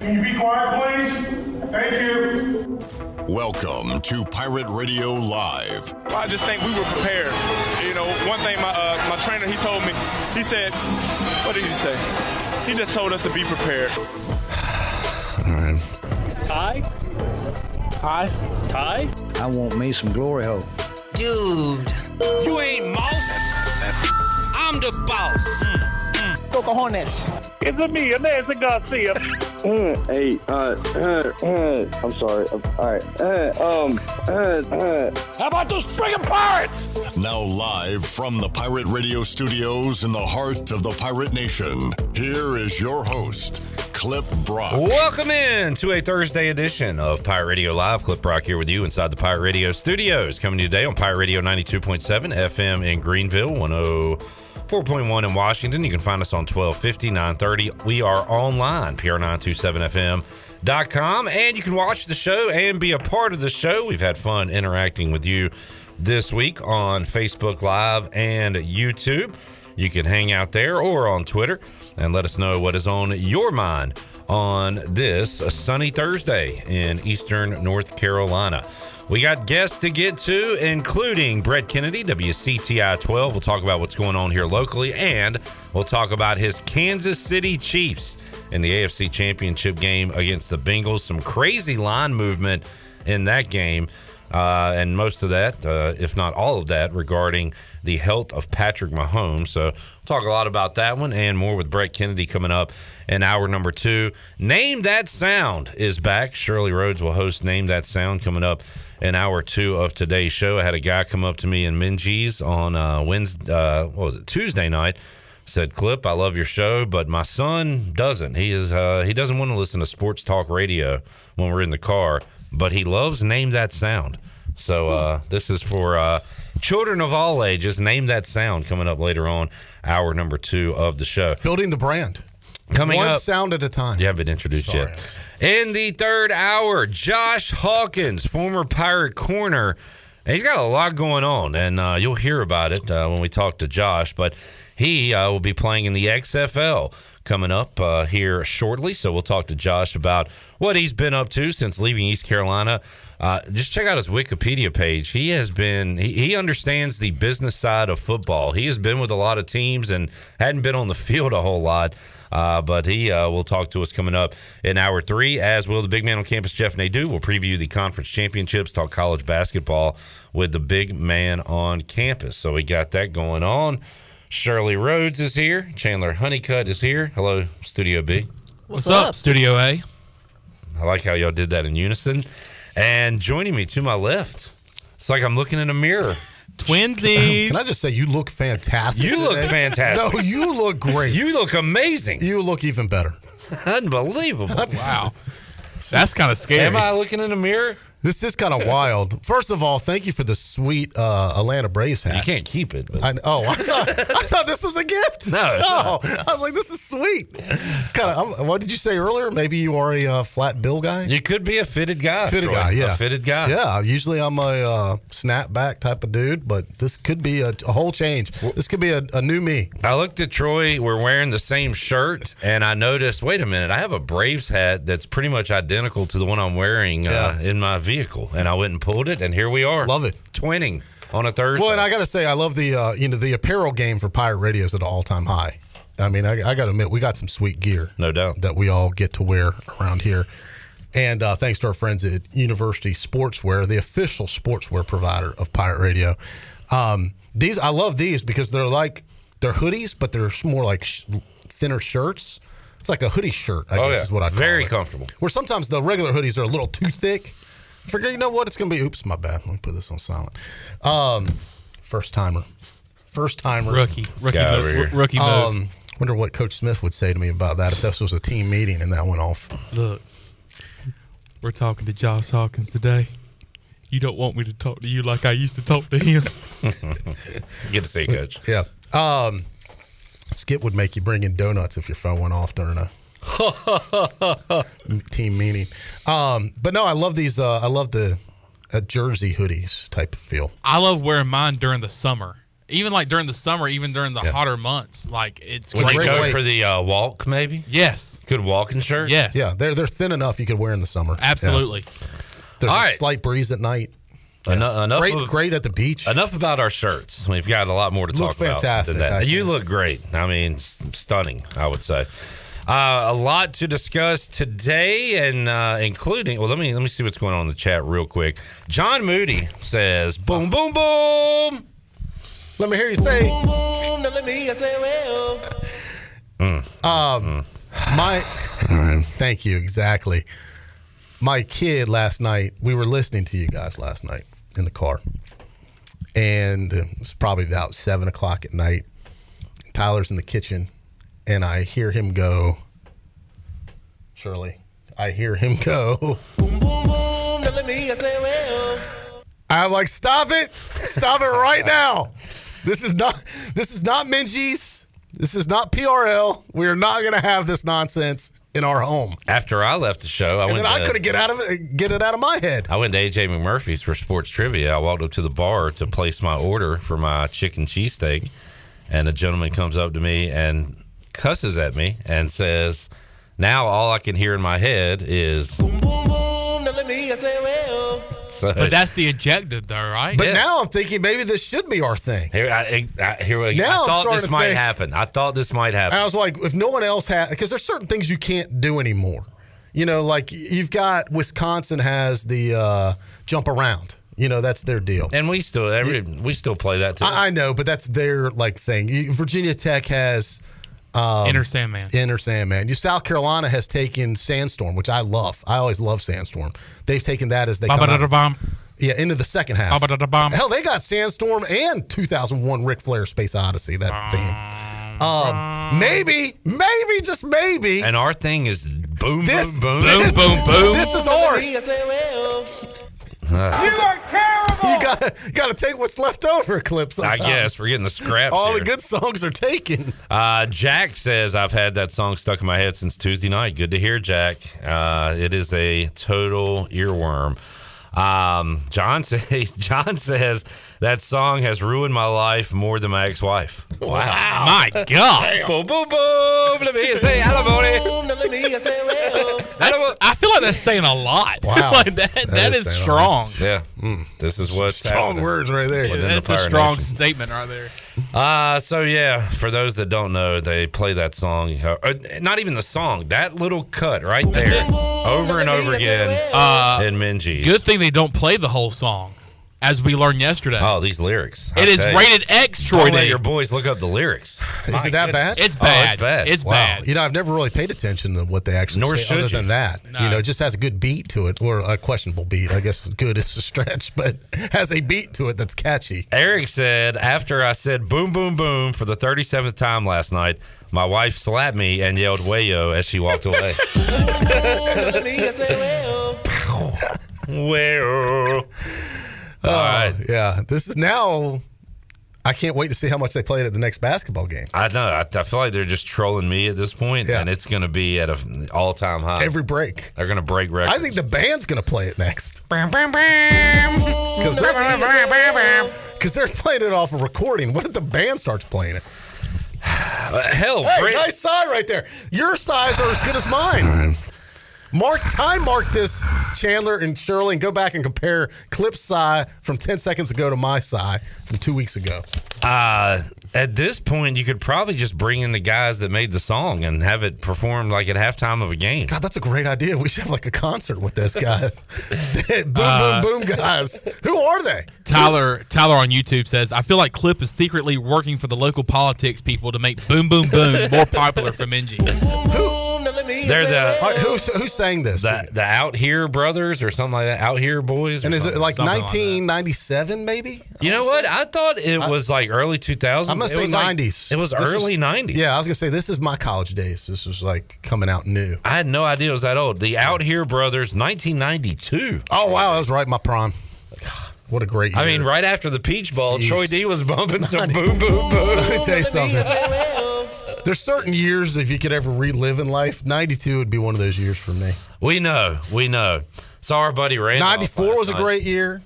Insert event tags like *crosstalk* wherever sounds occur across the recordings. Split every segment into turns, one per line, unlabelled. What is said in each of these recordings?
Can you be quiet, please? Thank you.
Welcome to Pirate Radio Live.
I just think we were prepared. You know, one thing my uh, my trainer he told me, he said, what did he say? He just told us to be prepared.
All right.
Ty?
Hi.
Ty?
I want me some glory hole.
Dude, you ain't mouse. I'm the boss.
Pocahontas.
It's a me, Nancy Garcia.
Hey, uh, uh, uh, I'm sorry. Um, all right. Uh, um, uh, uh.
How about those friggin' pirates?
Now, live from the Pirate Radio studios in the heart of the Pirate Nation, here is your host, Clip Brock.
Welcome in to a Thursday edition of Pirate Radio Live. Clip Brock here with you inside the Pirate Radio studios. Coming to you today on Pirate Radio 92.7 FM in Greenville, 104.1 in Washington. You can find us on 1250, 930. We are online, pr927fm.com. And you can watch the show and be a part of the show. We've had fun interacting with you this week on Facebook Live and YouTube. You can hang out there or on Twitter and let us know what is on your mind on this sunny Thursday in eastern North Carolina. We got guests to get to, including Brett Kennedy, WCTI 12. We'll talk about what's going on here locally, and we'll talk about his Kansas City Chiefs in the AFC Championship game against the Bengals. Some crazy line movement in that game. Uh, and most of that, uh, if not all of that, regarding the health of Patrick Mahomes. So, we'll talk a lot about that one and more with Brett Kennedy coming up in hour number two. Name That Sound is back. Shirley Rhodes will host Name That Sound coming up in hour two of today's show. I had a guy come up to me in Minji's on uh, Wednesday, uh, what was it, Tuesday night said clip i love your show but my son doesn't he is uh, he doesn't want to listen to sports talk radio when we're in the car but he loves name that sound so uh, this is for uh, children of all ages name that sound coming up later on hour number two of the show
Building the brand.
coming
One
up
sound at a time.
you haven't been introduced
Sorry.
yet. In the third hour, Josh Hawkins, former Pirate Corner. And he's got a lot going on, and uh, you'll hear about it uh, when we talk to Josh. But he uh, will be playing in the XFL coming up uh, here shortly. So we'll talk to Josh about what he's been up to since leaving East Carolina. Uh, just check out his Wikipedia page. He has been, he, he understands the business side of football. He has been with a lot of teams and hadn't been on the *laughs* field a whole lot. Uh, but he uh, will talk to us coming up in hour three, as will the big man on campus, Jeff Nadeau. We'll preview the conference championships, talk college basketball with the big man on campus. So we got that going on. Shirley Rhodes is here. Chandler Honeycutt is here. Hello, Studio B.
What's, up?
Studio A?
I like how y'all did that in unison. And joining me to my left, it's like I'm looking in a mirror.
*laughs*
Twinsies.
Can I just say you look fantastic?
You look
today.
fantastic.
No, you look great.
You look amazing.
You look even better. *laughs*
Unbelievable.
Wow. *laughs* That's kind of scary.
Am I looking in a mirror?
This is kind of wild. First of all, thank you for the sweet uh, Atlanta Braves hat.
You can't keep it. but-
I, oh, I thought, I thought this was a gift.
No, it's
no, I was like, this is sweet. Kind of. What did you say earlier? Maybe you are a uh, flat bill guy.
You could be a fitted guy.
fitted
Troy.
guy, yeah.
A fitted guy.
Yeah, usually I'm a uh, snapback type of dude, but this could be a, a whole change. This could be a, a new me.
I looked at Troy. We're wearing the same shirt, and I noticed. Wait a minute! I have a Braves hat that's pretty much identical to the one I'm wearing uh, in my vehicle, and I went and pulled it, and here we are.
Love it.
Twinning on a Thursday.
Well, and I got to say, I love the uh, you know the apparel game for Pirate Radio is at an all time high. I mean, I, I got to admit, we got some sweet gear.
no doubt.
that we all get to wear around here. And uh, thanks to our friends at University Sportswear, the official sportswear provider of Pirate Radio. Um, these I love these because they're like they're hoodies, but they're s- more like sh- thinner shirts. It's like a hoodie shirt, I
Oh,
guess
yeah.
is what I call
Very
it.
comfortable.
Where sometimes the regular hoodies are a little too thick. Forget you know what it's going to be. Oops, my bad. Let me put this on silent. Um, first timer, first timer,
Rookie. Rookie
guy over
move.
here.
Rookie move.
Um, wonder what Coach Smith would say to me about that if this was a team meeting and that went off.
Look, we're talking to Josh Hawkins today. You don't want me to talk to you like I used to talk to *laughs* him.
*laughs* Get to see, you, Coach.
*laughs* Yeah. Um, Skip would make you bring in donuts if your phone went off during a
uh. *laughs*
team meeting. Um, but no, I love these. Uh, I love the uh, jersey hoodies type of feel.
I love wearing mine during the summer Even like during the summer, even during the hotter months, like it's
Would
great.
you go
weight.
for the uh, walk, maybe?
yes,
Good walking shirt?
yes,
Yeah, they're they're thin enough you could wear in the summer. Yeah.
absolutely.
There's
All
a
right.
slight breeze at night.
Eno- enough,
Great,
of-
great at the beach.
enough about our shirts. We've got a lot more to
Look
talk about. than
fantastic,
that.
I
You
think.
look great. I mean, s- stunning, I would say. Uh, a lot to discuss today, and uh, including well, let me let me see what's going on in the chat real quick. John Moody says, "Boom, boom, boom."
Let me hear you say. Um, My, thank you exactly. My kid last night. We were listening to you guys last night in the car, and it was probably about seven o'clock at night. Tyler's in the kitchen, and I hear him go. Shirley, I hear him *laughs* go. I'm like, stop it, stop it right now. This is not this is not Minji's. This is not PRL. We are not going to have this nonsense in our home.
After I left the show, I
And
went.
then I
to-
couldn't get out of it, get it out of my head.
I went to AJ McMurphy's for sports trivia. I walked up to the bar to place my order for my chicken cheesesteak, and a gentleman comes up to me and cusses at me and says, "Now all I can hear in my head is." *laughs* So,
But that's the objective, though, right?
But
Yeah.
now I'm thinking maybe this should be our thing.
here. I, I, here we,
Now
I
I'm
thought
starting
this
to
might
think-
happen. I thought this might happen.
And I was like, if no one else had, because there's certain things you can't do anymore. You know, like you've got Wisconsin has the uh, jump around. You know, that's their deal.
and we still every, we still play that too.
I, I know, but that's their like thing. You- Virginia Tech has um,
Inner Sandman.
Inner Sandman. You- South Carolina has taken Sandstorm, which I love. I always love Sandstorm. They've taken that as they come out,
Ba-ba-da-da-bum.
yeah into the second half.
Ba-ba-da-da-bum.
Hell, they got Sandstorm and 2001 Ric Flair Space Odyssey. That theme. Um, maybe, maybe, just maybe.
and our thing is boom,
this,
boom, boom.
this,
boom, boom.
This is ours.
Ah.
You are terrible.
You gotta, gotta take what's left over, clip.
I
Sometimes.
guess we're getting the scraps.
all
here.
the good songs are taken.
Uh, Jack says, I've had that song stuck in my head since Tuesday night. Good to hear, Jack. Uh, it is a total earworm. Um, John *laughs* says, John says that song has ruined my life more than my ex-wife. Wow, my God! boom, boom, boom. Let me say *laughs* alimony.
That's- I feel like that's saying a lot.
Wow.
*laughs* like that, that
is
is
saying a
strong.
lot.
Yeah, mm, this is what's
Strong
happening.
words right there.
Within the
That's a
Pirate
strong
Nation.
statement right there.
Uh, so yeah, for those that don't know, they play that song. Uh, uh, not even the song. That little cut right there, over and over again. Uh, in Minji's.
Good thing they don't play the whole song, as we learned yesterday.
Oh, these lyrics.
it is
Okay.
rated X, Troy.
Don't let
Day.
your boys look up the lyrics.
Is it that bad?
It's
Oh,
bad.
it's bad.
It's
Wow.
bad.
You know, I've never really paid attention to what they actually
Nor
say
should
other
you.
than that. You know, it just has a good beat to it, or a questionable beat. I guess good is a stretch, but has a beat to it that's catchy.
Eric said after I said boom boom boom for the 37th time last night, my wife slapped me and yelled "Wayo" as she walked away.
*laughs*
Wayo. All right.
Oh, Yeah, this is now. I can't wait to see how much they played at the next basketball game.
I know. I, I feel like they're just trolling me at this point,
Yeah.
and it's going to be at an all-time high.
Every break,
they're going to break records.
I think the band's going to play it next
Oh,
because they're because they're playing it off a recording. What if the band starts playing it? *sighs*
Uh, hell,
Hey,
Brit-
nice side right there. Your sides are as good as mine. Mark, time mark this, Chandler and Shirley, and go back and compare clip sigh from 10 seconds ago to my sigh from two weeks ago.
Uh, at this point, you could probably just bring in the guys that made the song and have it performed like at halftime of a game.
God, *laughs* that's a great idea. We should have like a concert with those *laughs* guys. boom, boom, boom, guys. Who are they?
Tyler Tyler on YouTube says, I feel like Clip is secretly working for the local politics people to make Boom Boom Boom more popular for
*laughs*
Minji.
They're
All
the
right, who, who sang this?
the, the Out Here Brothers or something like that. Out Here Boys. or
and is it
something.
like
Something like that.
1997, maybe?
You know what? I thought it was like early 2000s.
I'm gonna
It
say
was like-
90s.
it was
This is-
early 90s.
Yeah, I was going to say, this is my college days. This was like coming out new.
I had no idea it was that old. The Out Here Brothers, 1992.
Oh wow, that was right in my prime. What a great year.
I mean, right after the Peach Ball,
Jeez.
Troy D was bumping some boom, boom, uh,
Let
boom.
me tell you something. There's certain years if you could ever relive in life. 92 would be one of those years for me.
We know, we know. Saw our buddy Randolph.
94 was a
last night.
great year.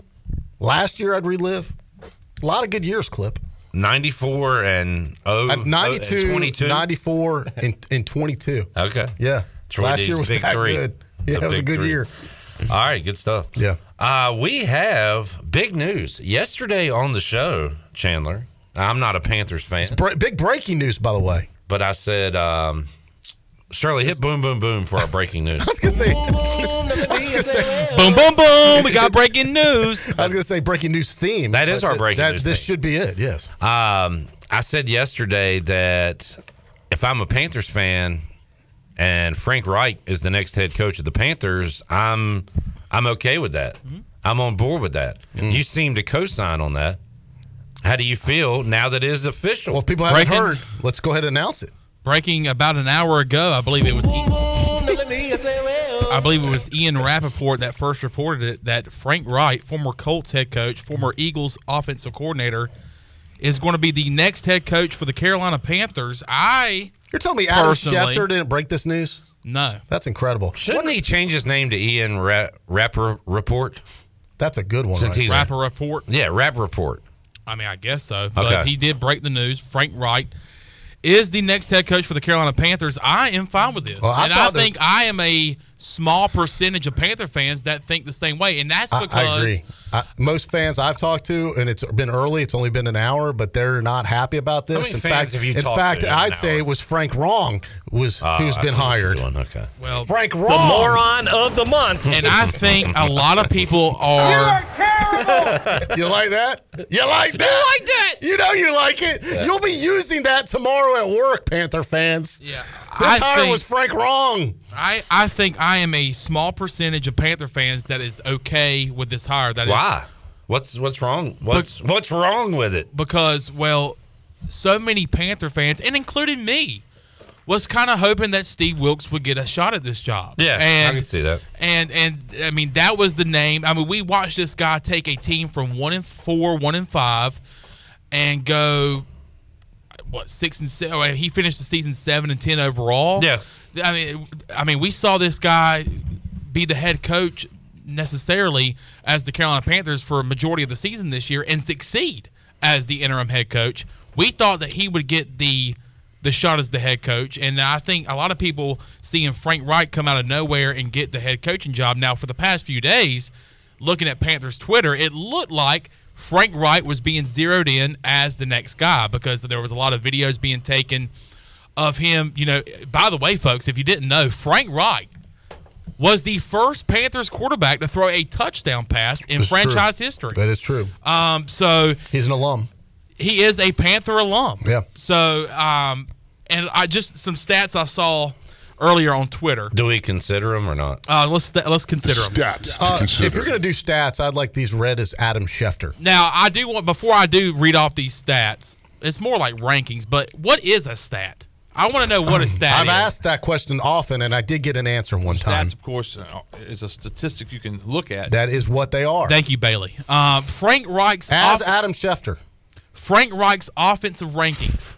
Last year I'd relive. A lot of good years, Clip.
94 and
Uh,
oh, oh, and
92,
22.
94, and, and 22.
Okay.
Yeah.
Troy
Last
D's
year was
big
that
three.
good. Yeah,
The
it was a
big
good
three.
year.
All right, good stuff.
Yeah.
Uh, we have big news. Yesterday on the show, Chandler, I'm not a Panthers fan,
Bre- big breaking news, by the way.
but I said, um, Shirley, hit boom, boom, boom for
*laughs*
our breaking news.
I was gonna say,
Boom, boom, boom. We
*laughs*
got breaking news.
*laughs* I was gonna say breaking news theme.
That is
but
our
th-
breaking
that-
news
This
theme.
should be it. Yes.
Um, I said yesterday that if I'm a Panthers fan and Frank Reich is the next head coach of the Panthers, I'm I'm okay with that.
Mm-hmm.
I'm on board with that.
Mm.
You seem to co-sign on that. How do you feel now that it is official?
Well, if people haven't
Breaking-
heard, let's go ahead and announce it.
Breaking about an hour ago, I believe it was. E- I believe it was Ian Rappaport that first reported it that Frank Wright, former Colts head coach, former Eagles offensive coordinator, is going to be the next head coach for the Carolina Panthers. I
You're telling me Adam
Personally.
Schefter didn't break this news?
no.
That's incredible.
Shouldn't he change his name to Ian Ra- Rapper Report?
That's a good one.
Since
right
he's
Rapper report.
yeah, Rap Report.
I mean, I guess so. But
Okay.
he did break the news. Frank Wright is the next head coach for the Carolina Panthers. I am fine with this.
Well, I
and I
thought that-
think I am a small percentage of Panther fans that think the same way. And that's
I,
because
I agree. I, most fans I've talked to, and it's been early. It's only been an hour, but they're not happy about this.
many
in
fans
fact,
have you
in
talked
fact,
to in an
I'd say
hour? Oh,
it was Frank Wrong was who's
I
been
see what you're
hired.
doing. Okay.
well,
Frank Wrong.
of the
*laughs*
month.
and I think a lot of people are
*laughs* You like that? You like that?
like that.
You know you like it. You'll be using that tomorrow at work, Panther fans.
Yeah,
This
I
hire
think
was Frank Wrong.
I, I think I am a small percentage of Panther fans that is okay with this hire. That is
Why? What's what's wrong? What's what's wrong with it?
because well, so many Panther fans, and including me, was kind of hoping that Steve Wilkes would get a shot at this job.
I can
and
see that.
and and I mean that was the name. I mean, we watched this guy take a team from one and four, one and five, and go what six and seven. He finished the season seven and ten overall.
Yeah.
I mean, I mean, we saw this guy be the head coach necessarily as the Carolina Panthers for a majority of the season this year and succeed as the interim head coach. We thought that he would get the the shot as the head coach, and I think a lot of people seeing Frank Wright come out of nowhere and get the head coaching job. Now, for the past few days, looking at Panthers Twitter, it looked like Frank Wright was being zeroed in as the next guy because there was a lot of videos being taken of him. You know, by the way, folks, if you didn't know, Frank Reich was the first Panthers quarterback to throw a touchdown pass in
That's true.
franchise history.
That is true.
Um, so
He's an alum.
he is a Panther alum.
Yeah.
So, um, and I just some stats I saw earlier on Twitter.
Do we consider him or not?
Uh, let's let's consider them.
Stats to
Uh,
consider.
if you're going to do stats, I'd like these read as Adam Schefter.
Now, I do want before I do read off these stats. It's more like rankings, but what is a stat? I want to know what a stat
Hmm. I've
is.
asked that question often, and I did get an answer one time.
Stats, of course, uh, is a statistic you can look at.
That is what they are.
Thank you, Bailey. Um, Frank Reich's
as
off-
Adam Schefter.
Frank Reich's offensive rankings.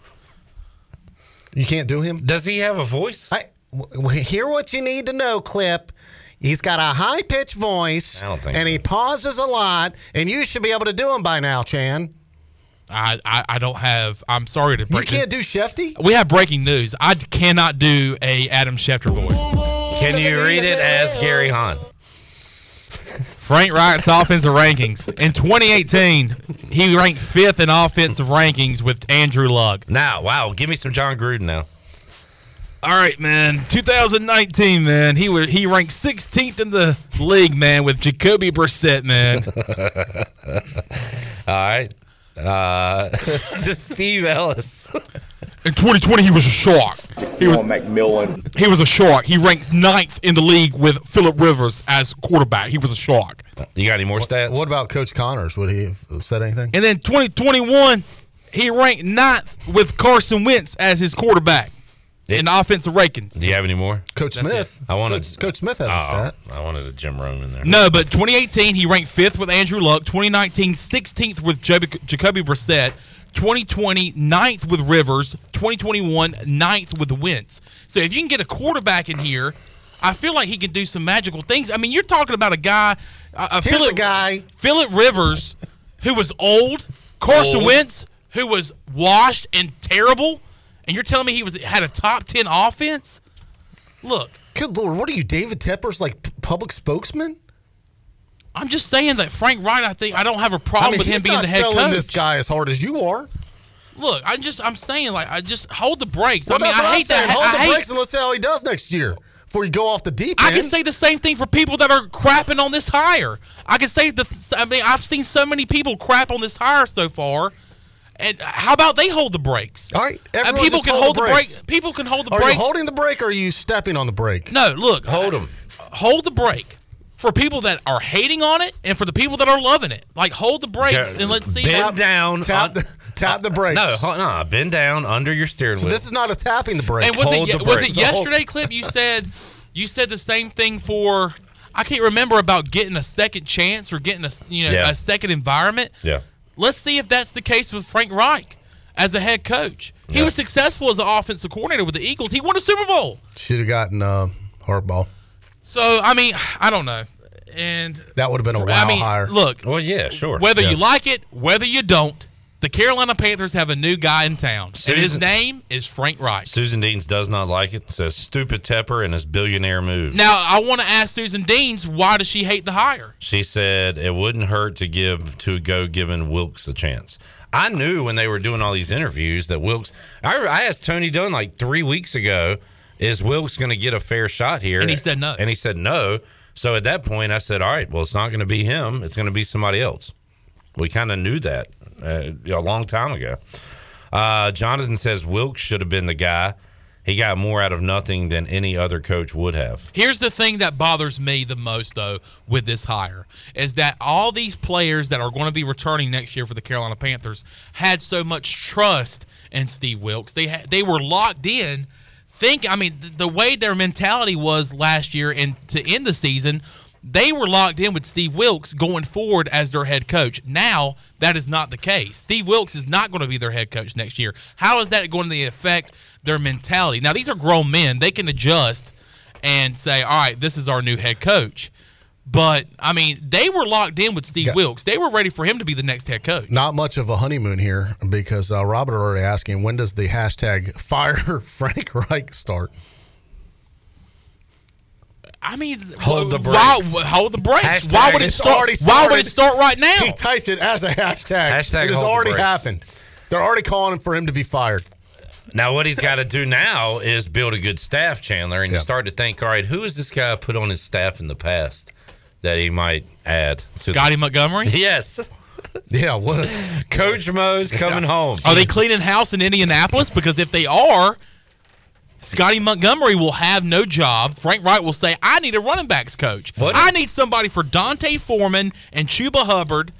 You can't do him.
Does he have a voice?
I w- w- hear what you need to know, Clip. He's got a high pitched voice,
I don't think
and he
so.
pauses a lot. And you should be able to do him by now, Chan.
I, I, I don't have. I'm sorry to
You
break.
can't
this.
do Shefty.
we have breaking news. I d- cannot do a Adam Schefter voice.
Can you read it as Gary Hahn?
Frank Reich's offensive rankings in 2018, he ranked fifth in offensive rankings with Andrew Luck.
Now, wow, give me some John
*laughs*
Gruden now.
All right, man. 2019, man. He was he ranked 16th in the league, man, with Jacoby Brissett, man.
*laughs* All right. Uh, Steve Ellis.
In 2020, he was a shark. He was McMillan. He was a shark. He ranks ninth in the league with Philip Rivers as quarterback. He was a shark.
You got any more stats?
What about Coach Connors? Would he have said anything?
And then 2021, he ranked ninth with Carson Wentz as his quarterback in the offensive rankings.
Do you have any more?
Coach Smith.
I wanted
Coach, Coach Smith has a
Oh,
stat.
I wanted a Jim Rome in there.
No, but 2018, he ranked fifth with Andrew Luck. 2019, 16th with Jacob, Jacoby Brissett. 2020, ninth with Rivers. 2021, ninth with Wentz. So if you can get a quarterback in here, I feel like he can do some magical things. I mean, you're talking about a guy, uh,
Here's a guy.
Philip Rivers, who was old, Carson
Old.
Wentz, who was washed and terrible, and you're telling me he was had a top ten offense? Look,
good lord, what are you, David Tepper's like p- public spokesman?
I'm just saying that Frank Wright. I think I don't have a problem
I mean,
with him
he's
being
not
the head
selling
coach.
this guy as hard as you are.
Look, I'm just I'm saying like I just hold the brakes.
Well,
I mean
that's what
I
I'm
hate
saying.
that.
Hold
I
the
hate,
brakes and let's see how he does next year before you go off the deep
I
end.
can say the same thing for people that are crapping on this hire. I can say the. I mean, I've seen so many people crap on this hire so far. And how about they hold the brakes?
All right,
and
everyone
people
just
can
hold
hold
the
the
brakes.
brake. People can hold the
are
brakes.
you holding the brake or are you stepping on the brake?
No, look,
Hold him.
hold the brake for people that are hating on it, and for the people that are loving it. Like hold the brakes
Yeah.
and let's see.
Bend
what-
down.
Tap
un-
the, tap the brakes.
no, hold- no, bend down under your steering
So
wheel.
this is not a tapping the brake.
And was
Hold
it,
the
ye- was
brakes.
it yesterday, Clip? You said you said the same thing for I can't remember about getting a second chance or getting a s- you know
Yeah.
a second environment.
*laughs* yeah.
Let's see if that's the case with Frank Reich as a head coach. He
Yeah.
was successful as an offensive coordinator with the Eagles. He won a Super Bowl.
Should have gotten uh, hardball.
So I mean, I don't know. And
That would have been a wow
I mean,
hire.
look,
Well, yeah, sure.
whether
Yeah.
you like it, whether you don't, the Carolina Panthers have a new guy in town, and his
Susan-
name is Frank Reich.
Susan Deans does not like it. Says stupid Tepper and his billionaire move.
Now, I want to ask Susan Deans why does she hate the hire?
She said it wouldn't hurt to give to go giving Wilkes a chance. I knew when they were doing all these interviews that Wilkes. I, I asked Tony Dunn like three weeks ago, "Is Wilkes going to get a fair shot here?"
And he said no.
And he said no. So at that point, I said, "All right, well, it's not going to be him. It's going to be somebody else." We kind of knew that uh, a long time ago. Uh, Jonathan says Wilkes should have been the guy. He got more out of nothing than any other coach would have.
Here's the thing that bothers me the most, though, with this hire is that all these players that are going to be returning next year for the Carolina Panthers had so much trust in Steve Wilkes. They had, they were locked in. Think, I mean, th- the way their mentality was last year and to end the season, they were locked in with Steve Wilkes going forward as their head coach. Now that is not the case. Steve Wilkes is not going to be their head coach next year. How is that going to affect their mentality? Now these are grown men; they can adjust and say, "All right, this is our new head coach." But I mean, they were locked in with Steve
Yeah.
Wilkes. They were ready for him to be the next head coach.
Not much of a honeymoon here because uh, Robert already asking when does the hashtag *laughs* fire Frank Reich start?
I mean,
Hold the
wh- why-
brakes.
wh- hold the brakes.
Hashtag
why would it
it's
start?
already
Why
started.
would it start right now?
He typed it as a hashtag.
Hashtag
it has
hold the
already
brakes.
happened. They're already calling for him to be fired.
Now, what he's got to do now is build a good staff, Chandler, and
Yeah.
you start to think, all right, who has this guy put on his staff in the past that he might add? to the-
Scotty Montgomery.
*laughs* Yes.
Yeah, what?
Coach Mo's coming home.
Are they cleaning house in Indianapolis? Because if they are, Scotty Montgomery will have no job. Frank Wright will say, I need a running backs coach.
What?
I need somebody for Dante Foreman and Chuba Hubbard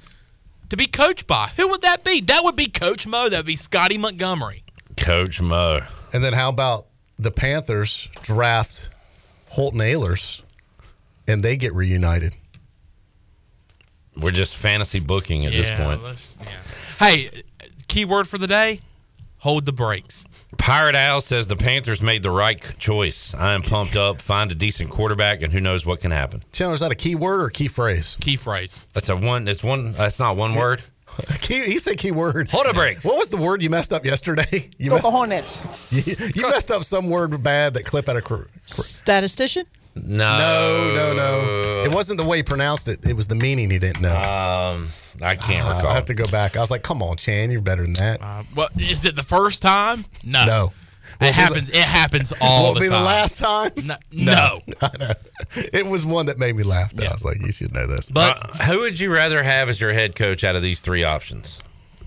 to be coached by. Who would that be? That would be Coach Mo. That would be Scotty Montgomery.
Coach Mo.
And then how about the Panthers draft Holton Aylers and they get reunited?
We're just fantasy booking at this point.
Hey, key word for the day hold the brakes.
Pirate Owl says the Panthers made the right choice. I am pumped up. Find a decent quarterback, and who knows what can happen.
Chandler, is that a key word or a key phrase?
Key phrase.
That's a one. That's one. That's not one word.
Key, he said key word.
Hold a break.
What was the word you messed up yesterday? *laughs* You,
Go
messed,
cojones.
you, *laughs* you messed up some word bad that clip out of. cor- cor-
Statistician?
No.
No, no, no. It wasn't the way he pronounced it. It was the meaning he didn't know.
Um, I can't
Uh,
recall.
I have to go back. I was like, "Come on, Chan, you're better than that."
Well, is it the first time? Uh, No.
no,
It happens. It happens
*laughs*
all
will
the
be
time.
the last time.
No. no.
It was one that made me laugh. Though. I was like, "You should know this."
But
Uh, who would you rather have as your head coach out of these three options?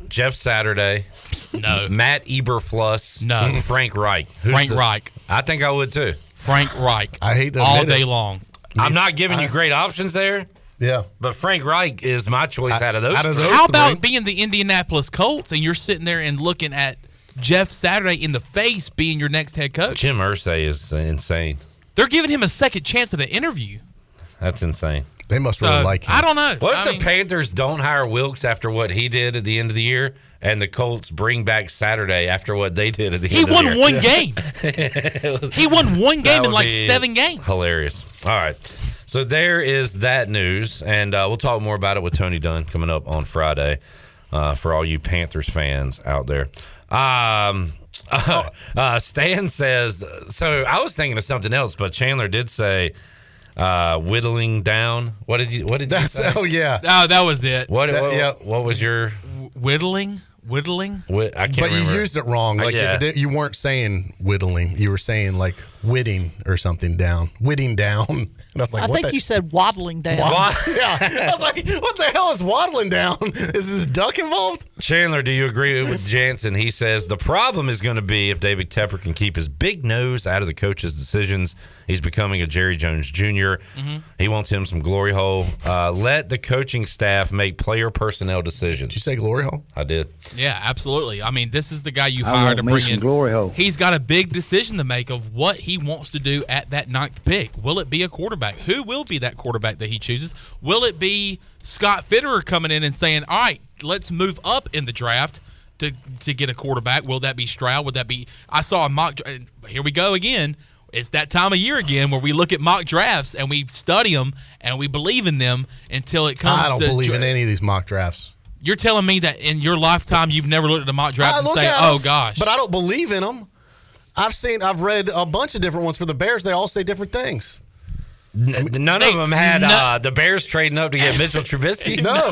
Jeff Saturday,
no.
Matt Eberfluss,
No.
Frank Reich. Who's
Frank
the-
Reich.
I think I would too.
Frank Reich.
I hate to
all
admit it.
day long.
I'm not giving you great options there,
yeah,
but Frank Reich is my choice out of those.
out of
three.
those-
How
three.
about being the Indianapolis Colts and you're sitting there and looking at Jeff Saturday in the face being your next head coach?
Jim Irsay is insane.
They're giving him a second chance at an interview.
That's insane.
they must
So
really like him.
I don't know.
What if
I
the
mean,
Panthers don't hire Wilkes after what he did at the end of the year, and the Colts bring back Saturday after what they did at the
he
end of the
*laughs*
year?
won one game.
*laughs*
he won one game
That
in
would
like
be
seven games.
Hilarious. All right. So there is that news, and uh, we'll talk more about it with Tony Dunn coming up on Friday. uh, for all you Panthers fans out there. Um, *laughs* uh, Stan says, so I was thinking of something else, but Chandler did say uh, whittling down. What did you? What did
That's-
you say?
oh, yeah.
Oh, that was it.
What?
That-
what,
yeah.
what was your?
Whittling, whittling.
Whi- I can't.
But
remember.
you used it wrong.
I-
Like
yeah.
you, you weren't saying whittling. You were saying like whitting or something down. Whitting down. *laughs* And I was like,
I
what
think
the-
you said waddling down. *laughs*
Wa- yeah. I was like, what *laughs* the hell is waddling down? *laughs* Is this duck involved?
Chandler, do you agree with Jansen? He says the problem is going to be if David Tepper can keep his big nose out of the coach's decisions. He's becoming a Jerry Jones junior He wants him some glory hole. Uh, let the coaching staff make player personnel decisions. Did you
say glory hole?
I did.
Yeah, absolutely. I mean, this is the guy you
I
hired
want
to bring
Mason
in.
Glory Hole.
He's got a big decision to make of what he wants to do at that ninth pick. Will it be a quarterback? Who will be that quarterback that he chooses? Will it be Scott Fitterer coming in and saying, "All right, let's move up in the draft"? To, to get a quarterback, will that be Stroud? Would that be? I saw a mock. dra- and Here we go again. It's that time of year again where we look at mock drafts and we study them and we believe in them until it comes.
I don't
to
believe
dra-
in any of these mock drafts.
you're telling me that in your lifetime you've never looked at a mock draft
I
and
look
say,
at 'em,
"Oh gosh."
But I don't believe in them. I've seen, I've read a bunch of different ones for the Bears. They all say different things.
N- none of them had
no-
uh, the Bears trading up to get *laughs* Mitchell Trubisky.
No,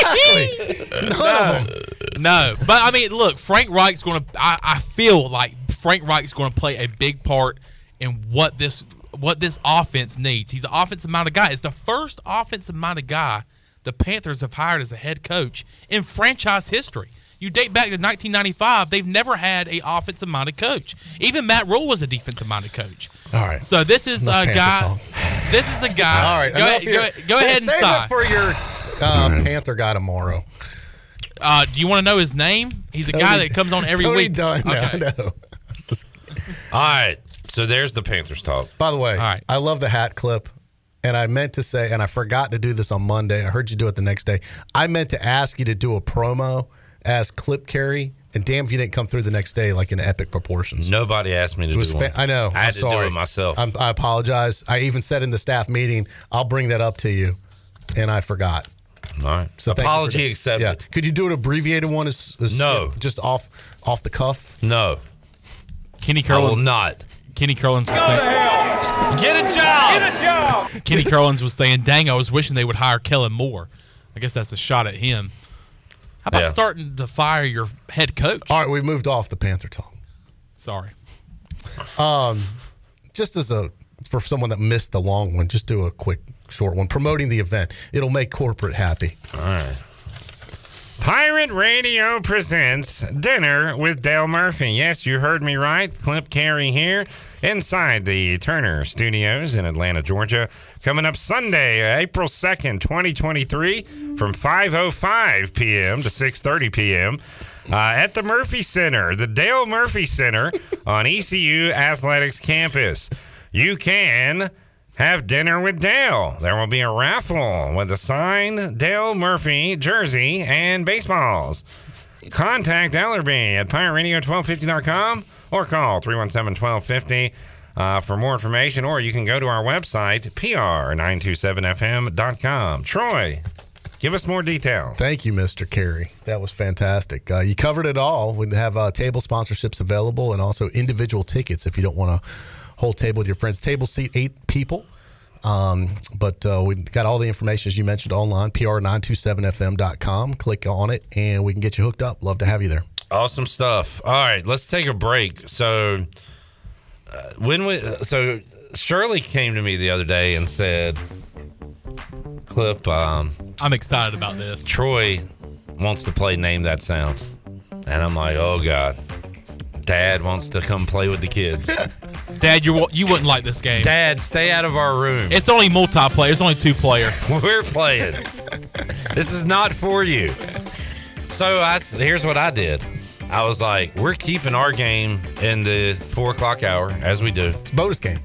exactly.
no, no. But I mean, look, Frank Reich's going to. I I feel like Frank Reich's going to play a big part in what this what this offense needs. He's an offensive minded guy. It's the first offensive minded guy the Panthers have hired as a head coach in franchise history. You date back to 1995; they've never had a offensive minded coach. Even Matt Rule was a defensive minded coach.
All right.
So this is
Enough
a
Panther
guy.
talk.
This is a guy.
All right.
Go,
enough
ahead,
here.
go, ahead- go ahead and
Save
sigh.
it for your uh, Panther guy tomorrow.
Uh, do you want to know his name? He's a guy
Tony-
that comes on every
Tony
week.
Dunn. No,
Okay.
no.
*laughs* All right. So there's the Panthers talk.
By the way, I love the hat clip. And I meant to say, and I forgot to do this on Monday. I heard you do it the next day. I meant to ask you to do a promo as clip carry. And damn if you didn't come through the next day like in epic proportions.
Nobody asked me to
It was
do
fa-
one.
I know.
I had
am
to
sorry.
do it myself.
I'm, I apologize. I even said in the staff meeting, I'll bring that up to you. And I forgot.
All right.
So thank you for
Apology
that.
accepted.
Yeah. Could you do an abbreviated one? As, as-
No.
Just off off the cuff?
No.
Kenny
I will
Curlins.
not.
Kenny Curlins was saying.
Get a job.
Get a job.
Kenny Curlins was saying, "Dang, I was wishing they would hire Kellen Moore." I guess that's a shot at him. How about
Yeah.
starting to fire your head coach?
All right. We moved off the Panther talk.
Sorry.
Um, just as a for someone that missed the long one, just do a quick short one promoting the event. It'll make corporate happy.
All right. Pirate Radio presents Dinner with Dale Murphy. Yes, you heard me right. Clip Carey here inside the Turner Studios in Atlanta, Georgia. Coming up Sunday, April 2nd, 2023 from 5.05 p.m. to 6.30 p.m. Uh, at the Murphy Center, the Dale Murphy Center on ECU Athletics Campus. You can have dinner with Dale. There will be a raffle with a signed Dale Murphy jersey and baseballs. Contact Ellerby at pirateradio1250.com or call 317-1250 uh, for more information, or you can go to our website, pr927fm.com. Troy, give us more details.
Thank you, Mr. Carey. That was fantastic. Uh, you covered it all. We have uh, table sponsorships available and also individual tickets if you don't want to hold table with your friends. Table seat eight people. Um, but uh, we got all the information as you mentioned online, pr927fm.com. Click on it and we can get you hooked up. Love to have you there.
Awesome stuff. All right, let's take a break. So, uh, when we so Shirley came to me the other day and said, "Clip, um,
I'm excited about this."
Troy wants to play Name That Sound," and I'm like, "Oh God, Dad wants to come play with the kids."
*laughs* Dad, you you wouldn't like this game.
Dad, stay out of our room.
It's only multiplayer. It's only two player.
*laughs* We're playing. this is not for you. So I s- here's what I did. I was like, we're keeping our game in the four o'clock hour as we do. It's
a bonus game.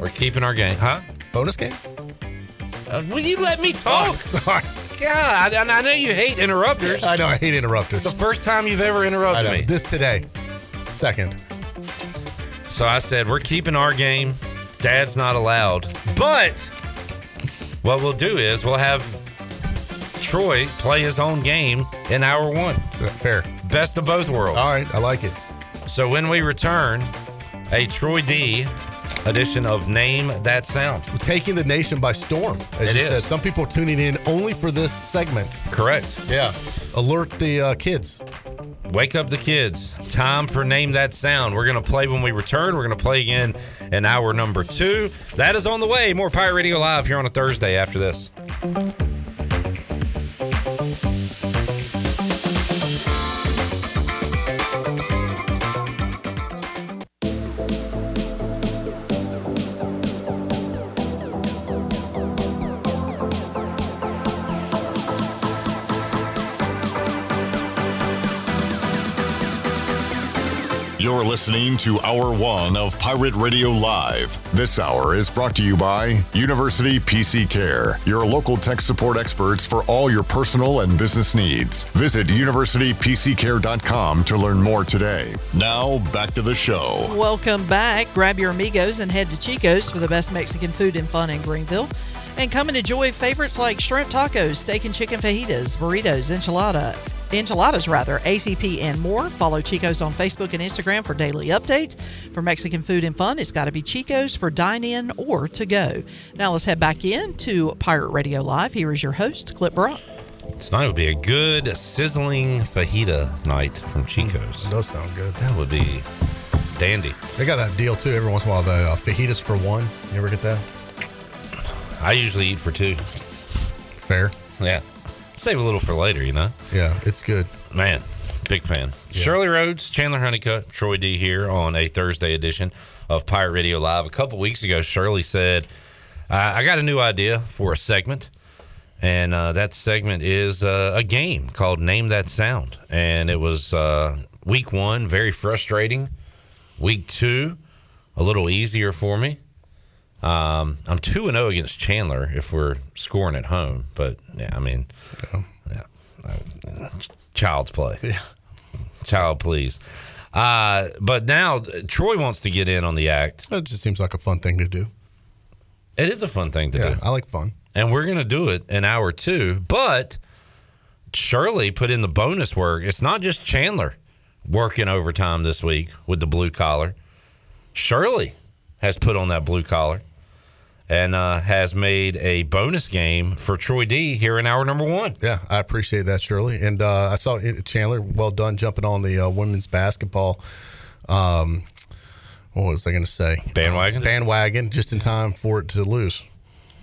We're keeping our game, huh?
Bonus game.
Uh, will you let me
Oh,
talk? sorry. God, I, I know you hate interrupters.
I know I hate interrupters.
It's the first time you've ever interrupted
I know.
me.
This today, second.
So I said, we're keeping our game. Dad's not allowed. But what we'll do is we'll have Troy play his own game in hour one.
Fair.
Best of both worlds. All
right, I like it.
So when we return, a Troy D edition of Name That Sound.
Taking the nation by storm, as
It
you
is.
said. Some people are tuning in only for this segment.
Correct.
Yeah. Alert the uh, kids.
Wake up the kids. Time for Name That Sound. We're going to play when we return. We're going to play again in hour number two. That is on the way. More Pirate Radio Live here on a Thursday after this.
You're listening to Hour One of Pirate Radio Live. This hour is brought to you by University PC Care, your local tech support experts for all your personal and business needs. Visit universitypccare.com to learn more today. Now, back to the show.
Welcome back. Grab your amigos and head to Chico's for the best Mexican food and fun in Greenville. And come and enjoy favorites like shrimp tacos, steak and chicken fajitas, burritos, enchilada, enchiladas rather, ACP and more. Follow Chico's on Facebook and Instagram for daily updates. For Mexican food and fun, it's got to be Chico's for dine in or to go. Now let's head back in to Pirate Radio Live. Here is your host, Clip Brock.
Tonight would be a good sizzling fajita night from Chico's.
Mm, Those sound good.
That would be dandy.
They got that deal too. Every once in a while, the uh, fajitas for one. You ever get that?
I usually eat for two.
Fair.
Yeah. Save a little for later, you know?
Yeah, it's good.
Man, big fan. Shirley Rhodes, Chandler Honeycutt, Troy D here on a Thursday edition of Pirate Radio Live. A couple weeks ago, Shirley said, I, I got a new idea for a segment. And uh, that segment is uh, a game called Name That Sound. And it was uh, week one, very frustrating. Week two, a little easier for me. Um, I'm 2 0 against Chandler if we're scoring at home. But yeah, I mean, yeah. Uh, child's play. Child, please. Uh, but now uh, Troy wants to get in on the act.
It just seems like a fun thing to do.
It is a fun thing to
Yeah,
do.
I like fun.
And we're going to do it in hour two. But Shirley put in the bonus work. It's not just Chandler working overtime this week with the blue collar. Shirley has put on that blue collar and uh, has made a bonus game for Troy D here in hour number one.
Yeah, I appreciate that, Shirley. And uh, I saw it- Chandler, well done, jumping on the uh, women's basketball. Um, what was I going to say?
Bandwagon?
bandwagon, just in time for it to lose.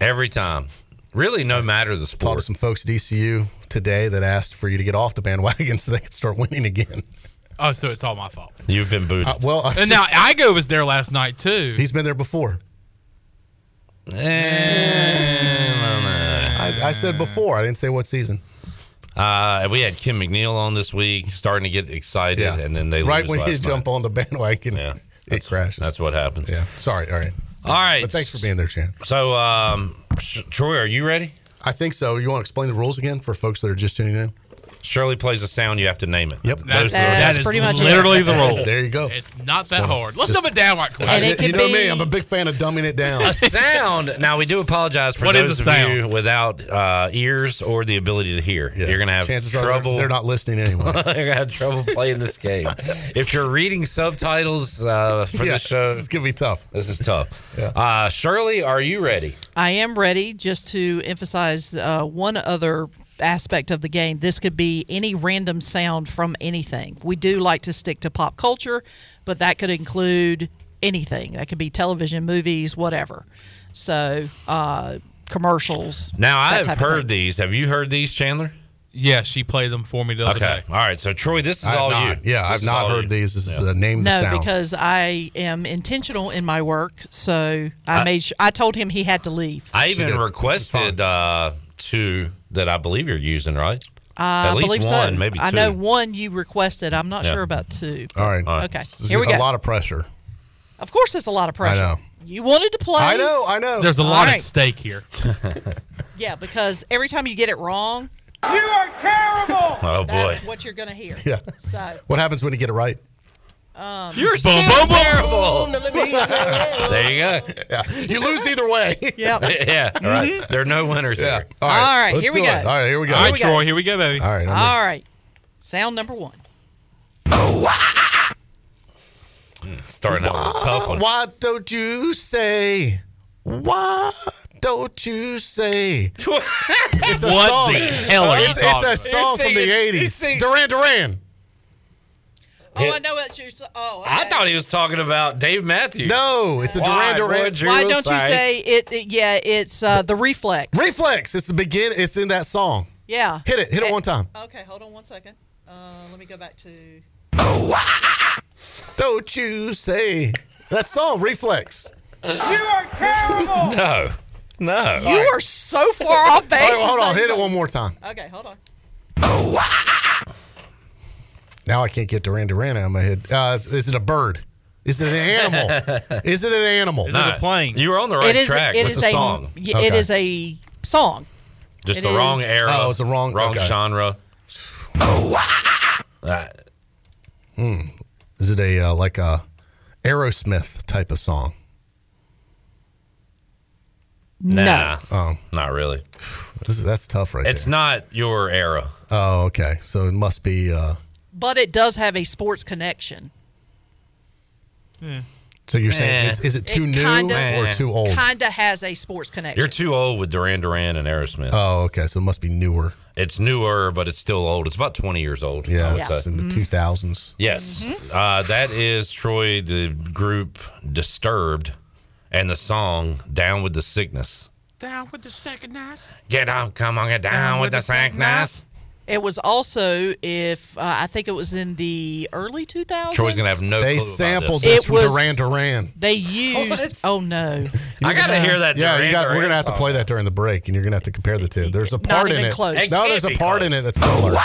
Every time. Really, no matter the
Talked to
sport.
some folks at ECU today that asked for you to get off the bandwagon *laughs* so they could start winning again.
Oh, so it's all my fault.
You've been booted.
Uh, well, I
*laughs* and now Igo was there last night too.
He's been there before.
Eh,
I, I said before. I didn't say what season.
Uh, we had Kim McNeil on this week, starting to get excited, and then they
right
lose
when
last
you
night.
jump on the bandwagon, it crashes.
That's what happens.
Yeah. Sorry. All right.
All right.
But thanks for being there, Chan.
So, um, Sh- Troy, are you ready?
I think so. You want to explain the rules again for folks that are just tuning in?
Shirley plays a sound. You have to name it.
Yep. That's-
Those
that's
are-
pretty much it. literally the rule. *laughs* There you go.
It's not that
Oh.
Just-
hard. Let's
just-
dumb it down right quick.
I- you know me. I'm a big fan of dumbing it
*laughs*
down. *laughs*
a sound. Now we do apologize for
What is
those
a
of
sound?
you without uh, ears or the ability to hear. You're gonna have
Chances are
trouble.
they're- they're not listening
*laughs*
anyway.
you're gonna have trouble
*laughs*
playing this game. *laughs* if you're reading subtitles uh, for
Yeah,
the show,
this is gonna be tough.
This is tough. Uh, Shirley, are you ready?
I am ready. Just to emphasize uh, one other aspect of the game, this could be any random sound from anything. We do like to stick to pop culture, but that could include anything. That could be television, movies, whatever. So, uh, commercials.
Now
that
I have
type of
heard
thing.
these. Have you heard these, Chandler?
Yeah, she played them for me the other
Okay.
day.
All right. So Troy, this
I
is
have
all
not.
you.
Yeah,
This
I've
is
not
all
heard
you.
These is uh, name the
No,
sound.
because I am intentional in my work, so I,
I-
made. Sure, I told him he had to leave.
I
She
even
did.
requested uh, two that I believe you're using, right?
Uh,
At least
I believe
one,
so.
maybe
I
two.
know one you requested. I'm not
Yeah.
sure about two.
All right.
Okay.
This is
Here we
a
go.
lot of pressure.
of course, there's a lot of pressure.
know.
You wanted to play.
I know. I know.
There's a lot
All
at
right.
stake here.
Yeah, because every time you get it wrong, you
are terrible.
*laughs* Oh,
That's
boy.
what you're gonna hear.
Yeah.
So
What happens when you get it right?
Um,
You're still terrible. there you go.
You lose either way.
*laughs*
*laughs*
Yep.
yeah. All right. There are no winners
Yeah.
here.
All right, All right, let's here we do go. it.
All right, here we go.
All right, Here we go. Troy,
here we go, baby.
All right. I'm
All right. Sound number one.
*laughs* Starting out with a tough one.
Why don't you say? Why don't you say? it's
What the hell are you
it's,
talking about?
It's a song
He's
from the
singing- he's
'80s.
singing-
Duran Duran.
Oh, I know what you're. Oh, okay.
I thought he was talking about Dave Matthews.
No, it's a
Why
Duran Duran.
would you
Why don't you say it? it- yeah, it's uh, the reflex.
Reflex. It's the begin. It's in that song.
yeah.
Hit it. Hit it one time.
Okay, hold on one second. Uh, let me go back to.
Don't you say that song? Reflex.
No. No.
You are so far off
*laughs* All right,
base.
Oh, hold on. Hit it one more time.
Okay, hold on.
Now I can't get Duran Duran out of my head. Uh, is, is it a bird? Is it an
*laughs*
animal? is it an animal?
Is it a plane?
You were on the right
it is.
track
it
with
is
the
a.
song.
y- It is a song.
Just
it
the wrong
is-
era.
Oh, it's the wrong-
wrong
okay. Oh.
genre. Uh,
Hmm. Is it a uh, like a Aerosmith type of song?
nah.
Oh,
Not really.
this is, that's tough, right
It's not your era.
there. Oh, okay. So it must be. Uh,
But it does have a sports connection.
so you're saying
Eh.
it's, is it too
It
new
kinda-
or
Eh.
too old?
Kinda has a sports connection.
You're too old with Duran Duran and Aerosmith.
Oh, okay. So it must be newer.
It's newer, but it's still old. It's about 20 years old. I
Yeah,
would
it's
say.
in
Mm-hmm.
the 2000s.
Yes. Uh, that is Troy, the group Disturbed, and the song Down with the Sickness.
Down with the second nice.
Get up, come on, get down, with, the, sickness.
It was also, if uh, I think it was in the early 2000s.
Troy's going to have no
they
clue about
sampled
this.
this,
It
from
was-
Duran Duran.
They used. Oh no,
I got to hear that.
Yeah,
Duran
you got, we're
Duran
gonna have to
song.
play that during the break, and you're gonna have to compare the two. There's a part in
even
it.
close. It
No,
can't
there's a
be
part in it
close.
that's similar.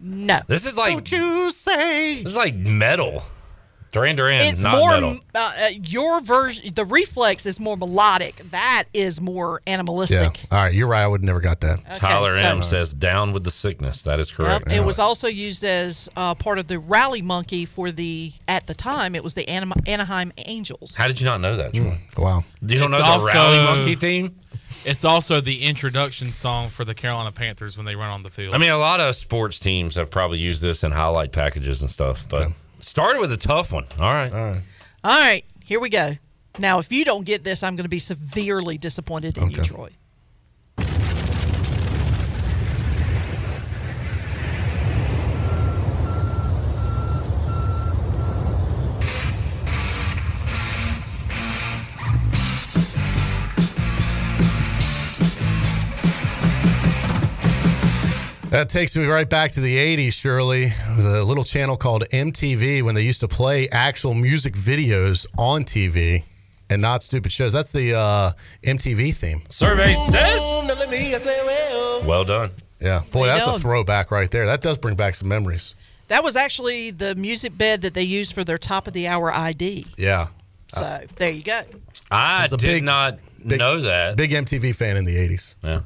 no.
This is like this
you say?
is like metal. Duran Duran,
It's
not
more
metal.
uh, uh, your version. The reflex is more melodic. That is more
Yeah.
animalistic.
All right, you're right. I would never got that.
Okay,
Tyler
so-
M says down with the sickness. That is
Yep,
correct.
it was also used as uh, part of the rally monkey for the at the time it was the Anim- Anaheim Angels.
How did you not know that? Troy?
Hmm. Wow.
You don't
It's
know the rally
also-
monkey theme?
It's also the introduction song for the Carolina Panthers when they run on the field.
I mean, a lot of sports teams have probably used this in highlight packages and stuff, but started with a tough one. All right.
All right, here we go. Now, if you don't get this, I'm going to be severely disappointed in you,
Okay.
Troy.
That takes me right back to the 80s, Shirley. The little channel called MTV when they used to play actual music videos on TV and not stupid shows. That's the uh, MTV theme.
Survey says. Well done.
Yeah. Boy,
you
that's a
doing?
throwback right there. That does bring back some memories.
That was actually the music bed that they used for their top of the hour ID.
Yeah.
So
Ah.
there you go.
I
That's a
did
big-
not
big-
know that.
Big MTV fan in the 80s.
yeah.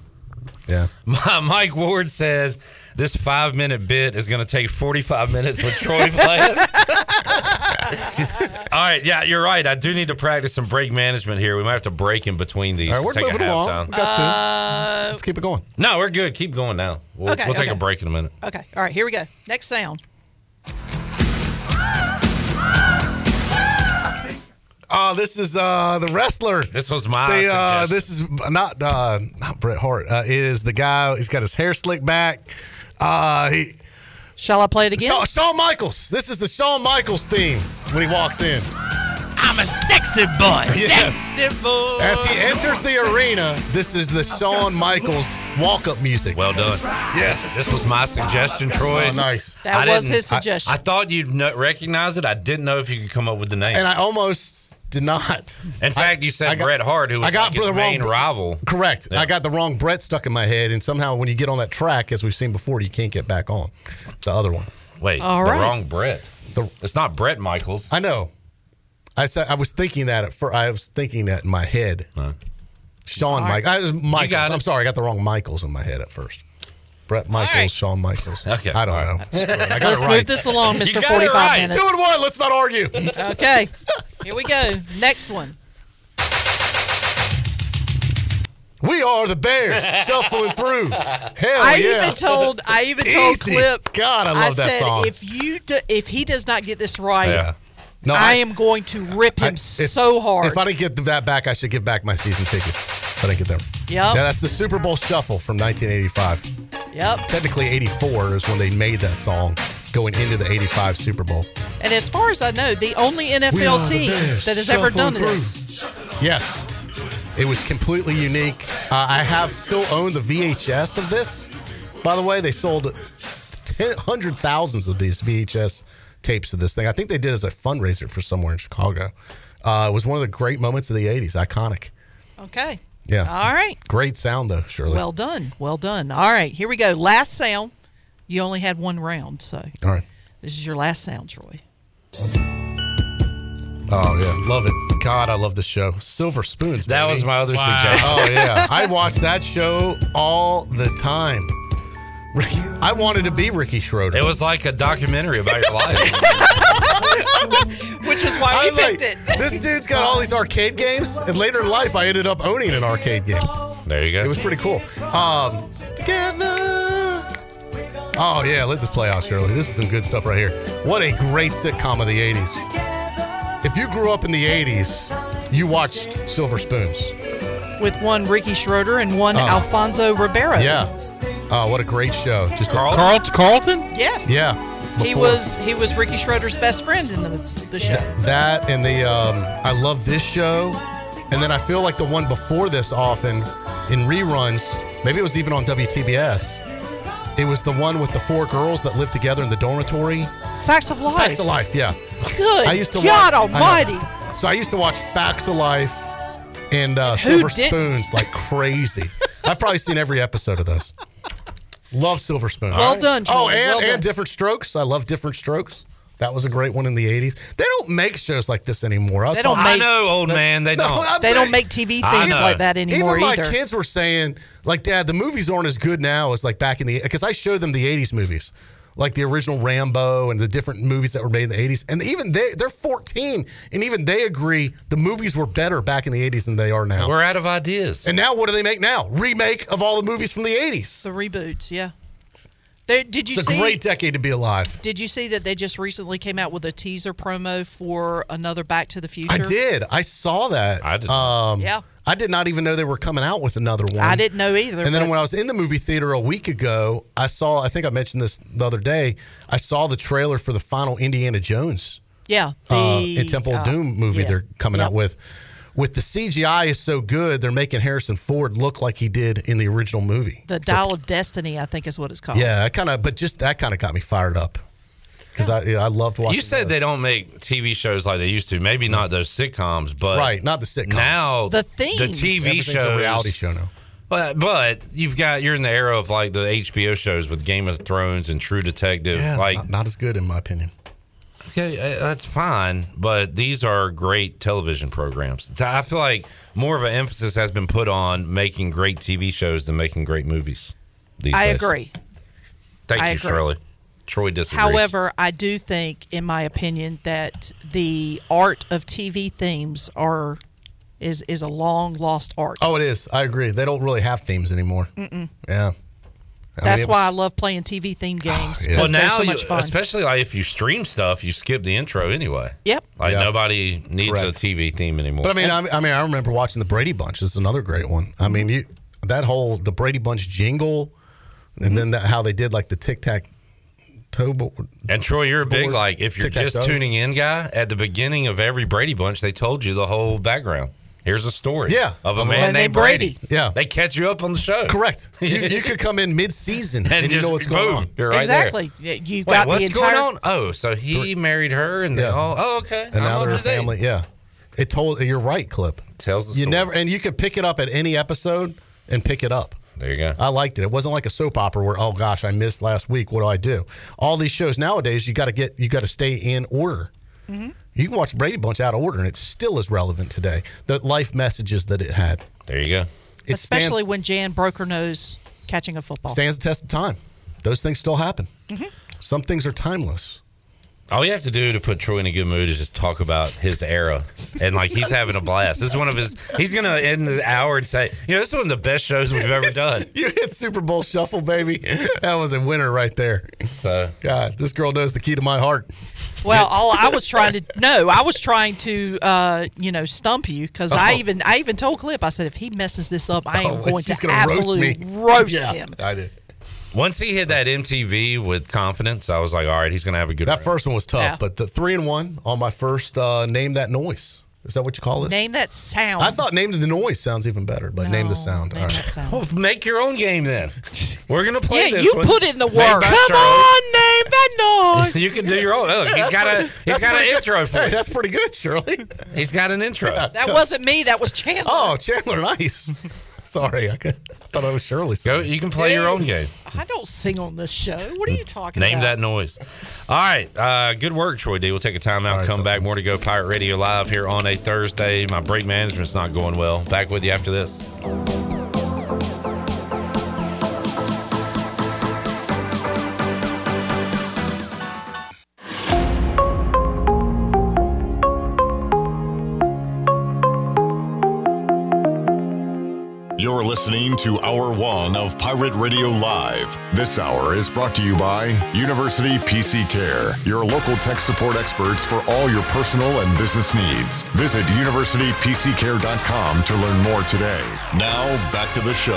Yeah.
*laughs* My, Mike Ward says this five minute bit is going to take 45 minutes with Troy *laughs* playing. All right. Yeah, you're right. I do need to practice some break management here. We might have to break in between these.
All right, we're
take a
moving along.
halftime.
We got two.
Uh,
Let's keep it going.
No, we're good. Keep going now. We'll,
Okay,
we'll take
okay.
a break in a minute.
Okay. All right, here we go. Next sound.
Oh, this is uh, the wrestler.
This was my
They, uh,
suggestion.
this is not uh, not Bret Hart. Uh, it is the guy. He's got his hair slicked back. Uh, he,
Shall I play it again?
Shawn, Shawn Michaels. This is the Shawn Michaels theme when he walks in.
I'm a sexy boy.
*laughs* Yes.
Sexy boy.
As he enters the arena, this is the Shawn Michaels walk-up music.
well done.
yes.
This was my suggestion, Troy.
Oh, nice.
that
I
was
didn't-
his
I-
suggestion.
I, thought you'd kno- recognize it. I didn't know if you could come up with the name.
And I almost did not.
In fact, you said
I got-
Bret Hart, who was
I got
like his
the wrong-
main rival.
Correct. I got the wrong Brett stuck in my head, and somehow when you get on that track, as we've seen before, you can't get back on the other one.
Wait,
All
the
right.
wrong Brett.
The-
It's not Brett Michaels.
I know. I said I was thinking that at first. I was thinking that in my head. Sean Mike. I was Michaels.
got it.
I'm sorry, I got the wrong Michaels in my head at first. Brett Michaels, Shawn Michaels. Okay. I don't know. I got
Let's
it right.
move this along,
You
Mr.
got it
45
right.
Minutes.
Two and one. Let's not argue.
Okay. Here we go. Next one.
We are the Bears shuffling
*laughs*
through. Hell
I
yeah.
even told I even
*laughs*
told
Easy.
Clip.
God, I love that
said,
song.
If you do, if he does not get this right,
Yeah. No,
I,
I-
am going to rip him
If-
so hard.
If I didn't get that back, I should give back my season tickets. If I didn't get them.
Yep.
Yeah, that's the Super Bowl Shuffle from 1985.
Yep.
Technically, 84 is when they made that song going into the 85 Super Bowl.
and as far as I know, the only
We are
NFL
the
team
Bears
that has ever done
shuffling through.
this.
Yes. It was completely unique. Uh, I have still owned the VHS of this. By the way, they sold ten, hundred thousands of these VHS tapes of this thing. I think they did as a fundraiser for somewhere in Chicago. Uh, it was one of the great moments of the 80s. Iconic.
Okay.
Yeah.
All right.
Great sound, though, Shirley.
Well done. Well done. All right. Here we go. Last sound. You only had one round, so
All right.
this is your last sound,
*laughs*
Troy.
Oh, yeah. Love it. God, I love this show. Silver Spoons.
That
baby.
was my other Wow. suggestion.
Oh, yeah. I watch that show all the time. Ricky- I wanted to be Ricky Schroeder.
It was like a documentary about your life.
Which is why
we picked it. *laughs* This dude's got
*laughs*
all these arcade games, and later in life, I ended up owning an arcade game.
There you go.
It was pretty cool. Um, together. Oh yeah, let this play out, Shirley. This is some good stuff right here. What a great sitcom of the '80s. If you grew up in the '80s, you watched Silver Spoons.
With one Ricky Schroeder and one
Oh.
Alfonso Ribeiro.
Yeah. Oh, what a great show. Just a-
Carlton.
Yes.
Yeah.
He
Before-
was he was Ricky Schroeder's best friend in the, the show.
Th- that and the um, I love this show, and then I feel like the one before this often in reruns. Maybe it was even on WTBS. It was the one with the four girls that lived together in the dormitory.
Facts of life.
Facts of life, yeah.
Good.
I used to
God
watch, I know.
Almighty.
so I used to watch Facts of Life and uh,
Who
Silver
didn't?
Spoons like crazy. I've probably seen every episode of those. Love Silver Spoon.
Well done,
Oh,
Charlie.
and,
Well done.
and different strokes. I love different strokes. That was a great one in the '80s. They don't make shows like this anymore. I was
They don't
talking-
make- I know,
old man, they don't.
I'm
They
saying-
don't make TV I things know. like that anymore
Even my
either.
kids were saying, like, Dad, the movies aren't as good now as like back in the because I showed them the '80s movies, like the original Rambo and the different movies that were made in the '80s, and even they they're 14, and even they agree the movies were better back in the '80s than they are now.
We're out of ideas.
and now, what do they make now?
*laughs*
Remake of all the movies from the '80s.
The reboot, yeah. They, did you
It's a
see
great decade to be alive.
Did you see that they just recently came out with a teaser promo for another Back to the Future?
I did. I saw that. I did. Um,
Yeah.
I did not even know they were coming out with another one.
I didn't know either.
And then
but-
when I was in the movie theater a week ago, I saw. I think I mentioned this the other day. I saw the trailer for the final Indiana Jones
yeah,
uh,
the
and Temple
uh,
of Doom movie
yeah.
they're coming out
Yep.
with. With the CGI is so good, they're making Harrison Ford look like he did in the original movie.
The Dial of Destiny, I think, is what it's called.
Yeah, I kind of, but just that kind of got me fired up because I, yeah, I loved watching.
You said they don't make TV shows like they used to. Maybe not those sitcoms, but
Right, not the sitcoms.
Now
The
the
themes.
TV
Everything's
shows,
a reality show now.
But but you've got you're in the era of like the HBO shows with Game of Thrones and True Detective.
yeah,
like
not, not as good in my opinion.
okay, uh, that's fine, but these are great television programs. Th- I feel like more of an emphasis has been put on making great TV shows than making great movies. These
I
days.
agree.
Thank
I
you,
agree.
Shirley. Troy disagrees.
However, I do think, in my opinion, that the art of TV themes are is is a long lost art.
Oh, it is. I agree. They don't really have themes anymore.
Mm-mm.
Yeah. I
That's
mean, it- Ah,
why I love playing TV themed games.
well,
because they're
now,
so
you-
much fun.
especially like if you stream stuff, you skip the intro anyway.
Yep.
Like
Yeah.
nobody needs a TV theme anymore.
But I mean, I, I mean, I remember watching the Brady Bunch. It's another great one. I mean, you that whole the Brady Bunch jingle, and then that, how they did like the tic tac toe. bo-
And Troy, you're a big
Board.
like if you're just
Tic-tac-toe.
tuning in guy, at the beginning of every Brady Bunch, they told you the whole background. Here's a story.
Yeah.
Of a man named Brady.
Yeah.
They catch you up on the show. *laughs*
Correct. You, you could come in mid season
And
and, you
just
know what's going
boom,
on.
you're right there.
exactly. Yeah, You
Wait,
got
what's
the entire.
going on? Oh, so he married her and they all oh okay.
And now
I'm
they're a
up to date.
family. Yeah. It told you're right. Clip
tells the
you
story.
never and you could pick it up at any episode and pick it up.
There you go.
I liked it. It wasn't like a soap opera where, oh gosh, I missed last week. What do I do? All these shows nowadays, you got to get, you got to stay in order. You can watch Brady Bunch out of order, and it still is relevant today. The life messages that it had.
There you go.
It
especially
stands,
when Jan broke her nose catching a football.
stands the test of time. Those things still happen. Some things are timeless.
All you have to do to put Troy in a good mood is just talk about his era, and like he's having a blast. This is one of his. He's gonna end the hour and say, "You know, this is one of the best shows we've ever done."
*laughs* You hit Super Bowl Shuffle, baby. That was a winner right there.
So,
God, this girl knows the key to my heart. *laughs*
Well, all I was trying to no, I was trying to uh, you know stump you because I
Oh.
even I even told Clip I said if he messes this up I am
Oh,
going
she's
to
gonna roast
absolutely
me.
roast,
Yeah.
him.
I did.
Once he hit that MTV with confidence, I was like, "All right, he's gonna have a good."
That
*laughs*
run.
first one was tough,
Yeah.
but the three and one on my first uh, name that noise. Is that what you call this?
Name that sound.
I thought name the noise sounds even better, but name the sound. All right.
Well, make your own
*laughs*
game then. We're gonna play
Yeah,
this.
you
one.
put in the
Made
work.
by
Come
Charlie.
on, name that
*laughs*
noise.
You can do your own. Look,
Yeah,
he's
that's
got
pretty-
a he's
that's
got an
pretty good.
intro for
Hey,
it.
that's pretty good, Shirley.
He's got an intro.
That wasn't me. That was Chandler.
Oh, Chandler, nice. Sorry, I, could, *laughs* I thought I was Shirley.
Go. You can play your own game.
I don't sing on this show. What are you talking
Name
about?
that noise. All right. Uh, good work, Troy D. We'll take a timeout, come back. More to go. Pirate Radio Live here on a Thursday. My break management's not going well. Back with you after this.
You're listening to Hour One of Pirate Radio Live. This hour is brought to you by University PC Care, your local tech support experts for all your personal and business needs. Visit universitypccare.com to learn more today. Now, back to the show.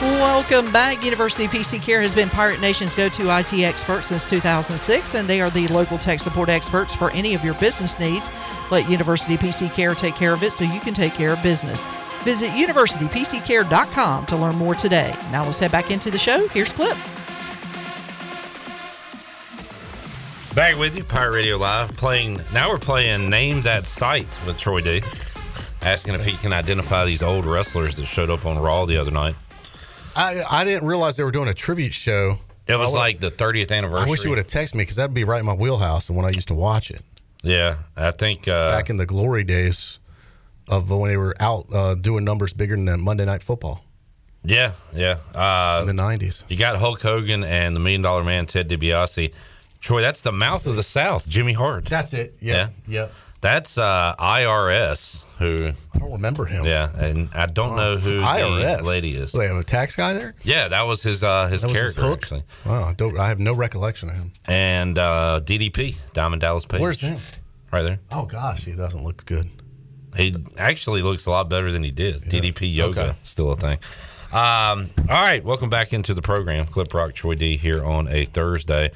Welcome back. University PC Care has been Pirate Nation's go to IT expert since 2006, and they are the local tech support experts for any of your business needs. Let University PC Care take care of it so you can take care of business. Visit universitypccare.com to learn more today. Now let's head back into the show. Here's Clip.
Back with you, Pirate Radio Live. Playing now, we're playing Name That Site with Troy D. Asking if he can identify these old wrestlers that showed up on Raw the other night.
I, I didn't realize they were doing a tribute show.
It was
I would-
like the 30th anniversary.
I wish you would have texted me because that'd be right in my wheelhouse and when I used to watch it
Yeah, I think uh,
back in the glory days of when they were out uh, doing numbers bigger than that Monday Night Football
Yeah, yeah. Uh,
in the '90s.
You got Hulk Hogan and the Million Dollar Man Ted DiBiase. Troy, that's the mouth of the South, Jimmy Hart.
That's it.
Yeah.
Yep.
That's uh, IRS. Who?
I don't remember him.
Yeah, and I don't know who
IRS
the lady is.
They have a tax guy there.
Yeah, that was his uh, his
That was his
character
hook?
actually.
Wow, I don't, I have no recollection of him.
And uh, DDP, Diamond Dallas Page.
Where's him?
Right there.
Oh gosh, he doesn't look good.
He actually looks a lot better than he did. DDP yoga
Okay.
still a thing. Um, all right, welcome back into the program. Clip Rock Troy D here on a Thursday.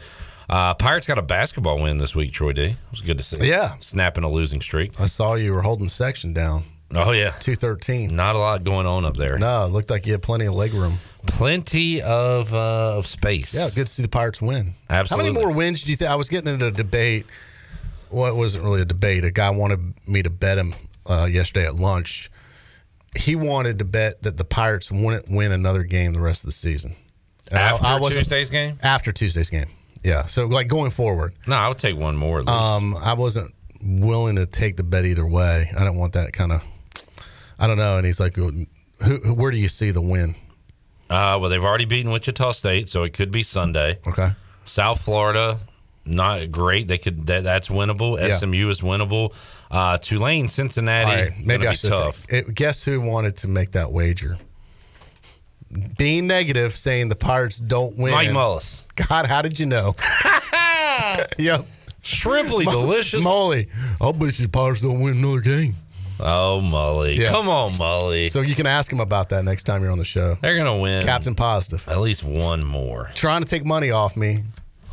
Uh, Pirates got a basketball win this week. Troy D, it was good to see.
Yeah.
snapping a losing streak.
I saw you were holding section down.
Oh yeah,
Two thirteen.
not a lot going on up there.
No, it looked like you had plenty of leg room.
Plenty of uh, of space.
Yeah, good to see the Pirates win. How
Absolutely.
many more wins do you think? I was getting into a debate. Well, it wasn't really a debate. A guy wanted me to bet him uh, yesterday at lunch. He wanted to bet that the Pirates wouldn't win another game the rest of the season. And I-
After
I wasn't-
Tuesday's game,
After Tuesday's game. Yeah. So, like going forward,
no, I would take one more. At least.
um, I wasn't willing to take the bet either way. I don't want that kind of. I don't know. And he's like, who, who, where do you see the win?
uh, well, they've already beaten Wichita State, so it could be Sunday.
Okay.
South Florida, not great. They could that, that's winnable.
Yeah.
SMU is winnable. Uh, Tulane, Cincinnati,
All right, maybe
gonna
I
be
should
tough.
say. It, guess who wanted to make that wager? Being negative, saying the Pirates don't win.
Mike Mullis,
God, how did you
*laughs*
know? *laughs* yep.
shrimply delicious.
Molly, I'll bet you the Pirates don't win another game.
oh, Molly,
Yeah.
come on, Molly.
So you can ask him about that next time you're on the show.
They're gonna win.
Captain Positive.
at least one more.
Trying to take money off me,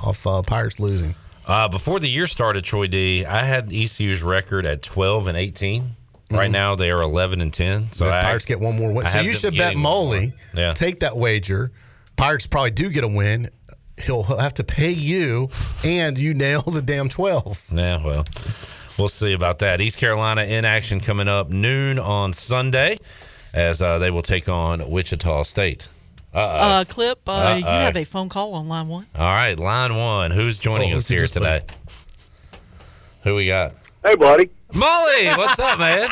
off uh, Pirates losing.
Uh, before the year started, Troy D, I had ECU's record at twelve and 18 Right now, they are eleven and ten. So
Mm-hmm. the
I-
Pirates get one more win.
I
So
have
you
them
should bet
getting one more.
Molly.
Yeah.
Take that wager. Pirates probably do get a win. He'll have to pay you, and you nail the damn twelve.
Yeah, well, we'll see about that. East Carolina in action coming up noon on Sunday as uh, they will take on Wichita State.
Uh, Clip, uh, you
Uh-oh.
have a phone call on line one.
All right, line one. Who's joining
Oh,
us
who
here
just
today? Who we got?
Hey, buddy.
Molly, what's
*laughs*
up, man?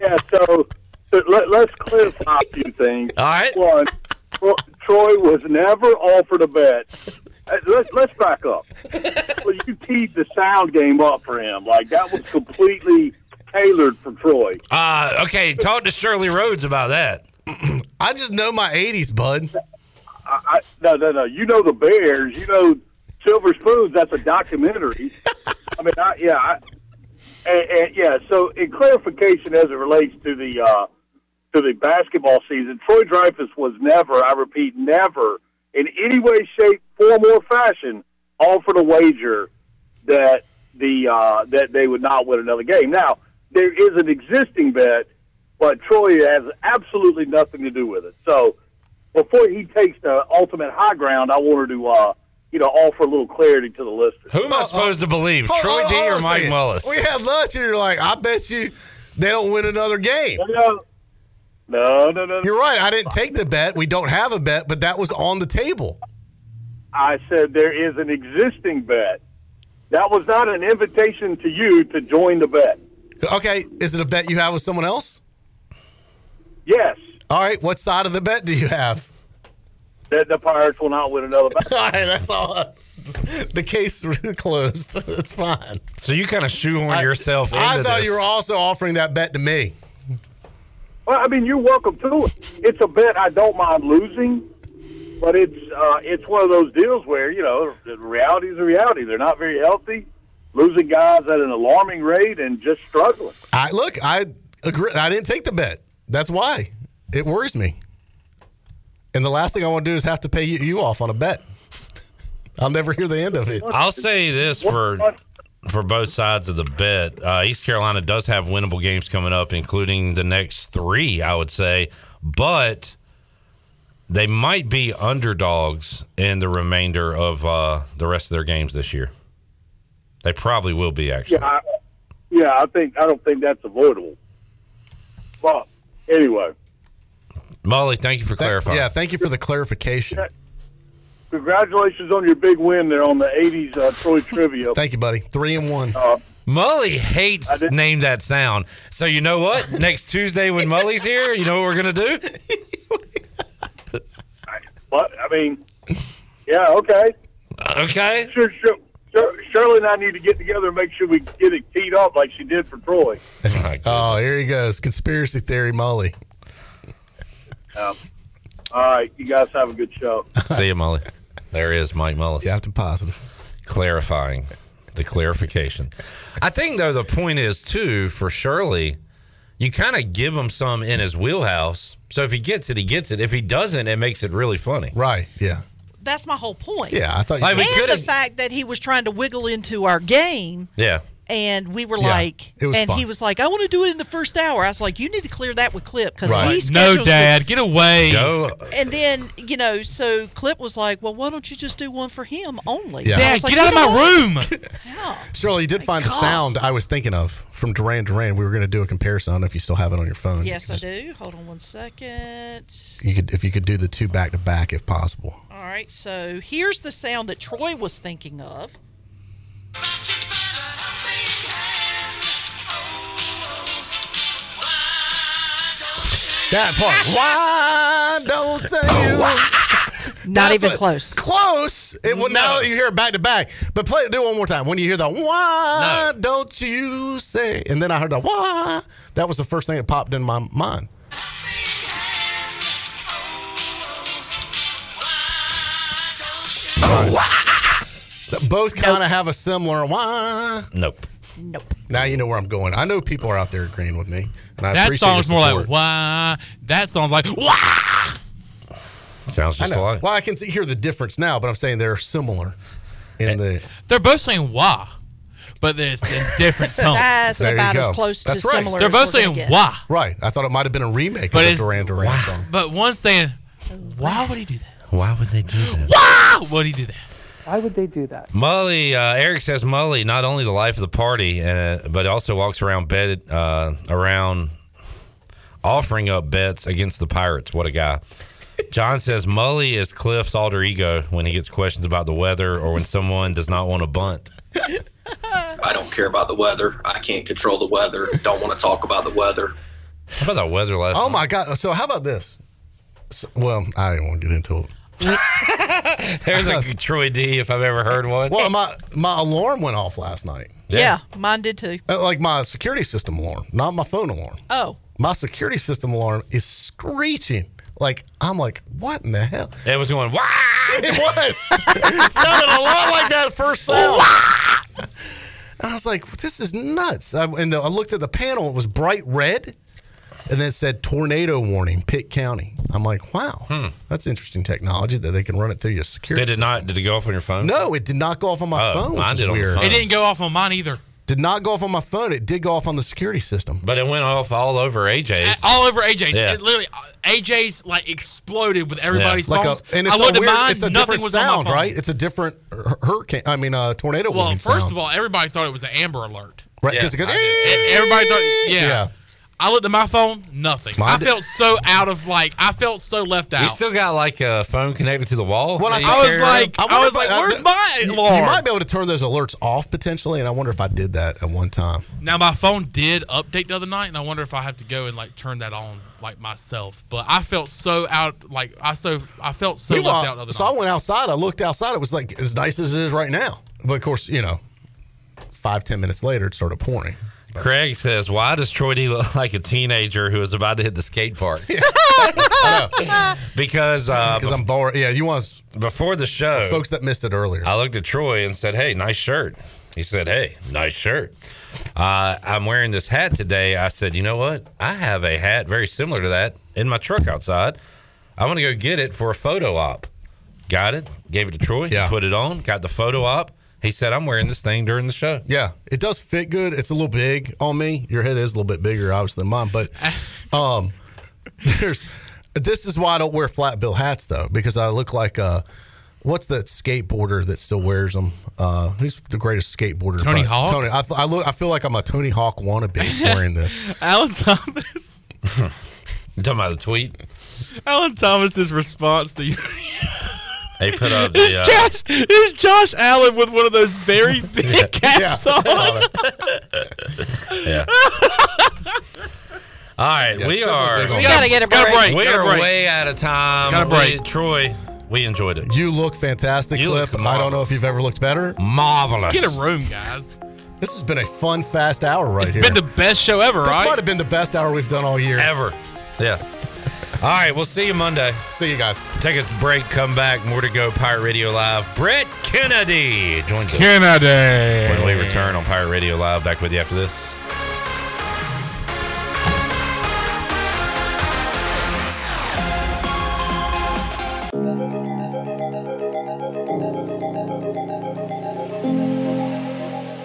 Yeah, so, so let, let's clarify a few things.
All right.
One,
Tro- Troy was never offered a bet. Uh, Let's let's back up. Well, you teed the sound game up for him. Like that was completely tailored for Troy.
Uh, okay, talk to Shirley Rhodes about that.
*clears throat* I just know my '80s, bud.
I, I, no, no, no. You know the Bears. You know Silver Spoons. That's a documentary. I mean, I, yeah, I, and, and yeah. So, in clarification, as it relates to the uh, to the basketball season, Troy Dreyfus was never, I repeat, never in any way, shape, form, or fashion offered a wager that the uh, that they would not win another game. Now, there is an existing bet, but Troy has absolutely nothing to do with it. So before he takes the ultimate high ground, I wanted to, uh, you know, offer a little clarity to the listeners.
Who am I supposed to believe,
Hold-
Troy
hold-
D
hold
or
on a
Mike
second.
Mullis?
We had lunch, and you're like, I bet you they don't win another game.
No, no, no, no.
You're right. I didn't take the bet. We don't have a bet, but that was on the table.
I said there is an existing bet. That was not an invitation to you to join the bet.
Okay, is it a bet you have with someone else?
Yes,
All right, what side of the bet do you have?
that the Pirates will not win another
*laughs* all right, that's all. The case closed. *laughs* That's fine.
So you kind of shoehorn yourself into
I thought
this.
you were also offering that bet to me.
Well, I mean, you're welcome to it. It's a bet I don't mind losing, but it's uh, it's one of those deals where you know the reality is a reality. They're not very healthy, losing guys at an alarming rate, and just struggling.
I look. I agree. I didn't take the bet. That's why it worries me. And the last thing I want to do is have to pay you, you off on a bet. *laughs* I'll never hear the end of it.
I'll say this for for both sides of the bet. Uh, East Carolina does have winnable games coming up, including the next three, I would say, but they might be underdogs in the remainder of uh, the rest of their games this year. They probably will be actually.
Yeah, I, yeah. I think I don't think that's avoidable. But anyway,
Molly, thank you for clarifying.
Yeah, thank you for the clarification.
congratulations on your big win there on the '80s uh, Troy trivia. Uh,
Thank you, buddy. Three and one.
Mully hates name that sound. So you know what? Next Tuesday when Mully's here, you know what we're gonna do?
But I mean, yeah, okay,
okay.
Sure, sure. Shir- Shirley and I need to get together and make sure we get it teed up like she did
*laughs*
for Troy.
Oh, here he goes. Conspiracy theory, Molly.
Um, all right, you guys have a good show.
*laughs* See you, Molly. There is Mike Mullis.
Yeah, I'm positive.
Clarifying the clarification. I think though the point is too for Shirley, you kind of give him some in his wheelhouse. So if he gets it, he gets it. If he doesn't, it makes it really funny.
Right. Yeah.
That's my whole point.
Yeah, I thought you- Like, we
and
could've-
the fact that he was trying to wiggle into our game,
Yeah.
and we were
Yeah,
like,
it was
and
fun.
he was like, I want to do it in the first hour. I was like, you need to clear that with Clip because he schedules.
No, Dad, get away.
Go.
And then you know, so Clip was like, well, why don't you just do one for him only?
Yeah.
And I
Dad,
was like,
get out of
you know
my
what?
room.
*laughs* Shirley, you did find the sound I was thinking of from Duran Duran. We were going to do a comparison. I don't know if you still have it on your phone.
Yes, I do. Hold on one second.
You could, if you could do the two back to back, if possible.
All right, so here's the sound that Troy was thinking of.
That part. Why *laughs* don't you?
Not
That's
even
what-
close.
Close. It, well, Now that you hear it back to back, but play it. Do it one more time. When you hear the why don't you say? And then I heard the why. That was the first thing that popped in my mind. That Both kind of have a similar why.
Nope.
Nope.
Now you know where I'm going. I know people are out there agreeing with me, and I
that
appreciate your
song's more
support.
like why. That song's like why.
Sounds
I
just
know.
like
Well, I can see- hear the difference now, but I'm saying they're similar in the.
They're both saying why, but it's in
*laughs*
different tones.
That's
There you
about as
go.
close to
That's right.
similar.
They're
as
both
we're gonna
saying
get.
why,
Right. I thought it might have been a remake
But
of
it's-
the Duran Duran song.
but one's saying why would he do that?
Why would they do that?
Why would Ah! he do that?
Why would they do that?
Mully, uh, Eric says Mully, not only the life of the party, uh, but also walks around bed uh, around offering up bets against the Pirates. What a guy! John says Mully is Cliff's alter ego when he gets questions about the weather or when someone does not want to bunt.
I don't care about the weather. I can't control the weather. Don't want to talk about the weather.
How about that weather
*laughs*
last?
Oh my God! Um, So how about this? s- well, I didn't want to get into it. *laughs*
There's a Troy D if I've ever heard one.
Well, my my alarm went off last night.
Yeah. mine did too.
Uh, Like my security system alarm, not my phone alarm.
Oh,
My security system alarm is screeching. Like I'm like, what in the hell?
It was going, wow.
It was. it *laughs* sounded a lot like that first sound. and I was like, this is nuts. I, and the, I looked at the panel; it was bright red, and then it said tornado warning, Pitt County. I'm like, wow, that's interesting technology that they can run it through your security.
Hmm. Did it not? Did it go off on your phone?
No, it did not go off on my
Oh,
phone. Which
mine
is
did on the
weird.
phone. It didn't
go off on mine either.
Did not go off on my phone. It did go off on the security system.
But it went off all over AJ's.
all over AJ's.
Yeah.
It literally uh, AJ's like exploded with everybody's
Like a-
phones.
and it's
I looked
a weird,
at mine.
it's a
nothing
different
was
sound,
on my phone.
right? It's a different hur- hurricane. I mean, uh, tornado.
Well,
warning
first
sound.
of all, everybody thought it was an Amber Alert.
Right, 'cause it goes,
I did. E- everybody thought. Yeah.
Yeah.
I looked at my phone. Nothing.
Mine
I
did-
felt so out of like. I felt so left
You
out.
still got like a phone connected to the wall?
Well, I-
that you
I was
carried
like-
around?
I was like, where's my
you,
alarm?
You might be able to turn those alerts off potentially, and I wonder if I did that at one time.
Now my phone did update the other night, and I wonder if I have to go and like turn that on like myself. But I felt so out, like I so I felt so
Meanwhile,
left out the other
so I went outside. I looked outside. It was like as nice as it is right now. But of course, you know, five ten minutes later, it started pouring.
Craig says, why does Troy D look *laughs* like a teenager who is about to hit the skate
*laughs*
park? *laughs* because uh,
Because I'm bored. Yeah, you want
before the show,
folks that missed it earlier.
I looked at Troy and said, "Hey, nice shirt." He said, "Hey, nice shirt." Uh, I'm wearing this hat today. I said, "You know what? I have a hat very similar to that in my truck outside. I'm gonna go get it for a photo op." Got it. Gave it to Troy. He Put it on. Got the photo op. He said, "I'm wearing this thing during the show."
Yeah, it does fit good. It's a little big on me. Your head is a little bit bigger, obviously, than mine.
*laughs*
But um, there's this is why I don't wear flat bill hats though, because I look like uh, what's that skateboarder that still wears them? Uh, who's the greatest skateboarder?
Tony
But-
Hawk?
Tony. I, f- I look. I feel like I'm a Tony Hawk wannabe wearing
*laughs*
this.
night. Alan Thomas.
You talking about the tweet?
Alan Thomas's response to you.
They put up
Is
the. Uh,
Josh is Josh Allen with one of those
*laughs*
very big caps
Yeah.
on?
Yeah. All right,
Yeah,
we
it's definitely
are.
big on- We gotta get a
Gotta
break.
We
Gotta
are
break.
way out of time.
Gotta break.
We- Troy, we enjoyed it.
You look fantastic,
You look
Clip. I don't know if you've ever looked better.
Marvelous.
Get a room, guys.
This has been a fun, fast hour right here.
Been the best show ever,
this
right?
might have been the best hour we've done all year.
Ever. Yeah. All right, we'll see you Monday.
See you guys.
Take a break, come back. More to go. Pirate Radio Live. Brett Kennedy joins us.
Kennedy.
When we return on Pirate Radio Live, back with you after this.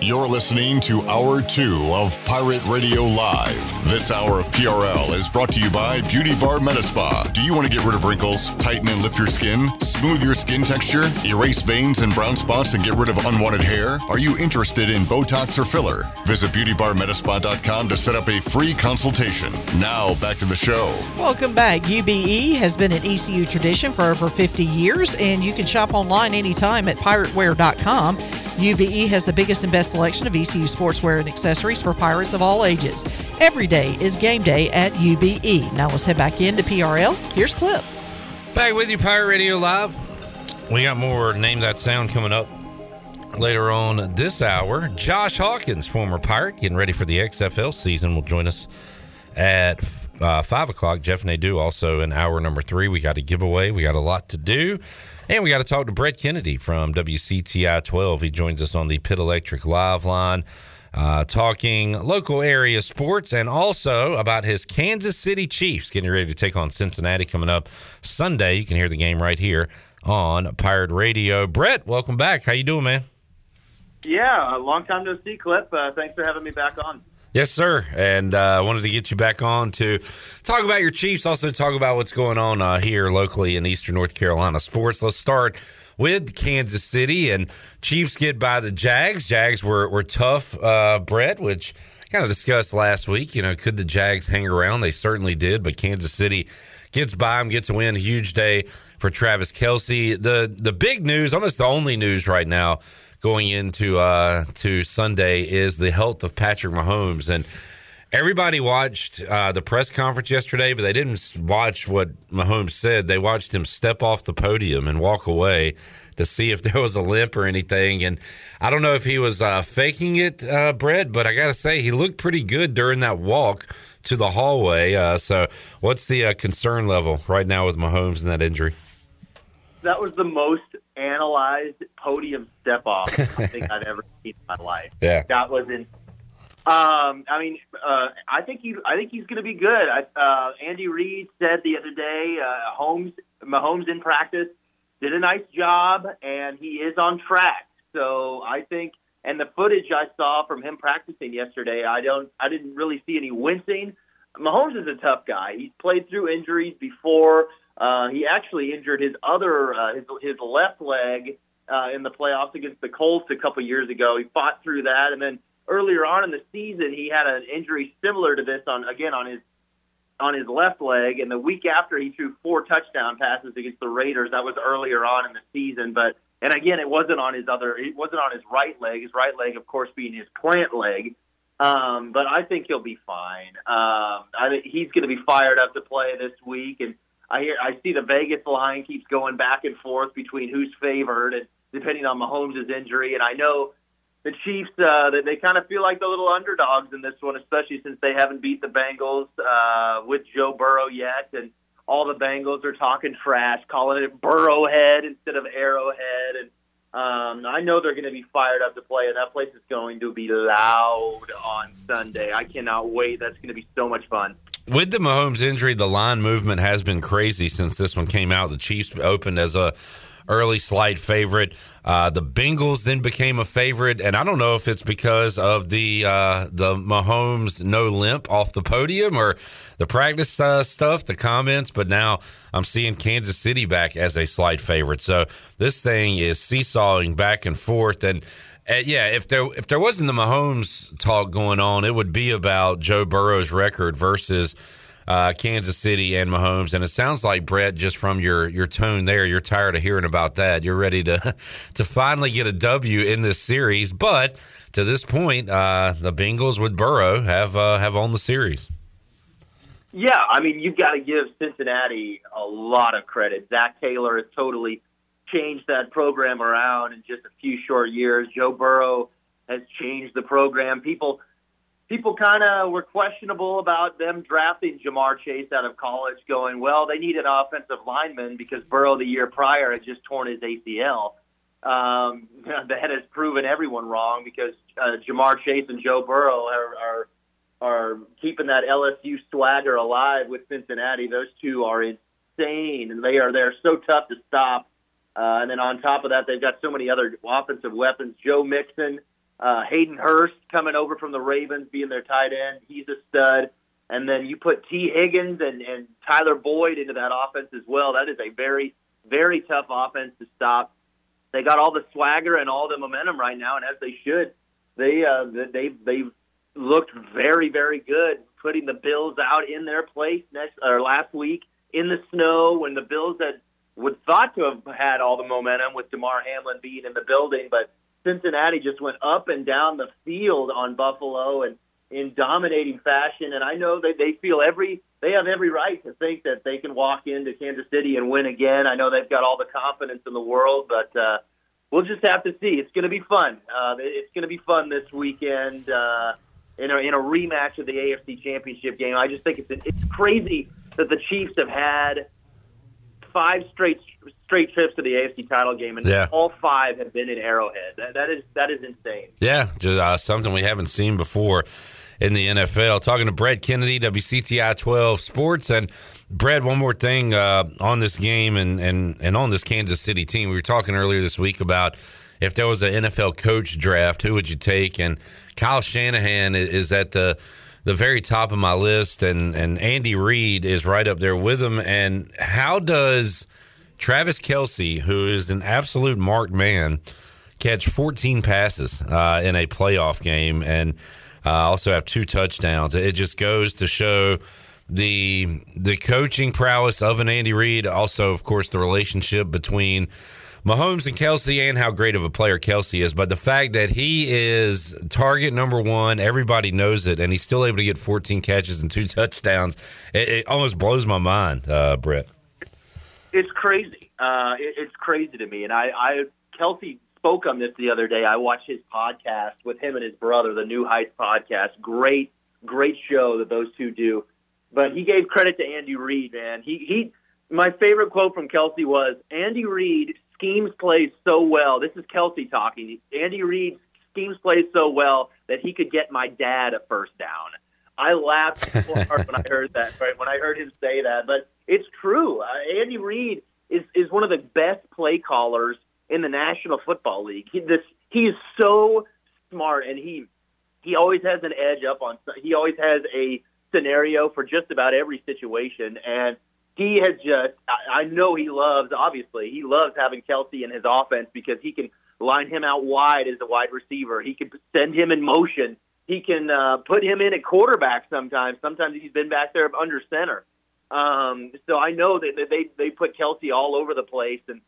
You're listening to Hour 2 of Pirate Radio Live. This hour of PRL is brought to you by Beauty Bar Meta Spa. Do you want to get rid of wrinkles, tighten and lift your skin, smooth your skin texture, erase veins and brown spots, and get rid of unwanted hair? Are you interested in Botox or filler? Visit BeautyBarMetaSpa.com to set up a free consultation. Now, back to the show.
Welcome back. UBE has been an ECU tradition for over 50 years, and you can shop online anytime at pirateware.com. UBE E has the biggest and best selection of ECU sportswear and accessories for pirates of all ages. Every day is game day at UBE. Now let's head back into PRL. Here's Clip.
Back with you, Pirate Radio Live. We got more Name That Sound coming up later on this hour. Josh Hawkins, former Pirate, getting ready for the XFL season, will join us at uh, 5 o'clock. Jeff and they do also in hour number three. We got a giveaway, we got a lot to do. And we got to talk to Brett Kennedy from WCTI 12. He joins us on the Pit Electric Live line. Uh, talking local area sports and also about his Kansas City Chiefs getting ready to take on Cincinnati coming up Sunday. You can hear the game right here on Pirate Radio. Brett, welcome back. How you doing, man?
Yeah, a long time no see, Clip. Uh, thanks for having me back on.
Yes, sir. And uh, I wanted to get you back on to talk about your Chiefs, also talk about what's going on uh, here locally in Eastern North Carolina sports. Let's start with Kansas City and Chiefs get by the Jags. Jags were, were tough, uh, Brett, which kind of discussed last week. You know, could the Jags hang around? They certainly did, but Kansas City gets by him, gets a win. Huge day for Travis Kelsey. The the big news, almost the only news right now going into uh to Sunday is the health of Patrick Mahomes. And Everybody watched uh, the press conference yesterday, but they didn't s- watch what Mahomes said. They watched him step off the podium and walk away to see if *laughs* there was a limp or anything. And I don't know if he was uh, faking it, uh, Brett, but I got to say, he looked pretty good during that walk to the hallway. Uh, so, what's the uh, concern level right now with Mahomes and that injury?
That was the most analyzed podium step off I think I've ever seen in my life.
Yeah.
that was in. Um, I mean, uh, I think he, I think he's going to be good. I, uh, Andy Reid said the other day, uh, Holmes, Mahomes in practice did a nice job, and he is on track. So I think, and the footage I saw from him practicing yesterday, I don't, I didn't really see any wincing. Mahomes is a tough guy. He's played through injuries before. Uh, he actually injured his other uh, his, his left leg uh, in the playoffs against the Colts a couple years ago. He fought through that, and then earlier on in the season, he had an injury similar to this on again on his on his left leg. And the week after, he threw four touchdown passes against the Raiders. That was earlier on in the season, but and again, it wasn't on his other. It wasn't on his right leg. His right leg, of course, being his plant leg. Um, but I think he'll be fine. Um, I think he's going to be fired up to play this week, and I hear I see the Vegas line keeps going back and forth between who's favored and depending on Mahomes' injury. And I know the Chiefs uh, that they kind of feel like the little underdogs in this one, especially since they haven't beat the Bengals uh, with Joe Burrow yet, and all the Bengals are talking trash, calling it Burrowhead instead of Arrowhead, and um, I know they're going to be fired up to play, and that place is going to be loud on Sunday. I cannot wait. That's going to be so much fun.
With the Mahomes injury, the line movement has been crazy since this one came out. The Chiefs opened as a early slight favorite. Uh, the Bengals then became a favorite, and I don't know if it's because of the uh, the Mahomes no limp off the podium or the practice uh, stuff, the comments. But now I'm seeing Kansas City back as a slight favorite. So this thing is seesawing back and forth, and uh, yeah, if there if there wasn't the Mahomes talk going on, it would be about Joe Burrow's record versus uh, Kansas City and Mahomes. And it sounds like Brett, just from your your tone there, you're tired of hearing about that. You're ready to *laughs* to finally get a W in this series. But to this point, uh, the Bengals with Burrow have uh, have owned the series.
Yeah, I mean, you've got to give Cincinnati a lot of credit. Zach Taylor has totally changed that program around in just a few short years. Joe Burrow has changed the program. People people kind of were questionable about them drafting Jamar Chase out of college, going, well, they need an offensive lineman because Burrow the year prior had just torn his ACL. Um, *laughs* that has proven everyone wrong because uh, Jamar Chase and Joe Burrow are, are are keeping that LSU swagger alive with Cincinnati. Those two are insane, and they are they're so tough to stop. Uh, and then on top of that, they've got so many other offensive weapons. Joe Mixon, uh, Hayden Hurst coming over from the Ravens, being their tight end. He's a stud. And then you put T. Higgins and, and Tyler Boyd into that offense as well. That is a very, very tough offense to stop. They got all the swagger and all the momentum right now, and as they should. They uh, they they've looked very, very good, putting the Bills out in their place next or last week in the snow when the Bills had would thought to have had all the momentum with Damar Hamlin being in the building, but Cincinnati just went up and down the field on Buffalo and in dominating fashion. And I know that they feel every they have every right to think that they can walk into Kansas City and win again. I know they've got all the confidence in the world, but uh, we'll just have to see. It's going to be fun. Uh, it's going to be fun this weekend. Uh, in a, in a rematch of the AFC Championship game. I just think it's it's crazy that the Chiefs have had five straight straight trips to the AFC title game, and
Yeah.
all five have been in Arrowhead. That, that is that is insane.
Yeah, just, uh, something we haven't seen before in the NFL. Talking to Brett Kennedy, WCTI 12 Sports. And Brett, one more thing uh, on this game and, and, and on this Kansas City team. We were talking earlier this week about if there was an NFL coach draft, who would you take? And Kyle Shanahan i- is at the the very top of my list, and, and Andy Reid is right up there with him. And how does Travis Kelsey, who is an absolute marked man, catch 14 passes uh, in a playoff game and uh, also have two touchdowns. It just goes to show the the coaching prowess of an Andy Reid, also of course the relationship between Mahomes and Kelsey and how great of a player Kelsey is, but the fact that he is target number one, everybody knows it, and he's still able to get 14 catches and two *laughs* touchdowns, it, it almost blows my mind, uh, Brett.
It's crazy. Uh, it, it's crazy to me. And I, I, Kelsey spoke on this the other day. I watched his podcast with him and his brother, the New Heights podcast. Great, great show that those two do. But he gave credit to Andy Reid, man. He, he, my favorite quote from Kelsey was Andy Reid schemes plays so well. This is Kelsey talking. Andy Reid schemes plays so well that he could get my dad a first down. I laughed so hard when I heard that, right? When I heard him say that, but it's true. Uh, Andy Reid is is one of the best play callers in the National Football League. He, this he is so smart, and he he always has an edge up on. He always has a scenario for just about every situation, and he has just. I, I know he loves. Obviously, he loves having Kelsey in his offense because he can line him out wide as a wide receiver. He can send him in motion. He can uh, put him in at quarterback sometimes. Sometimes he's been back there under center. Um, so I know that that they they put Kelsey all over the place, and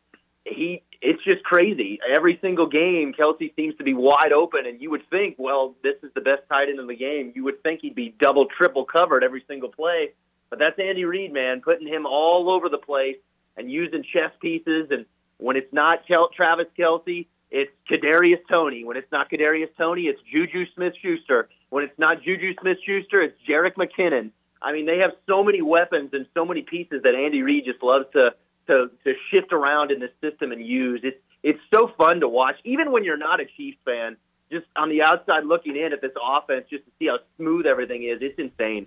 he it's just crazy. Every single game, Kelsey seems to be wide open, and you would think, well, this is the best tight end in the game. You would think he'd be double, triple covered every single play, but that's Andy Reid, man, putting him all over the place and using chess pieces. And when it's not Kel- Travis Kelsey, it's Kadarius Tony. When it's not Kadarius Tony, it's Juju Smith-Schuster. When it's not Juju Smith-Schuster, it's Jarek McKinnon. I mean, they have so many weapons and so many pieces that Andy Reid just loves to to to shift around in this system and use. It's it's so fun to watch, even when you're not a Chiefs fan. Just on the outside looking in at this offense, just to see how smooth everything is. It's insane.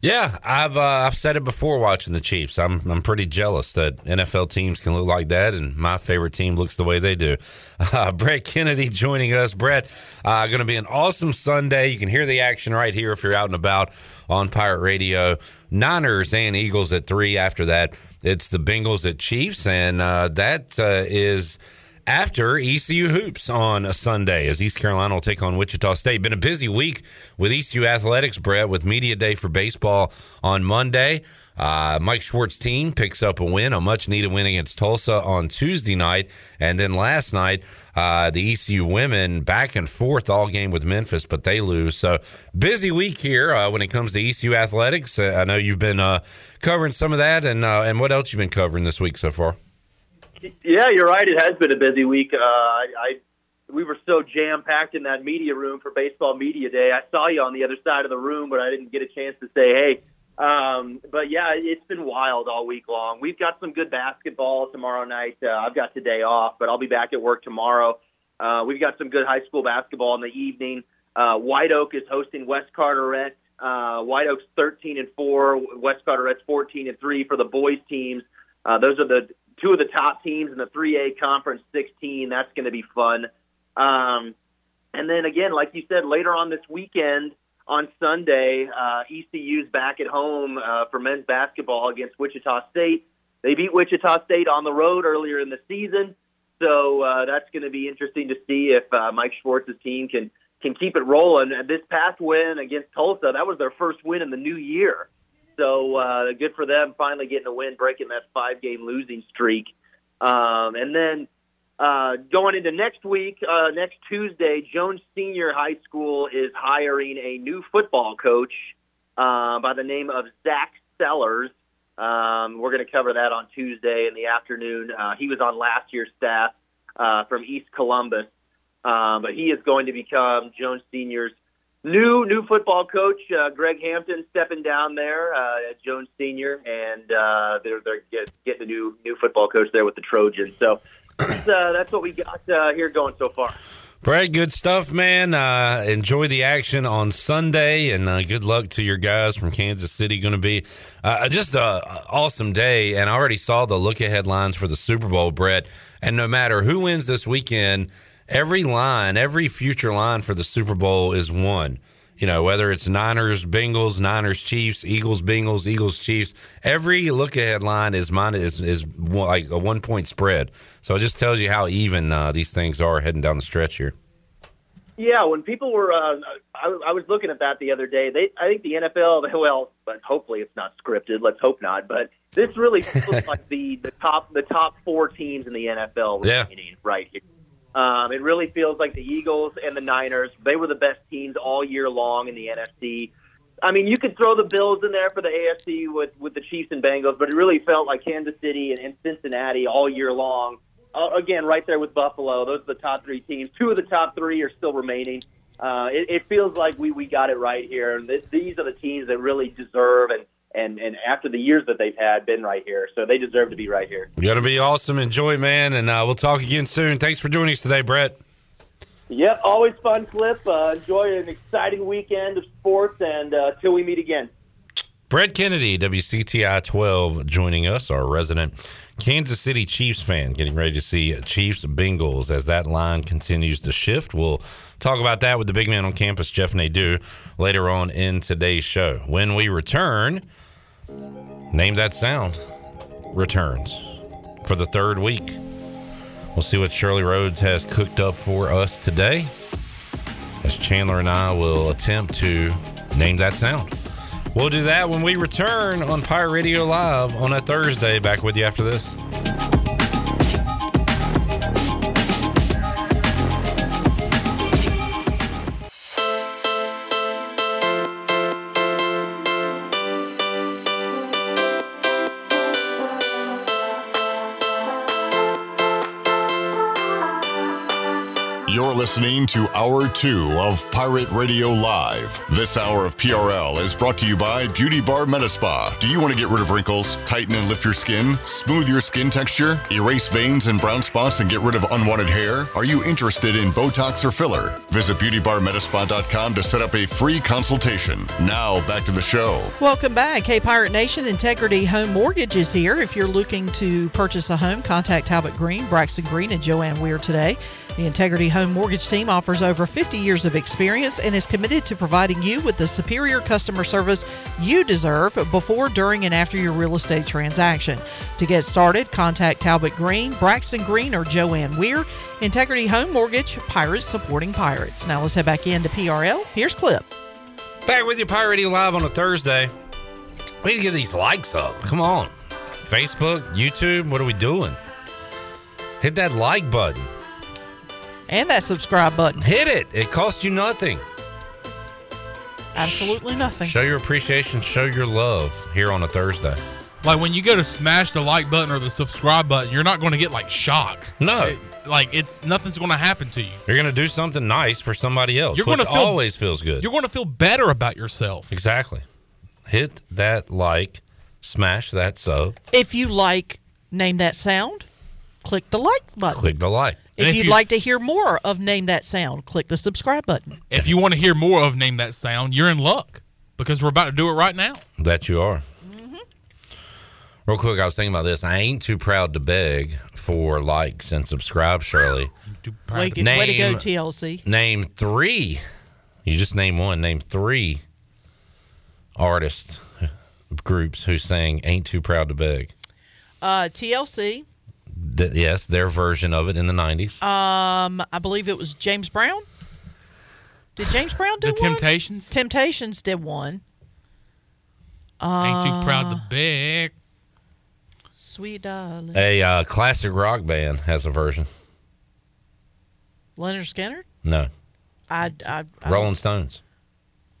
Yeah, I've uh, I've said it before watching the Chiefs. I'm I'm pretty jealous that NFL teams can look like that, and my favorite team looks the way they do. *laughs* Uh, Brett Kennedy joining us. Brett, uh, going to be an awesome Sunday. You can hear the action right here if you're out and about on Pirate Radio. Niners and Eagles at three. After that, it's the Bengals at Chiefs, and uh, that uh, is after ECU hoops on a Sunday as East Carolina will take on Wichita State. Been a busy week with ECU athletics, Brett, with media day for baseball on Monday. Uh, Mike Schwartz team picks up a win, a much needed win against Tulsa on Tuesday night. And then last night, uh, the ECU women back and forth all game with Memphis, but they lose. So busy week here uh, when it comes to ECU athletics. Uh, I know you've been uh, covering some of that, and uh, and what else you've been covering this week so far?
Yeah, you're right. It has been a busy week. Uh, I, I we were so jam packed in that media room for baseball media day. I saw you on the other side of the room, but I didn't get a chance to say hey. Um, but yeah, it's been wild all week long. We've got some good basketball tomorrow night. Uh, I've got today off, but I'll be back at work tomorrow. Uh, we've got some good high school basketball in the evening. Uh, White Oak is hosting West Carteret. Uh, White Oak's 13 and four. West Carteret's 14 and three for the boys teams. Uh, those are the two of the top teams in the 3A Conference 16. That's going to be fun. Um, and then again, like you said, later on this weekend on Sunday, uh, ECU's back at home uh, for men's basketball against Wichita State. They beat Wichita State on the road earlier in the season, so uh, that's going to be interesting to see if uh, Mike Schwartz's team can can keep it rolling. And This past win against Tulsa, that was their first win in the new year. So uh, good for them finally getting a win, breaking that five game losing streak. Um, and then uh, going into next week, uh, next Tuesday, Jones Senior High School is hiring a new football coach uh, by the name of Zach Sellers. Um, we're going to cover that on Tuesday in the afternoon. Uh, he was on last year's staff uh, from East Columbus, uh, but he is going to become Jones Senior's new new football coach uh, Greg Hampton stepping down there uh, at Jones Senior, and uh, they're they're get, getting a new new football coach there with the Trojans. So that's, uh, that's what we got uh, here going so far.
Brett, good stuff, man. Uh, enjoy the action on Sunday, and uh, good luck to your guys from Kansas City. Going to be uh, just a awesome day, and I already saw the look ahead lines for the Super Bowl, Brett. And no matter who wins this weekend, every line, every future line for the Super Bowl is one. You know, whether it's Niners, Bengals, Niners, Chiefs, Eagles, Bengals, Eagles, Chiefs, every look ahead line is mine is is one, like a one point spread. So it just tells you how even uh, these things are heading down the stretch here.
Yeah, when people were, uh, I, I was looking at that the other day. They, I think the NFL, *laughs* well, but hopefully it's not scripted. Let's hope not. But this really *laughs* looks like the, the top the top four teams in the NFL
Yeah.
remaining right here. Um, it really feels like the Eagles and the Niners. They were the best teams all year long in the NFC. I mean, you could throw the Bills in there for the AFC with with the Chiefs and Bengals, but it really felt like Kansas City and, and Cincinnati all year long. Uh, again, right there with Buffalo. Those are the top three teams. Two of the top three are still remaining. Uh, it, it feels like we we got it right here, and th- these are the teams that really deserve and and and after the years that they've had, been right here, so they deserve to be right here.
Gonna be awesome. Enjoy, man, and uh, we'll talk again soon. Thanks for joining us today, Brett.
Yep, always fun, Clip. Uh, enjoy an exciting weekend of sports, and uh, till we meet again.
Brett Kennedy, WCTI 12, joining us, our resident Kansas City Chiefs fan, getting ready to see Chiefs Bengals as that line continues to shift. We'll talk about that with the big man on campus, Jeff Nadeau, later on in today's show. When we return, name that sound returns for the third week. We'll see what Shirley Rhodes has cooked up for us today as Chandler and I will attempt to name that sound. We'll do that when we return on Pirate Radio Live on a Thursday. Back with you after this.
You're listening to Hour 2 of Pirate Radio Live. This hour of PRL is brought to you by Beauty Bar Metaspa. Do you want to get rid of wrinkles, tighten and lift your skin, smooth your skin texture, erase veins and brown spots, and get rid of unwanted hair? Are you interested in Botox or filler? Visit beautybarmetaspa.com to set up a free consultation. Now, back to the show.
Welcome back. Hey, Pirate Nation, Integrity Home Mortgage is here. If you're looking to purchase a home, contact Talbot Green, Braxton Green, and Joanne Weir today. The Integrity Home Mortgage team offers over 50 years of experience and is committed to providing you with the superior customer service you deserve before, during, and after your real estate transaction. To get started, contact Talbot Green, Braxton Green, or Joanne Weir. Integrity Home Mortgage, Pirates supporting Pirates. Now let's head back into PRL. Here's Clip.
Back with you, Pirate Radio Live on a Thursday. We need to get these likes up. Come on. Facebook, YouTube, what are we doing? Hit that like button.
And that subscribe button.
Hit it. It costs you nothing.
Absolutely nothing.
Show your appreciation, show your love here on a Thursday.
Like when you go to smash the like button or the subscribe button, you're not going to get like shocked.
No.
It- like it's nothing's going to happen to you.
You're going to do something nice for somebody else.
You're
which
gonna feel-
always feels good.
You're going to feel better about yourself.
Exactly. Hit that like, smash that sub,
If you like Name That Sound, click the like button.
click the like.
If, you'd like to hear more of Name That Sound, click the subscribe button.
If you want to hear more of Name That Sound, you're in luck because we're about to do it right now.
That you are.
Mm-hmm.
Real quick, I was thinking about this. I ain't too proud to beg for likes and
*gasps*
subscribe, Shirley.
Way, to- way to go, TLC.
Name three. You just name one. Name three artists, groups who sang Ain't Too Proud to Beg.
Uh, TLC,
Th- yes, their version of it in the 90s.
um, I believe it was James Brown. Did James Brown do
The
one?
Temptations?
Temptations did one.
Ain't too proud
Uh,
to beg.
Sweet darling.
A uh, classic rock band has a version.
Leonard Skinner?
No.
I, I, I
Rolling Stones.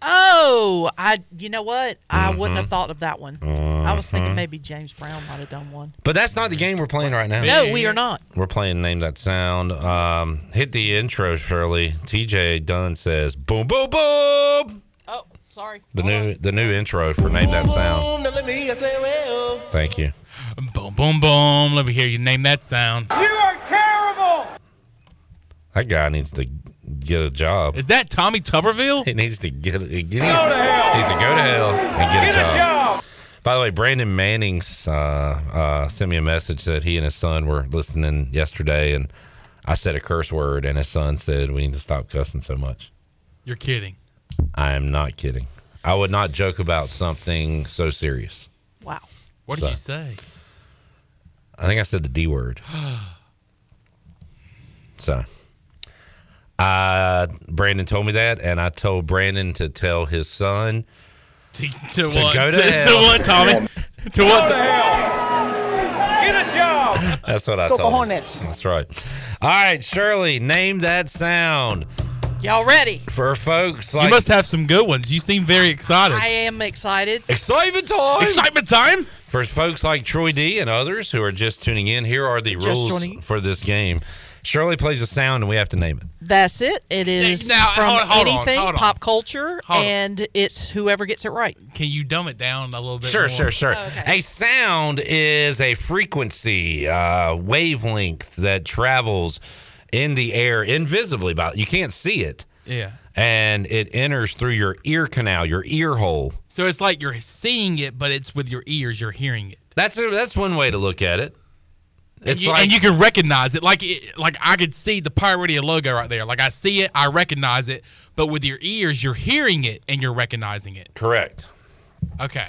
Oh, I. You know what? I wouldn't have
Mhm.
thought of that one. I was thinking
Mhm.
maybe James Brown might have done one.
But that's not the game we're playing right now.
No, we are not.
We're playing Name That Sound. Um, hit the intro, Shirley. TJ Dunn says, "Boom, boom, boom."
Oh, sorry.
The new the new intro for Name That Sound.
Boom, now let me say, well.
Thank you.
Boom, boom, boom. Let me hear you name that sound.
You are terrible.
That guy needs to get a job.
Is that Tommy Tuberville?
He needs to get he needs, needs to go to hell and get, a, job. By the way, Brandon Manning's uh, uh, sent me a message that he and his son were listening yesterday, and I said a curse word, and his son said, "We need to stop cussing so much."
You're kidding.
I am not kidding. I would not joke about something so serious.
Wow.
What did
So-
you say?
I think I said the D word. So Uh, Brandon told me that, and I told Brandon to tell his son
*laughs* to,
to
what?
go
*laughs*
to,
To- to
hell.
*laughs*
what, Tommy? To what? To
Get a job.
That's what I
Go
told him.
*laughs*
cojones.
That's right. All right, Shirley, name that sound
Y'all ready?
for folks
You
like
must have some good ones. You seem very excited.
I am excited.
Excitement time!
Excitement time!
For folks like Troy D and others who are just tuning in, here are the
Just
rules
joining.
for this game. Shirley plays a sound and we have to name it.
That's it. It is
Now,
from
hold- hold on,
anything
hold on.
pop culture,
Hold on.
and it's whoever gets it right.
Can *gasps* you dumb it down a little bit?
Sure,
more?
sure, sure. A sound is a frequency, uh, wavelength that travels in the air invisibly. By you can't see it,
Yeah.
and it enters through your ear canal, your ear hole.
So it's like you're seeing it, but it's with your ears. You're hearing it.
That's a, that's one way to look at it.
And
It's
you,
like
and you can recognize it, like it, like I could see the Pirate Radio logo right there. Like I see it, I recognize it. But with your ears, you're hearing it and you're recognizing it.
correct.
Okay,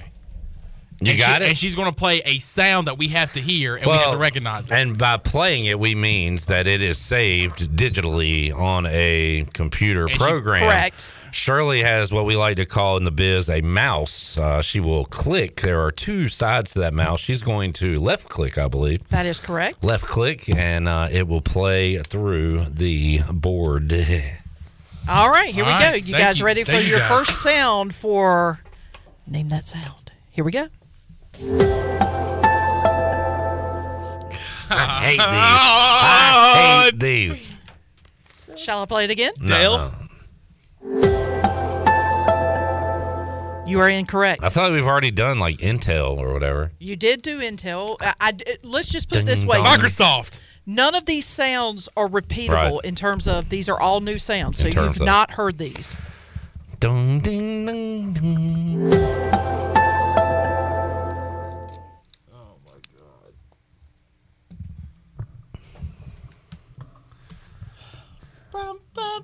You
And
got
she-
it.
And she's going to play a sound that we have to hear and we have to recognize Uh, it.
And by playing it, we means that it is saved digitally on a computer
she-
program.
correct.
Shirley has what we like to call in the biz a mouse. Uh, she will click. There are two sides to that mouse. She's going to left click, I believe.
That is correct.
Left click, and uh, it will play through the board. *laughs*
All right, here
All
we
right.
go. You
Thank
guys
you.
ready for
Thank you
your
guys.
first sound for name that sound? Here we go.
I hate these.
Uh,
I hate these.
Shall I play it again?
No, no.
You are incorrect.
I feel like we've already done like Intel or whatever.
You did do Intel. I, I d- let's just put it this
Ding
way:
dong. Microsoft.
None of these sounds are repeatable
Right.
in terms of these are all new sounds. So
In terms
you've
of-
not heard these.
Dun, ding, ding, *laughs* ding.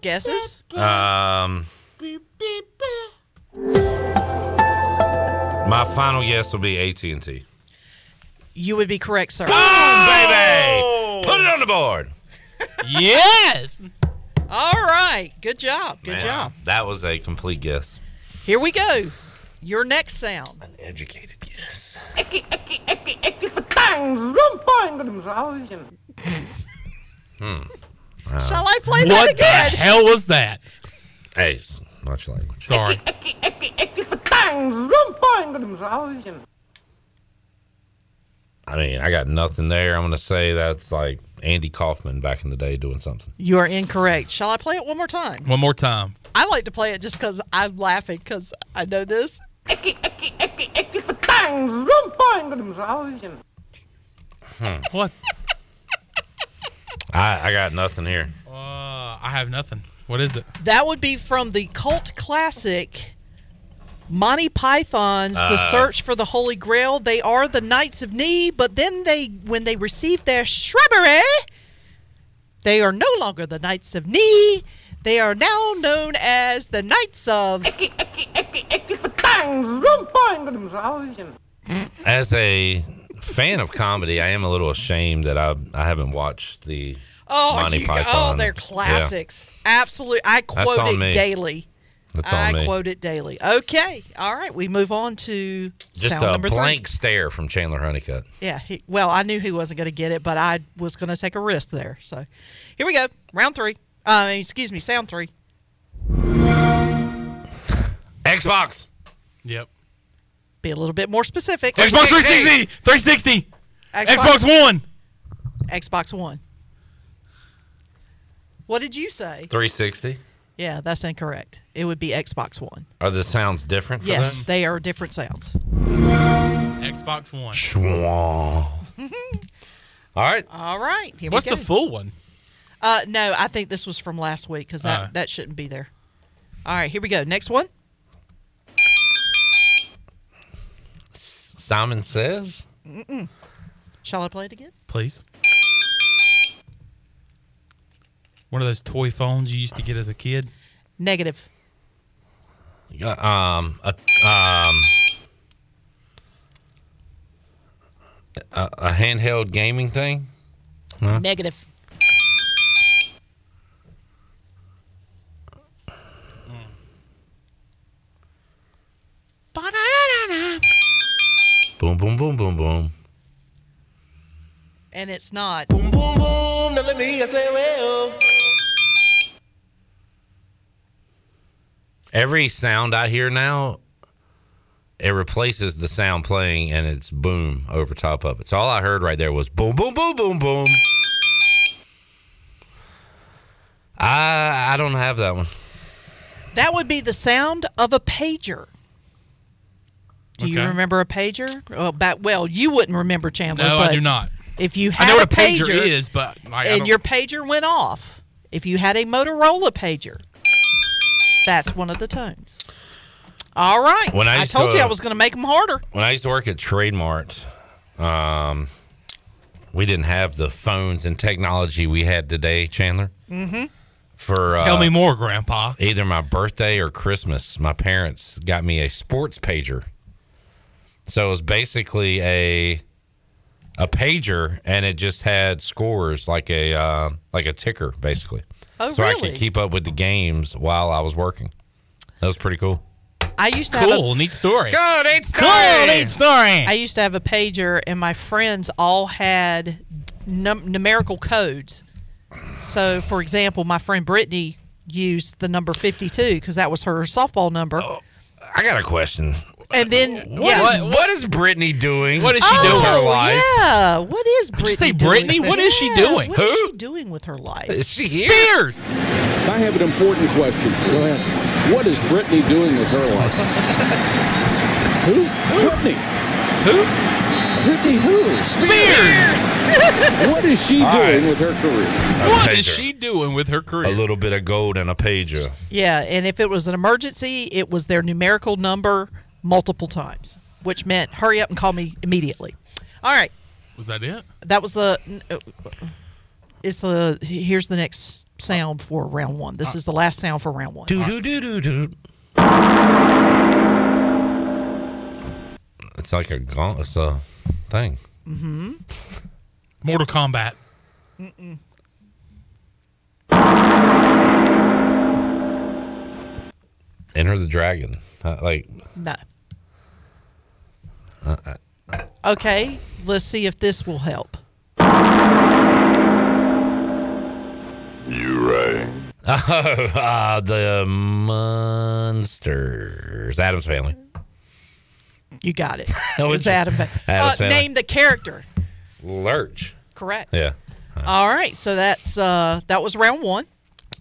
Guesses?
Um, my final guess will be AT and T.
You would be correct, sir. Oh.
Baby, put it on the board.
*laughs* yes.
All right. Good job. Good
Man,
job.
That was a complete guess.
Here we go. Your next sound.
Educated guess. Hmm. Uh,
Shall I play that
what
again?
the hell was that?
Hey, s- much language.
Sorry.
I mean, I got nothing there. I'm gonna say that's like Andy Kaufman back in the day doing something.
You are incorrect. Shall I play it one more time?
One more time.
I like to play it just because I'm laughing because I know this.
Hmm.
What?
I, I got nothing here.
Uh, I have nothing. What is it?
That would be from the cult classic Monty Python's The
Uh.
Search for the Holy Grail. They are the Knights of Need, but then they when they receive their shrubbery, they are no longer the Knights of Need. They are now known as the Knights of
As a fan of comedy, I am a little ashamed that I I haven't watched the
Oh,
Monty
you-
Python.
oh, they're
Yeah.
classics. Absolutely. I quote
on
it
me.
daily.
That's on
I
me.
quote it daily. Okay. All right. We move on to
Just
sound
a
number
blank stare from Chandler Honeycutt.
three. Yeah. He, well, I knew he wasn't going to get it, but I was going to take a risk there. So here we go. Round three. Uh, excuse me. Sound three.
Xbox.
Yep.
Be a little bit more specific.
Xbox 360. 360. Xbox One.
Xbox One. What did you say?
360.
Yeah, that's incorrect. It would be Xbox One.
Are the sounds different? For
Yes,
them?
they are different sounds.
Xbox One.
Schwa. All right.
All right. Here
What's
we go.
the full one?
Uh, no, I think this was from last week because that,
Uh.
that shouldn't be there. All right, here we go. Next one.
Simon says.
Mm-mm. Shall I play it again?
Please. One of those toy phones you used to get as a kid.
Negative.
Um. A, um. A, a handheld gaming thing. Huh?
Negative.
boom, boom.
and it's not.
Every sound I hear now, it replaces the sound playing and it's boom over top of it. So all I heard right there was boom, boom, boom, boom, boom. I I don't have that one.
That would be the sound of a pager. Do you
Okay.
remember a pager? Well, back, well, you wouldn't remember Chandler.
No, I
but
do not.
If you
I
had
know what
a pager,
is, but like, I
and
don't-
your pager went off, if you had a Motorola pager, that's one of the tones. All right.
When I used
told
to,
you I
uh,
was going to make them harder.
When I used to work at Trademark, um, we didn't have the phones and technology we had today, Chandler.
Mm-hmm.
For uh,
Tell me more, Grandpa.
Either my birthday or Christmas, my parents got me a sports pager. So it was basically a a pager, and it just had scores like a uh, like a ticker, basically.
Oh,
so I
really?
could keep up with the games while I was working. That was pretty cool.
I used to have a,
Cool, neat story.
Good, neat
Cool, neat story.
I used to have a pager, and my friends all had num- numerical codes. So, for example, my friend Brittany used the number 52 because that was her softball number.
I got a question.
And then,
Oh, What
yeah.
is- what is Brittany doing? What
is she
with her
Oh,
life?
Yeah. What is Brittany?
say
doing?
Brittany? What is she doing?
What is
Who?
she doing with her life?
Is she
Spears.
I have an important question. Go ahead. What is Brittany doing with
*laughs*
her life? who? Brittany.
Who?
Brittany who? Spears. what is she
All right.
doing with her career?
What is she doing with her career?
A little bit of gold and a pager.
Yeah, and if it was an emergency, it was their numerical number multiple times, which meant hurry up and call me immediately. All right,
Was that it?
that was the. It's the here's the next sound for round one. This is the last sound for round one. Uh,
Do do do do do. It's like a gaunt. It's a thing.
Mm-hmm.
Mortal Kombat.
Mm-mm.
Enter the dragon. Uh, like
No.
uh, uh,
Okay, let's see if this will help.
you right. Oh, *laughs* uh, the monsters. Adam's family.
You got it.
Oh,
It's
it's-
Adam. Fa-
Adam's
Uh,
family.
name the character.
Lurch.
Correct.
Yeah.
All right, so that's uh that was round one.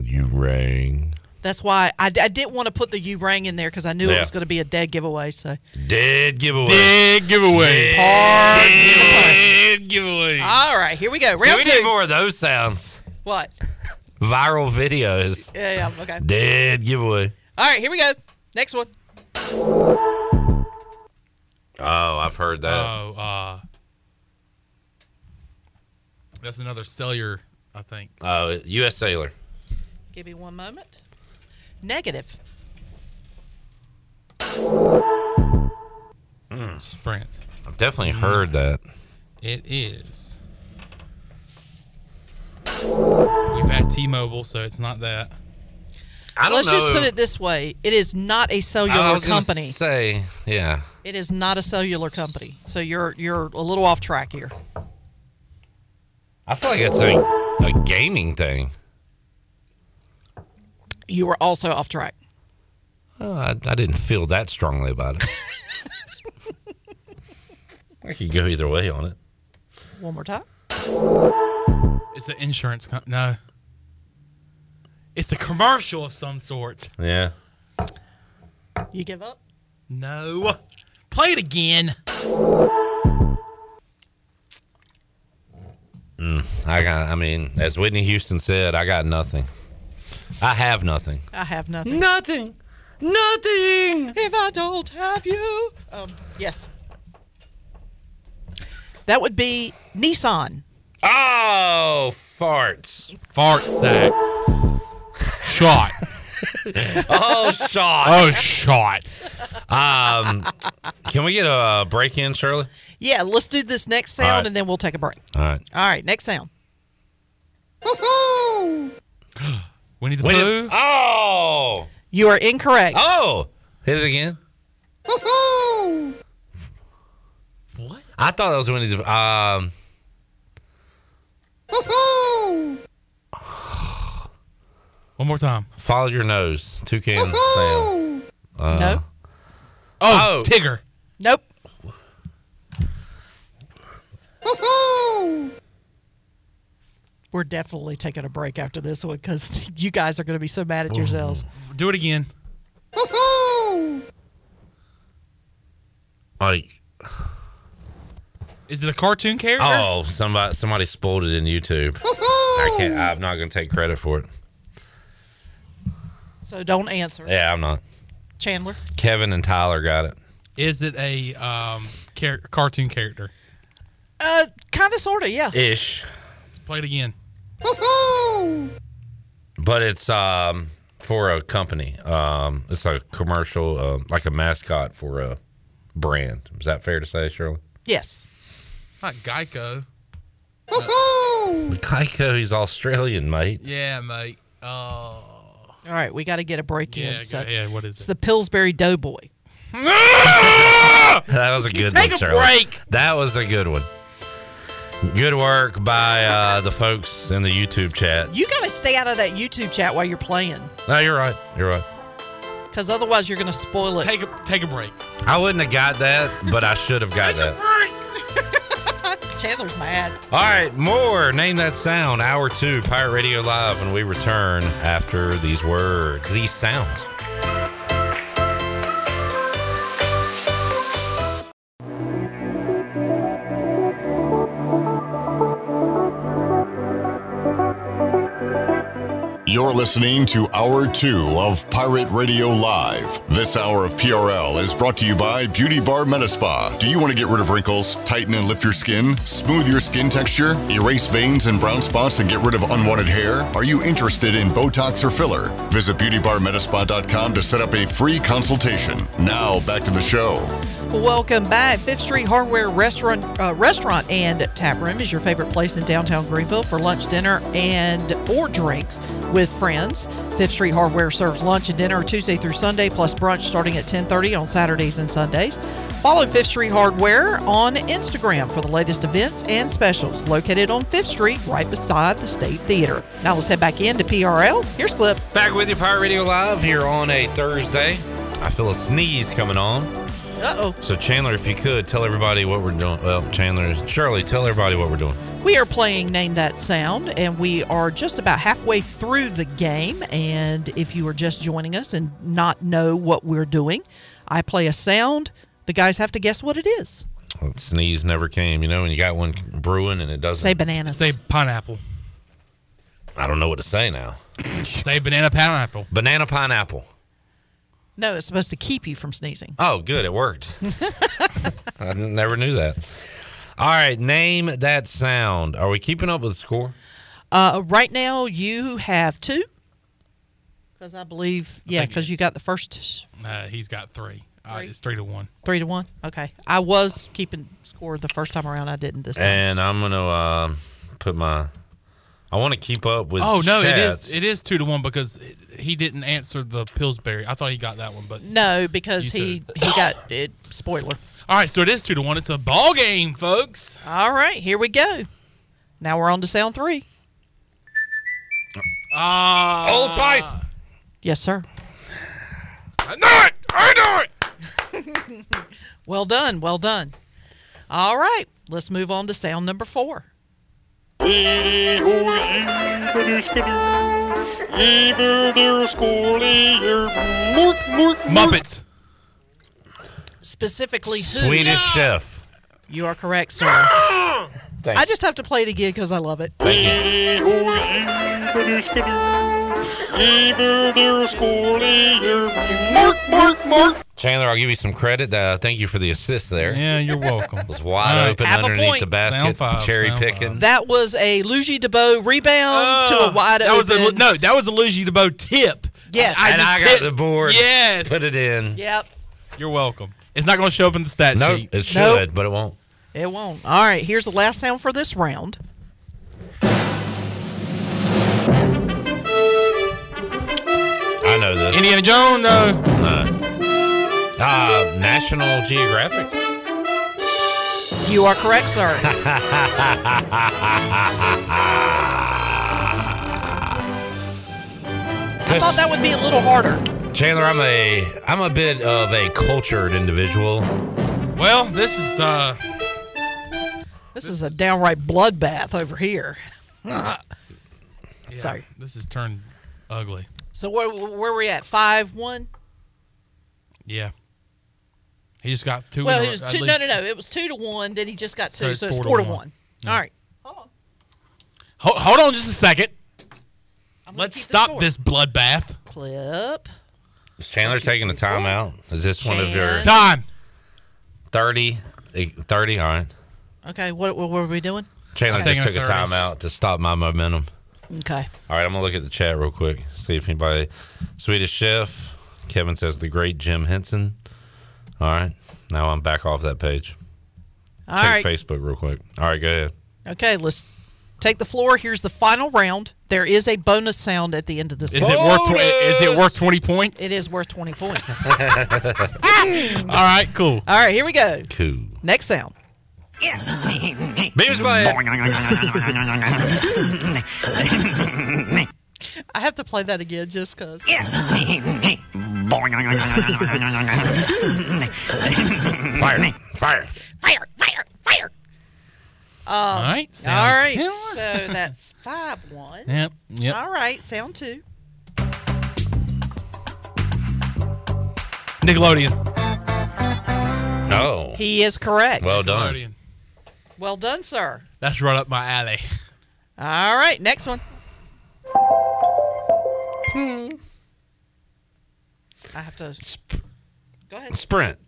You rang.
That's why I, I didn't want to put the U rang in there because I knew it
Yeah.
was going to be a dead giveaway. So,
Dead giveaway.
Dead giveaway.
Dead, giveaway.
all right, here we go.
See,
Round
we need
two.
more of those sounds.
What?
Viral videos.
Yeah, yeah, okay.
Dead giveaway.
All right, here we go. Next one.
Oh, I've heard that.
Oh, uh, that's another cellular, I think.
Uh, U.S. Sailor.
Give me one moment. Negative.
Mm,
Sprint.
I've definitely heard that.
It is. We've had T-Mobile, so it's not that.
I don't
Let's just
know.
put it this way: it is not a
I
cellular
was gonna
company.
Say, yeah.
It is not a cellular company. So you're you're a little off track here.
I feel like it's a, a gaming thing.
You were also off track.
Oh, I, I didn't feel that strongly *laughs* about it. I could go either way on it.
One more time.
It's an insurance company. No. It's a commercial of some sort.
Yeah.
You give up?
No. Play it again.
Mm, I got. I mean, as Whitney Houston said, I got nothing. I have nothing.
I have nothing.
Nothing. Nothing.
If I don't have you. Um, yes. That would be Nissan.
Oh, farts.
Fart sack. Shot.
*laughs* Oh, shot.
Oh, shot.
Um, can we get a break in, Shirley?
Yeah, let's do this next sound
All right.
and then we'll take a break.
All right.
All right, next sound.
Winnie the
Winnie-
Pooh.
Oh.
You are incorrect.
Oh. Hit it again.
Oh.
What? I thought that was Winnie the. Um,
One more time.
Follow your nose. Toucan Sam. Uh,
No.
Oh, Tigger.
Nope. We're definitely taking a break after this one because *laughs* you guys are going to be so mad at yourselves.
Do it again.
Like,
Is it a cartoon character?
oh, somebody somebody spoiled it in YouTube. I can't. I'm not going to take credit for it.
So don't answer.
Yeah, I'm not.
Chandler.
Kevin and Tyler got it.
Is it a um, char- cartoon character?
Uh, kind of, sort of, yeah.
Ish,
Let's play it again.
but it's um for a company. Um, it's a commercial, uh, like a mascot for a brand. Is that fair to say, Shirley?
Yes.
Not Geico.
Geico, he's Australian, mate.
Yeah, mate. Oh.
All right, we got to get a break
Yeah, I
in.
got-
So
yeah, what is
it's the Pillsbury Doughboy.
That was a good
Oh, Take
one,
a
Shirley.
break.
That was a good one. Good work by uh, the folks in the YouTube chat.
You got to stay out of that YouTube chat while you're playing
No, you're right. You're right.
because otherwise you're going to spoil it.
Take a, take a break.
I wouldn't have got that, but I should have got that.
*laughs* Chandler's mad.
All right, more Name That Sound, Hour 2, Pirate Radio Live, when we return after these words, these sounds.
You're listening to Hour 2 of Pirate Radio Live. This hour of PRL is brought to you by Beauty Bar Metaspa. Do you want to get rid of wrinkles, tighten and lift your skin, smooth your skin texture, erase veins and brown spots, and get rid of unwanted hair? Are you interested in Botox or filler? Visit beautybarmetaspa.com to set up a free consultation. Now, back to the show.
Welcome back. Fifth Street Hardware Restaurant uh, Restaurant and Tap Room is your favorite place in downtown Greenville for lunch, dinner, and or drinks with friends. Fifth Street Hardware serves lunch and dinner Tuesday through Sunday, plus brunch starting at 10:30 on Saturdays and Sundays. Follow Fifth Street Hardware on Instagram for the latest events and specials. Located on Fifth Street, right beside the State Theater. Now let's head back into PRL. Here's clip.
Back with you, Pirate Radio Live, here on a Thursday. I feel a sneeze coming on.
Uh oh.
So, Chandler, if you could, tell everybody what we're doing. Well, Chandler, Shirley, tell everybody what we're doing.
We are playing Name That Sound, and we are just about halfway through the game. And if you are just joining us and not know what we're doing, I play a sound. The guys have to guess what it is.
Well, sneeze never came, you know, and you got one brewing and it doesn't.
Say bananas.
Say pineapple.
I don't know what to say now.
*laughs* Say banana pineapple.
Banana pineapple.
No, it's supposed to keep you from sneezing.
Oh, good. It worked. I never knew that. All right. Name that sound. Are we keeping up with the score?
Uh, right now, you have two, because I believe, yeah, because you got the first
Uh, he's got three. Uh, it's three to one.
three to one. Okay. I was keeping score the first time around. I didn't this time.
And I'm going to uh, put my. I want to keep up with.
oh no, it
chat.
is it is two to one because he didn't answer the Pillsbury. I thought he got that one, but
No, because
You
he he got it. Spoiler.
all right, so it is two to one. It's a ball game, folks.
All right, here we go. Now we're on to sound three.
Uh,
Old Spice.
Yes, sir.
I know it. I know
Well done. Well done. All right, let's move on to sound number four.
*laughs* Muppets.
Specifically, who?
Swedish Chef.
You are correct,
*laughs*
sir.
Thanks.
I just have to play it again because I love it.
Chandler, I'll give you some credit. Uh, thank you for the assist there.
Yeah, you're
*laughs*
welcome.
was wide
All right.
open
Half a
underneath
point.
the basket,
Sound five,
cherry
sound
picking.
That was a Luigi DeBow rebound to a wide
Oh, that
open.
was a, no, that was a Luigi DeBoe tip.
Yes.
I
and
just
I got
tipped-
the board.
Yes.
Put it in.
Yep.
You're welcome. *laughs* It's not going to show up in the stat
No,
sheet.
it should,
Nope.
but it won't.
It won't. All right, here's the last sound for this round.
I know Uh, this.
Indiana Jones. No.
uh, No. Ah, National Geographic.
You are correct,
*laughs*
sir. I thought that would be a little harder.
Chandler, I'm a I'm a bit of a cultured individual.
Well, this is uh
This is a downright bloodbath over
*laughs*
here.
yeah,
Sorry.
This has turned ugly.
So where where we at? Five one.
Yeah. He just got two.
Well,
in
it
a-
was
at
two, no,
least-
no, no. It was two to one. Then he just got
So
two,
it's
so it's
four
four to
to one.
one. All right.
Hold, hold on just a second. Let's stop this bloodbath.
Clip.
Is Chandler taking a timeout? Is this one of your
time?
30, eh, 30, All right.
Okay. What what were we doing?
Chandler
Okay.
just took a timeout to stop my momentum.
Okay.
All right, I'm gonna look at the chat real quick, see if anybody. Swedish Chef, Kevin says the great Jim Henson. All right, now I'm back off that page.
All right.
Check Facebook real quick. All right, go ahead.
Okay. Let's take the floor. Here's the final round. There is a bonus sound at the end of this.
Is it worth tw- is it worth 20 points?
It is worth twenty
*laughs*
points. *laughs*
All right, cool.
All right. Here we go.
Cool.
Next sound.
Beavis by
I have to play that again just because.
Fire! Fire!
*laughs* Fire! Fire! Fire! Um, all
right, sound
All right.
two.
So that's five one.
Yep, yep.
All right. Sound two.
Nickelodeon.
Oh.
He is correct.
Well done.
Nickelodeon.
Well done, sir.
That's right up my alley.
All right. Next one. Hmm. I have to. Go ahead.
Sprint.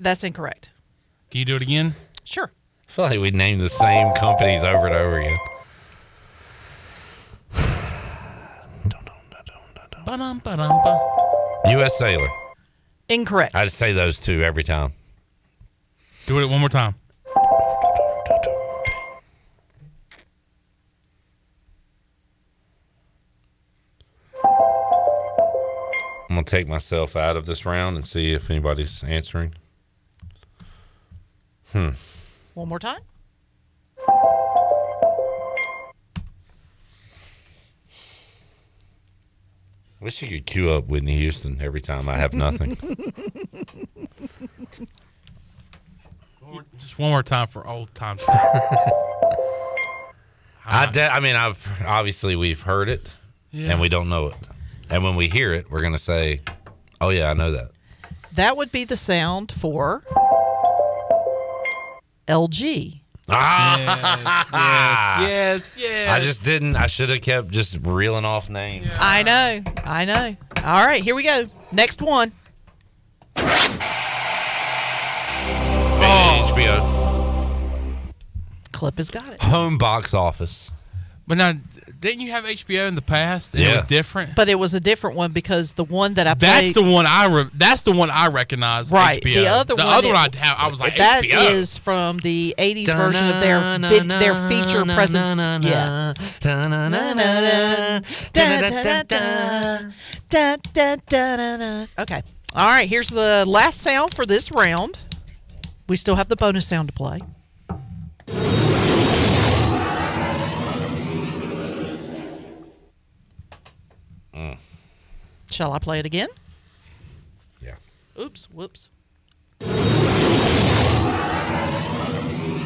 That's incorrect.
Can you do it again?
Sure.
I feel like we named the same companies over and over again.
Ba-dum, ba-dum, ba.
U.S. Sailor.
Incorrect.
I just say those two every time.
Do it one more time.
I'm gonna take myself out of this round and see if anybody's answering. Hmm.
One more time.
Wish you could cue up Whitney Houston every time I have
*laughs*
nothing.
Just one more time for old
*laughs*
times.
I, de- I mean, I've obviously we've heard it,
Uh-huh. Yeah.
and we don't know it. And when we hear it, we're gonna say, "Oh yeah, I know that."
That would be the sound for LG.
*laughs* Ah,
Yes, yes, yes.
I just didn't. I should have kept just reeling off names.
I know. I know. All right. Here we go. Next one.
Oh.
HBO
clip has got it.
Home box office.
But now, didn't you have HBO in the past? and It was different.
But it was a different one because the one that I
That's
played.
the one I re- that's the one I recognize.
Right.
HBO.
The other
the
one.
other
it-
one I have, I was like
that
HBO.
is from the '80s version of their vi- their feature present. Yeah. Da, da, da, da, da. Okay. All right. Here's the last sound for this round. We still have the bonus sound to play.
Mm.
Shall I play it again?
Yeah.
Oops. Whoops.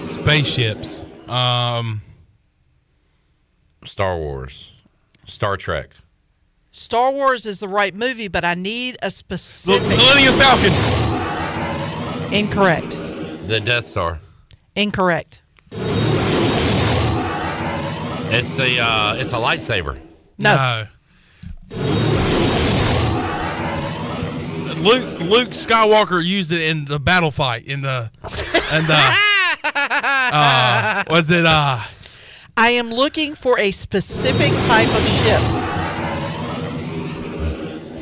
spaceships. Um,
Star Wars, Star Trek.
Star Wars is the right movie, but I need a specific.
Millennium Falcon.
Incorrect.
The Death Star.
Incorrect.
It's the uh it's a lightsaber.
No. Luke Luke Skywalker used it in the battle fight in the
*laughs*
and the uh, was it uh
I am looking for a specific type of ship.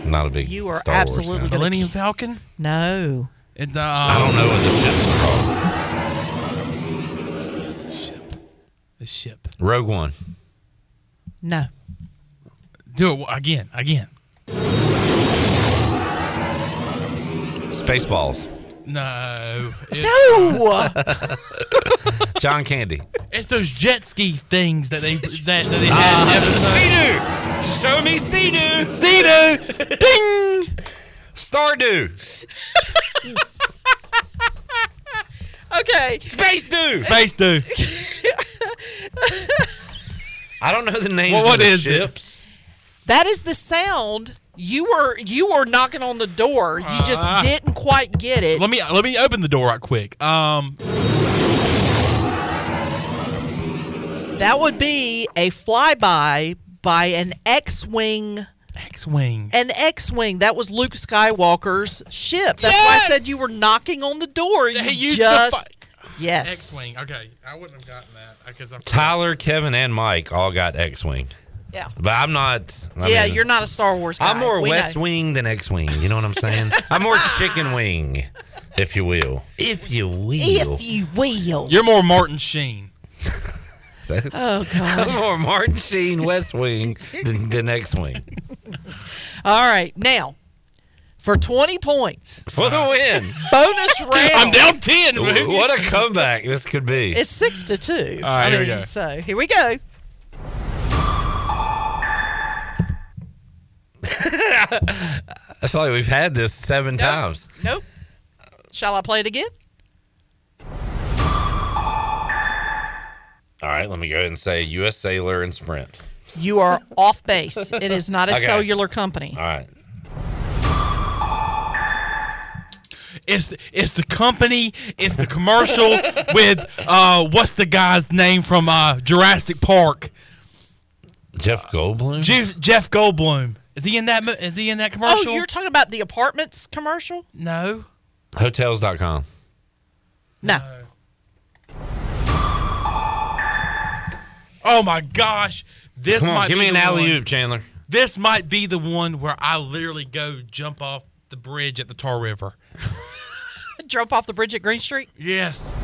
Not a big.
You are
Star Wars
absolutely
fan.
gonna
Millennium Falcon?
No.
And
I don't know what the ships are called.
um, the ship.
Rogue One.
No.
Do it again, again.
Spaceballs.
No.
No.
John Candy.
It's those jet ski things that they that, that
*laughs*
they
Ah,
had in episode.
Show me Sea-Doo.
Sea-Doo. Ding.
Stardew.
Okay.
Space Doo.
Space Doo.
*laughs* I don't know the names
Well,
of
what
the
is it?
ships.
That is the sound you were you were knocking on the door. You just
Ah.
didn't quite get it.
Let me uh, let me open the door right quick. Um,
That would be a flyby by an X-wing.
X-wing.
An X-wing. That was Luke Skywalker's ship. That's why I said you were knocking on the door. You
He used the
just yes.
X-wing. Okay, I wouldn't have gotten that because I'm.
Tyler, Kevin, and Mike all got X-wing.
Yeah.
But I'm not. I
yeah,
mean,
you're not a Star Wars guy.
I'm more
We know.
West Wing than X Wing. You know what
*laughs*
I'm saying? I'm more chicken wing, if you will. If you will.
If you will.
You're more Martin Sheen.
Oh, God.
I'm more Martin Sheen West Wing than, than X Wing.
All right. Now, for 20 points,
For the win.
bonus round.
I'm down ten. Rudy.
what a comeback this could be.
It's six to two.
All right,
I
here we
mean,
go.
So here we go.
I feel like we've had this seven times.
Nope. Shall I play it again?
All right, let me go ahead and say U.S. Sailor and Sprint.
You are *laughs* off base. It is not a
Okay.
cellular company.
All right.
It's it's the company. It's the *laughs* commercial with uh, what's the guy's name from uh, Jurassic Park?
Jeff Goldblum.
Jeff, Jeff Goldblum. Is he in that? mo- Is he in that commercial?
Oh, you're talking about the apartments commercial?
no.
Hotels.com.
No.
Oh my gosh! This
Come on,
might
give
be
me an
the
alley
one-
oop, Chandler.
This might be the one where I literally go jump off the bridge at the Tar River.
Jump off the bridge at Green Street?
Yes.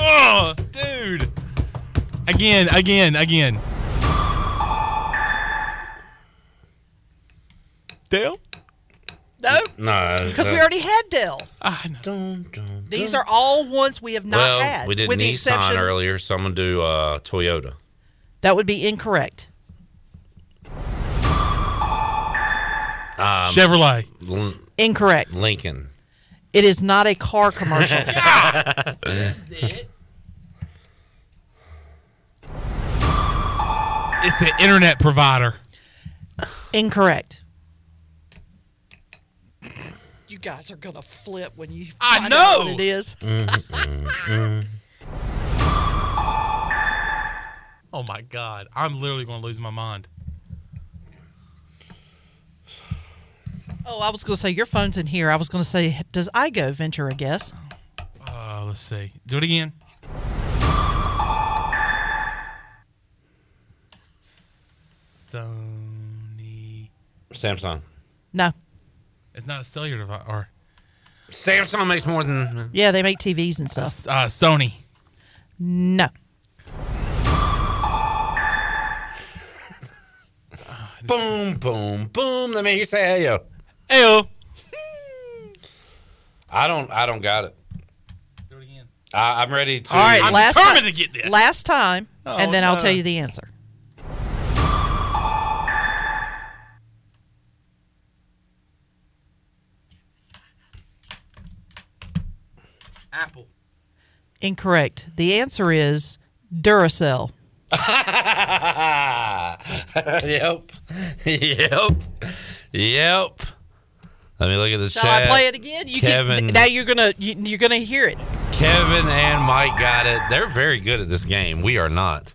Oh, dude. Again, again, again. Dale?
No,
No,
because
uh,
we already had Dell.
Ah, I know.
These are all ones we have not
well,
had,
we did
with
Nissan
the exception
earlier, so I'm gonna do uh, Toyota.
that would be incorrect.
Um,
Chevrolet.
L-
Incorrect.
Lincoln.
It is not a car
*laughs*
commercial.
It's an internet provider.
incorrect. You guys are gonna flip when you.
I
find out
know.
what it is.
Mm-hmm,
Oh my god, I'm literally going to lose my mind.
Oh, I was gonna say your phone's in here. I was gonna say, does I go venture a guess?
Uh, let's see. Do it again. Sony.
Samsung.
No.
It's not a cellular device. Or
Samsung makes more than. uh,
Yeah, they make TVs and stuff.
uh, Sony.
No.
Boom, boom, boom. Let me say ayo.
Ayo.
*laughs* I don't. I don't got it. Do it again. I, I'm ready to.
All right, last time,
to get this.
Last time,
Oh,
and then I'll
no.
tell you the answer.
Apple.
Incorrect. The answer is Duracell.
*laughs* yep. Yep. Yep. Let me look at the
Shall
chat.
I play it again? You
Kevin.
Can, now you're gonna you, you're gonna hear it.
Kevin and Mike got it. They're very good at this game. We are not.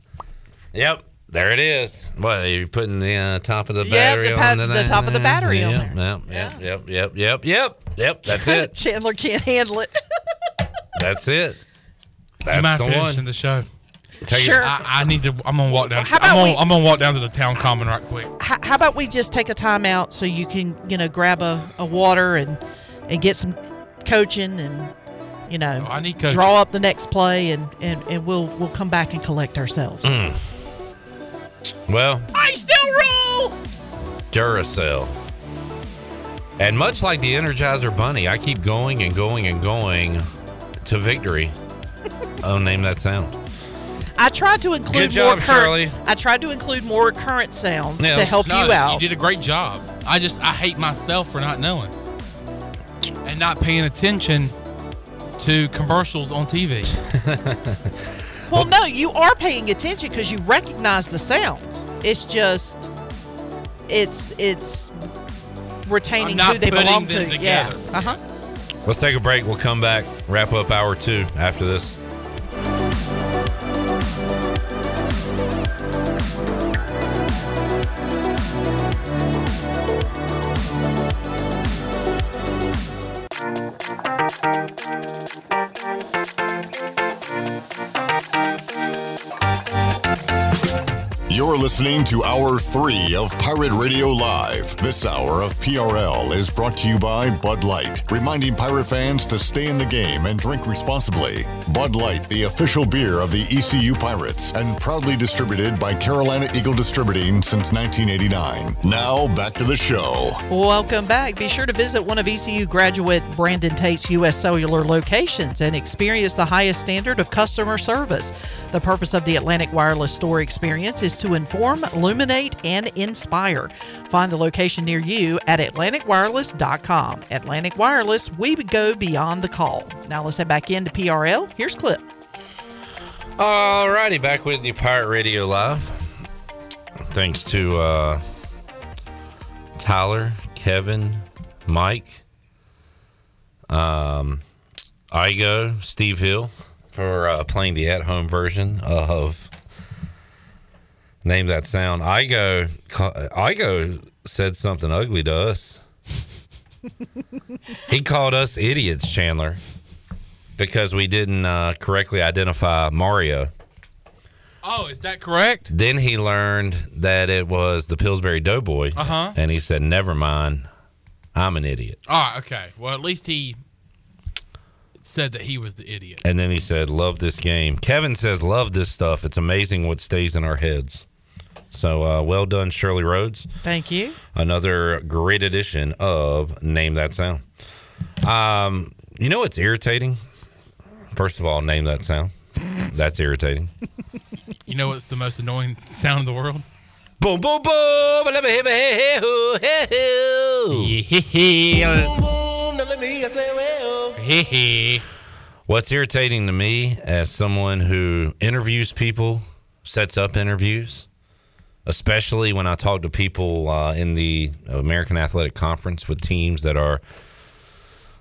Yep. There it is. What you're putting the uh, top of the
Yeah,
battery
the pa-
on
the top of the battery on
yep, on there. Yep, yep, yep, yep, yep,
*laughs*
yep. That's it.
Chandler can't handle it.
That's it. That's
Am I
the
finishing
one.
the show?
Take it-
Sure.
I, I need to. I'm gonna walk down.
How about
I'm, gonna,
we-
I'm gonna walk down to the town common right quick.
how, how about we just take a time out so you can you know grab a, a water and and get some coaching and you know
I need coaching.
draw up the next play and, and and we'll we'll come back and collect ourselves
Mm. Well,
i still roll
Duracell. And much like the Energizer Bunny, I keep going and going and going
*laughs*
to victory. I'll name that sound.
I tried to include
Good job,
more current.
Shirley.
I tried to include more current sounds
Yeah.
to help
No,
you out.
You did a great job. I just I hate myself for not knowing and not paying attention to commercials on
*laughs*
TV.
well, no, you are paying attention because you recognize the sounds. It's just, it's it's retaining
I'm not
who they
putting
belong
them
to.
together.
Yeah. Uh huh.
Let's take a break. We'll come back, wrap up hour two after this.
You're listening to Hour 3 of Pirate Radio Live. This hour of PRL is brought to you by Bud Light, reminding pirate fans to stay in the game and drink responsibly. Bud Light, the official beer of the ECU Pirates, and proudly distributed by Carolina Eagle Distributing since 1989. Now, back to the show.
Welcome back. Be sure to visit one of ECU graduate Brandon Tate's U.S. Cellular locations and experience the highest standard of customer service. The purpose of the Atlantic Wireless Store experience is to inform, illuminate, and inspire. Find the location near you at AtlanticWireless.com. Atlantic Wireless, we go beyond the call. Now let's head back into PRL. Here's Clip.
Alrighty, back with you, Pirate Radio Live. Thanks to uh, Tyler, Kevin, Mike, um, Igo, Steve Hill for uh, playing the at-home version of name that sound. Igo, Igo said something ugly to us. he called us idiots, Chandler, because we didn't uh, correctly identify Mario.
oh, is that correct?
Then he learned that it was the Pillsbury Doughboy.
Uh-huh.
And he said, never mind. I'm an idiot.
All right, okay. Well, at least he said that he was the idiot.
And then he said, love this game. Kevin says, love this stuff. It's amazing what stays in our heads. So uh, well done, Shirley Rhodes.
Thank you.
Another great edition of Name That Sound. Um, you know what's irritating? First of all, name that sound. That's irritating.
You know what's the most annoying sound in the world?
Boom, boom, boom. Let me hear me. Hey, hey, hoo,
*laughs*
hey, hoo. What's irritating to me as someone who interviews people, sets up interviews, especially when I talk to people uh, in the American Athletic Conference with teams that are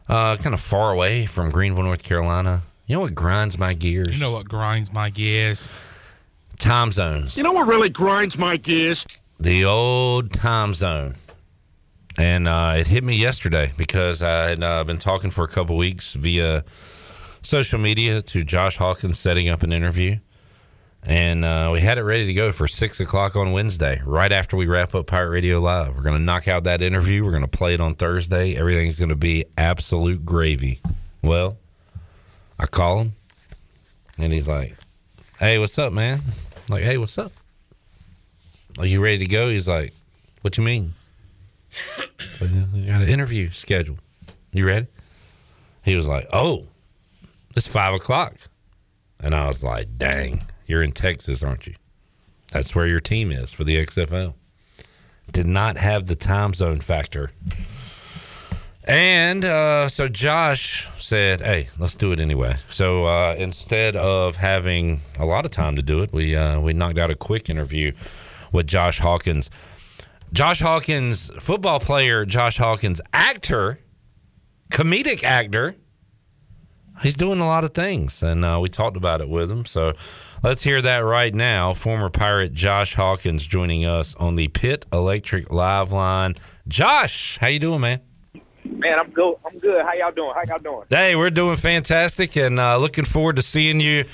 uh, kind of far away from Greenville, North Carolina. You know what grinds my gears?
You know what grinds my gears?
Time zones.
You know what really grinds my gears?
the old time zone. And uh, it hit me yesterday because I had uh, been talking for a couple weeks via social media to Josh Hawkins setting up an interview. And uh, we had it ready to go for six o'clock on Wednesday, right after we wrap up Pirate Radio Live. We're going to knock out that interview. We're going to play it on Thursday. Everything's going to be absolute gravy. Well, I call him and he's like, Hey, what's up, man? I'm like, hey, what's up? Are you ready to go? He's like, What you mean? *coughs* I got an interview scheduled. You ready? He was like, Oh, it's five o'clock. And I was like, Dang, you're in Texas, aren't you? That's where your team is for the XFL. Did not have the time zone factor. And uh, so Josh said, "Hey, let's do it anyway." So uh, instead of having a lot of time to do it, we uh, we knocked out a quick interview with Josh Hawkins. Josh Hawkins, football player. Josh Hawkins, actor, comedic actor. He's doing a lot of things, and uh, we talked about it with him. So let's hear that right now. Former Pirate Josh Hawkins joining us on the Pit Electric Live Line. Josh, how you doing, man?
Man, I'm good. I'm good. How y'all doing? How y'all doing?
Hey, we're doing fantastic and uh, looking forward to seeing you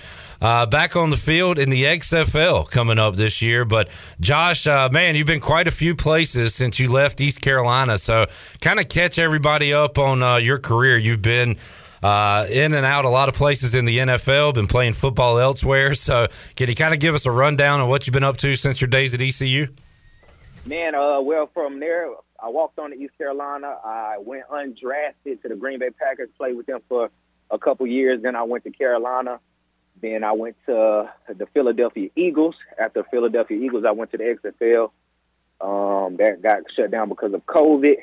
uh, back on the field in the XFL coming up this year. But, Josh, uh, man, you've been quite a few places since you left East Carolina. So, kind of catch everybody up on uh, your career. You've been uh, in and out a lot of places in the NFL, been playing football elsewhere. So, can you kind of give E us a rundown on what you've been up to since your days at ECU?
Man, uh, well, from there, I walked on to East Carolina. I went undrafted to the Green Bay Packers, played with them for a couple years. Then I went to Carolina. Then I went to the Philadelphia Eagles. After Philadelphia Eagles, I went to the XFL. Um, that got shut down because of COVID.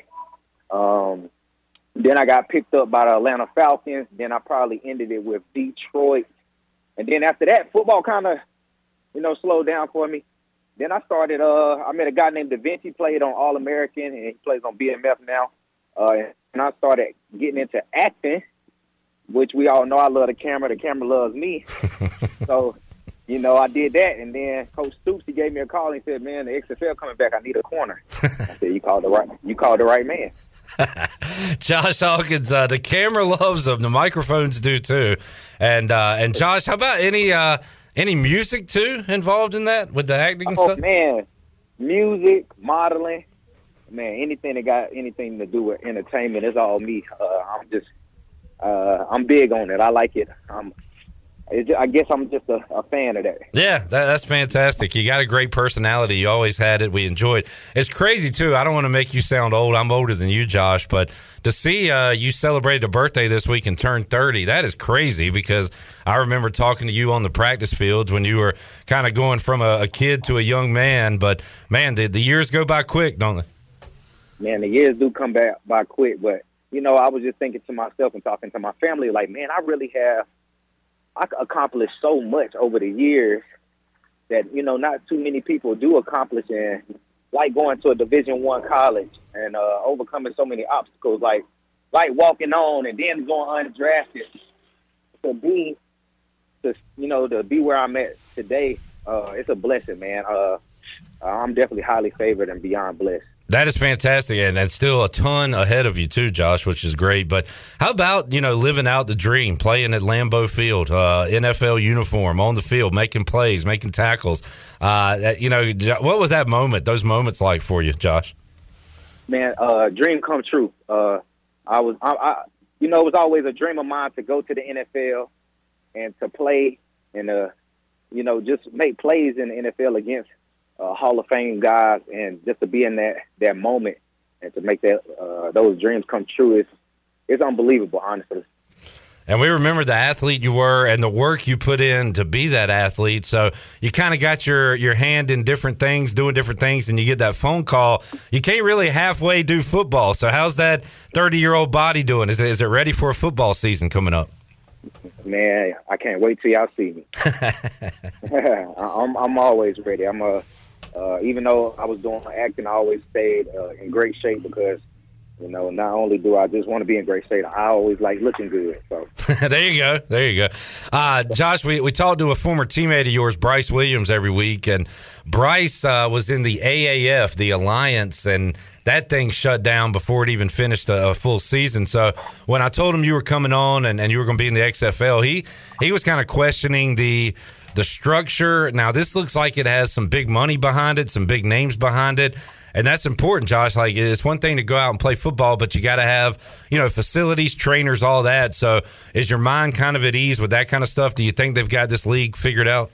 Um, then I got picked up by the Atlanta Falcons. Then I probably ended it with Detroit. And then after that, football kind of, you know, slowed down for me. Then I started. Uh, I met a guy named Da Vinci. Played on All American, and he plays on BMF now. Uh, and I started getting into acting, which we all know I love the camera. The camera loves me. so, you know, I did that. And then Coach Stoops he gave me a call and he said, "Man, the XFL coming back. I need a corner." I said, "You called the right. You called the right man."
Josh Hawkins, uh, the camera loves him. The microphones do too. And uh, and Josh, how about any uh, any music too involved in that with the acting and
oh
stuff?
man, music, modeling, man, anything that got anything to do with entertainment is all me. Uh, I'm just, uh, I'm big on it. I like it. I'm, it's, I guess I'm just a, a fan of that.
Yeah, that, that's fantastic. You got a great personality. You always had it. We enjoyed. It's crazy too. I don't want to make you sound old. I'm older than you, Josh. But to see uh, you celebrated a birthday this week and turned 30, that is crazy. Because I remember talking to you on the practice fields when you were kind of going from a, a kid to a young man. But man, the, the years go by quick, don't they?
Man, the years do come back by quick, but you know, I was just thinking to myself and talking to my family, like, man, I really have I accomplished so much over the years that you know not too many people do accomplish and like going to a division one college and uh, overcoming so many obstacles like like walking on and then going undrafted to be to you know to be where I'm at today uh, it's a blessing man uh, I'm definitely highly favored and beyond blessed
That is fantastic, and, and still a ton ahead of you too, Josh, which is great. But how about you know living out the dream, playing at Lambeau Field, uh, NFL uniform on the field, making plays, making tackles. Uh, that- you know, Jo- what was that moment? Those moments like for you, Josh?
man, uh, dream come true. Uh, I was, I, I, you know, it was always a dream of mine to go to the NFL and to play and, uh, you know, just make plays in the NFL against uh, Hall of Fame guys and just to be in that, that moment and to make that uh, those dreams come true is it's unbelievable, honestly.
And we remember the athlete you were and the work you put in to be that athlete. So you kind of got your your hand in different things, doing different things, and you get that phone call. You can't really halfway do football. So how's that thirty year old body doing? Is it, is it ready for a football season coming up?
Man, I can't wait till y'all see me. *laughs* I- I'm I'm always ready. I'm a uh, even though I was doing acting, I always stayed uh, in great shape because you know not only do I just want to be in great shape, I always like looking good. So
*laughs* there you go. There you go. Uh, Josh, we, we talked to a former teammate of yours, Bryce Williams, every week. And Bryce uh, was in the AAF, the Alliance, and that thing shut down before it even finished a, a full season. So when I told him you were coming on and, and you were going to be in the XFL, he, he was kind of questioning the the structure. Now, this looks like it has some big money behind it, some big names behind it. And that's important, Josh. Like, it's one thing to go out and play football, but you got to have, you know, facilities, trainers, all that. So, is your mind kind of at ease with that kind of stuff? Do you think they've got this league figured out?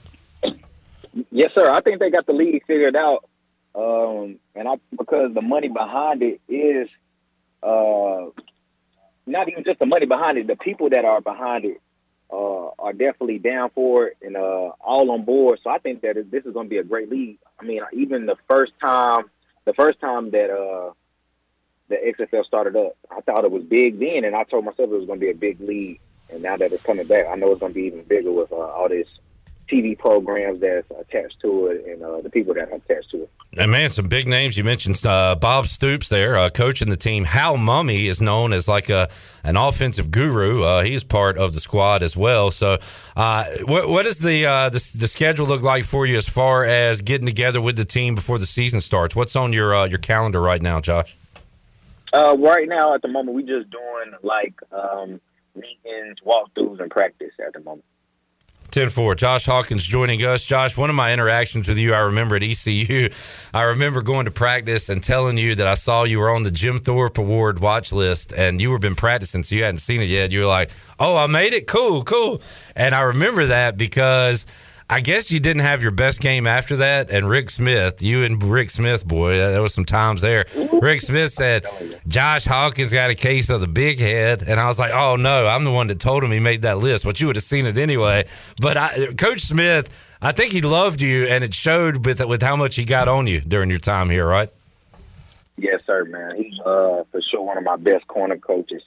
yes, sir, I think they got the league figured out, um, and I because the money behind it is uh, not even just the money behind it. The people that are behind it uh, are definitely down for it and uh, all on board. So I think that it- this is going to be a great league. I mean, even the first time, the first time that uh, the XFL started up, I thought it was big then, and I told myself it was going to be a big league. And now that it's coming back, I know it's going to be even bigger with uh, all this TV programs that's attached to it and uh, the people that are attached to it.
And man, some big names. You mentioned uh, Bob Stoops there, uh, coaching the team. Hal Mummy is known as like a an offensive guru. Uh, he is part of the squad as well. So, uh, what what does the, uh, the the schedule look like for you as far as getting together with the team before the season starts? What's on your uh, your calendar right now, Josh?
Uh, right now, at the moment, we just doing like um, meetings, walkthroughs, and practice at the moment.
10 4. Josh Hawkins joining us. Josh, one of my interactions with you, I remember at ECU, I remember going to practice and telling you that I saw you were on the Jim Thorpe Award watch list and you were been practicing, so you hadn't seen it yet. You were like, oh, I made it. Cool, cool. And I remember that because. I guess you didn't have your best game after that. And Rick Smith, you and Rick Smith, boy, that, that was some times there. Rick Smith said, Josh Hawkins got a case of the big head. And I was like, oh, no, I'm the one that told him he made that list, but you would have seen it anyway. But I, Coach Smith, I think he loved you, and it showed with, with how much he got on you during your time here, right?
Yes, sir, man. He's uh, for sure one of my best corner coaches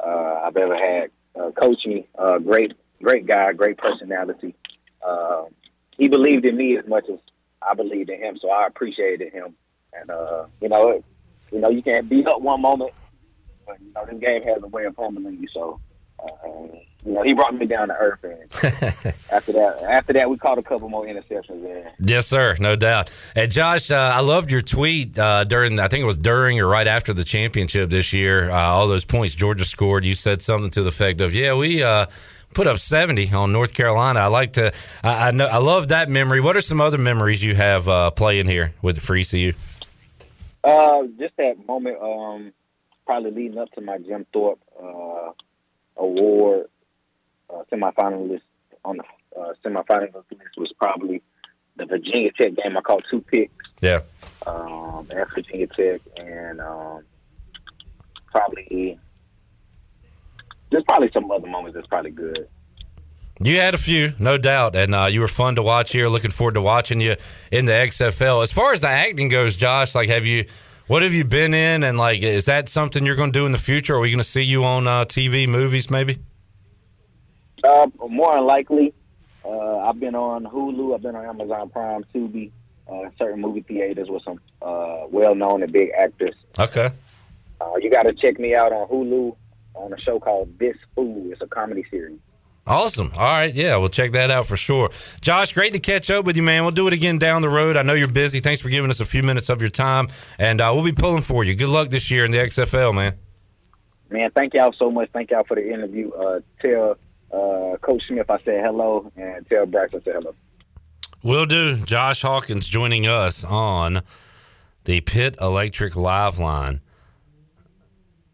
uh, I've ever had. Uh, coached me, uh, great, great guy, great personality. Uh, he believed in me as much as I believed in him, so I appreciated him. And uh, you know, it, you know, you can't beat up one moment, but you know, this game has a way of humbling you. So, uh, you know, he brought me down to earth, and after that, after that, we caught a couple more interceptions. And
Yes, sir, no doubt. And Josh, uh, I loved your tweet uh, during. I think it was during or right after the championship this year. Uh, all those points Georgia scored. You said something to the effect of, "Yeah, we uh, put up seventy on North Carolina." I like to. I, I know. I love that memory. What are some other memories you have uh, playing here with for ECU?
Uh, just that moment, um, probably leading up to my Jim Thorpe uh, award uh, semifinalist on the uh, semifinalist list was probably the Virginia Tech game. I caught two picks
Yeah.
um, at Virginia Tech, and um, probably there's probably some other moments that's probably good.
You had a few, no doubt, and uh, you were fun to watch here. Looking forward to watching you in the XFL. As far as the acting goes, Josh, like, have you? What have you been in? And like, is that something you're going to do in the future? Are we going to see you on uh, TV, movies, maybe?
Uh, more than likely, uh, I've been on Hulu. I've been on Amazon Prime, Tubi, uh, certain movie theaters with some uh, well-known and big actors.
Okay.
Uh, you got to check me out on Hulu on a show called This Fool. It's a comedy series.
Awesome. All right. Yeah, we'll check that out for sure. Josh, great to catch up with you, man. We'll do it again down the road. I know you're busy. Thanks for giving us a few minutes of your time, and uh, we'll be pulling for you. Good luck this year in the XFL, man.
Man, thank y'all so much. Thank y'all for the interview. Uh, tell uh, Coach Smith I said hello, and tell Brax I said hello.
Will do. Josh Hawkins joining us on the Pitt Electric Live Line.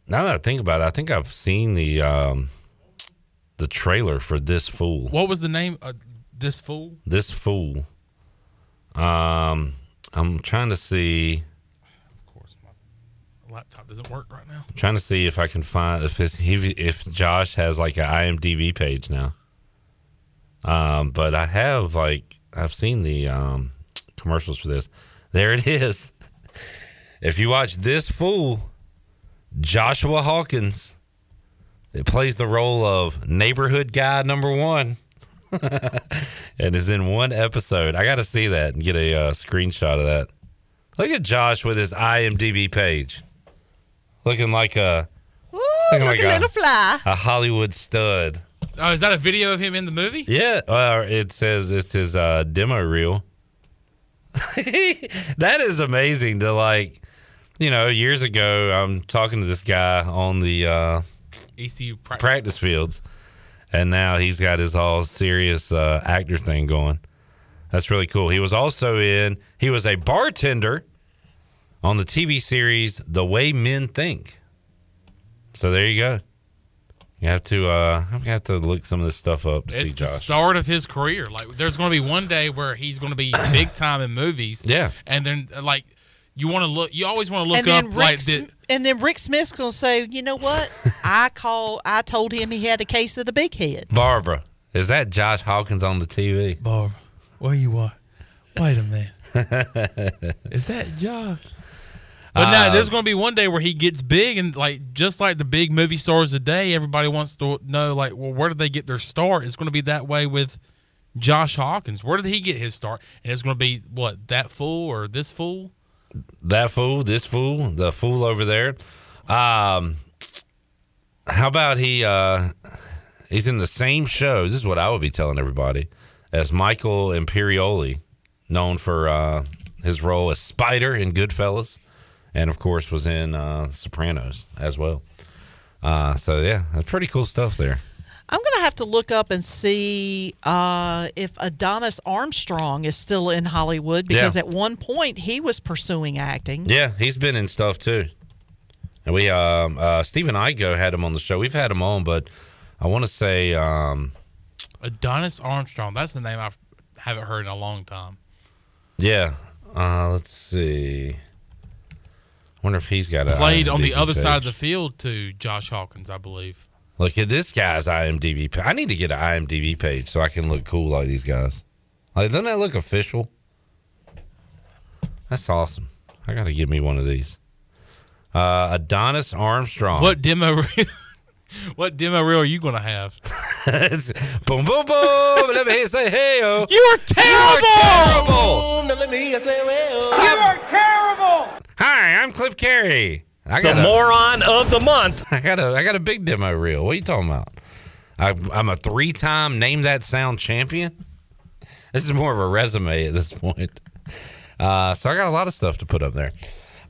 Now that I think about it, I think I've seen the um, the trailer for this fool.
What was the name? of this fool.
This fool. Um, I'm trying to see,
Laptop doesn't work right now.
trying to see if I can find if it's, if if Josh has like an IMDb page now. Um, but I have like I've seen the um commercials for this. There it is. *laughs* If you watch this fool, Joshua Hawkins, it plays the role of neighborhood guy number one, *laughs* and is in one episode. I got to see that and get a uh, screenshot of that. Look at Josh with his IMDb page, looking like a looking
like a little fly.
a Hollywood stud.
Oh, is that a video of him in the movie?
Yeah, uh, it says it's his uh, demo reel. that is amazing to like, you know, years ago, I'm talking to this guy on the uh,
ECU E practice.
practice fields, and now he's got his all serious uh, actor thing going. That's really cool. He was also in, he was a bartender on the TV series The Way Men Think. So there you go. You have to, uh, I'm going to have to look some of this stuff up to
It's
see
the
Josh.
start of his career. Like, there's going to be one day where he's going to
*clears throat*
be big time in movies.
Yeah.
And then, uh, like, you want to look. You always want to look
and
up
then Rick
like
Sm-
the,
and then Rick Smith's gonna say, you know
*laughs*
what? I call. I told him he had a case of the big head.
Barbara, is that Josh Hawkins on the TV?
Barbara, where you are? Wait a minute. Is that Josh? But
*laughs* Uh,
no, there's going to be one day where he gets big, and like just like the big movie stars today, everybody wants to know like, well, where did they get their start? It's going to be that way with Josh Hawkins. Where did he get his start? And it's going to be what that fool or this fool?
That fool, this fool, the fool over there. Um, how about he? Uh, he's in the same show. This is what I would be telling everybody as Michael Imperioli, known for uh, his role as Spider in Goodfellas, and of course was in uh, Sopranos as well. Uh, so yeah, that's pretty cool stuff there.
I'm gonna have to look up and see uh, if Adonis Armstrong is still in Hollywood because
Yeah.
at one point he was pursuing acting.
Yeah, he's been in stuff too. And we um uh Steven Igo had him on the show. We've had him on, but I want to say um
Adonis Armstrong. That's the name I've haven't heard in a long time.
Yeah. Uh, let's see. I wonder if he's got a
Played on
IMDb
the other side of
page.
the field to Josh Hawkins, I believe.
Look at this guy's IMDb. pa- I need to get an IMDb page so I can look cool like these guys. Like, doesn't that look official? That's awesome. I got to give me one of these. Uh, Adonis Armstrong.
What demo? Reel, *laughs* what demo reel are you going to have?
*laughs* boom, boom, boom. Let me hear you say hey, oh.
You are terrible.
Stop. You are terrible.
Hi, I'm Cliff Carey. I
The
a-
moron of the month.
*laughs* I got a I got a big demo reel. What are you talking about? I, I'm a three time name that sound champion. This is more of a resume at this point. Uh, so I got a lot of stuff to put up there.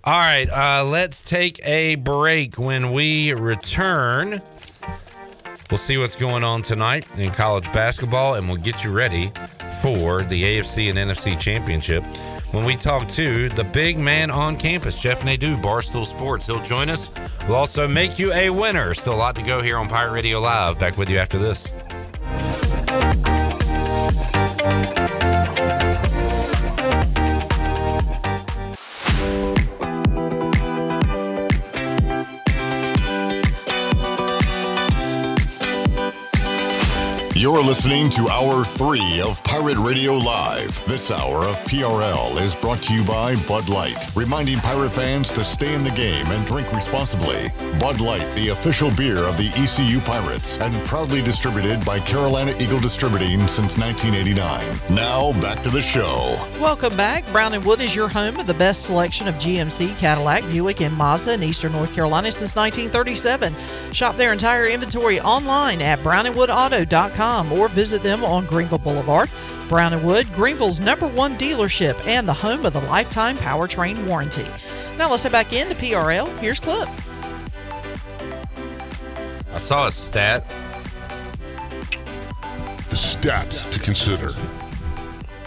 All right, uh, let's take a break. When we return, we'll see what's going on tonight in college basketball, and we'll get you ready for the AFC and NFC championship. When we talk to the big man on campus, Jeff Nadeau, Barstool Sports, he'll join us. We'll also make you a winner. Still a lot to go here on Pirate Radio Live. Back with you after this.
You're listening to Hour 3 of Pirate Radio Live. This hour of PRL is brought to you by Bud Light, reminding pirate fans to stay in the game and drink responsibly. Bud Light, the official beer of the ECU Pirates, and proudly distributed by Carolina Eagle Distributing since 1989. Now, back to the show.
Welcome back. Brown and Wood is your home of the best selection of GMC, Cadillac, Buick, and Mazda in Eastern North Carolina since 1937. Shop their entire inventory online at brownandwoodauto.com or visit them on Greenville Boulevard. Brown and Wood, Greenville's number one dealership and the home of the lifetime powertrain warranty. Now let's head back into PRL. Here's Clip.
I saw a stat.
The stat to consider.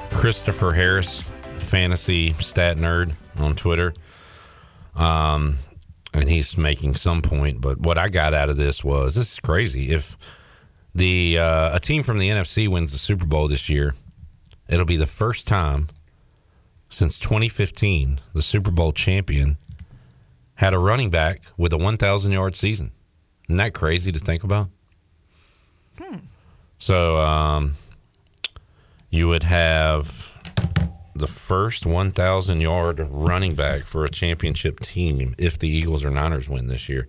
Christopher Harris, fantasy stat nerd on Twitter. Um, and he's making some point, but what I got out of this was this is crazy. If the uh, a team from the NFC wins the Super Bowl this year, it'll be the first time since 2015 the Super Bowl champion had a running back with a 1,000 yard season. Isn't that crazy to think about? So um, you would have the first 1,000 yard running back for a championship team if the Eagles or Niners win this year.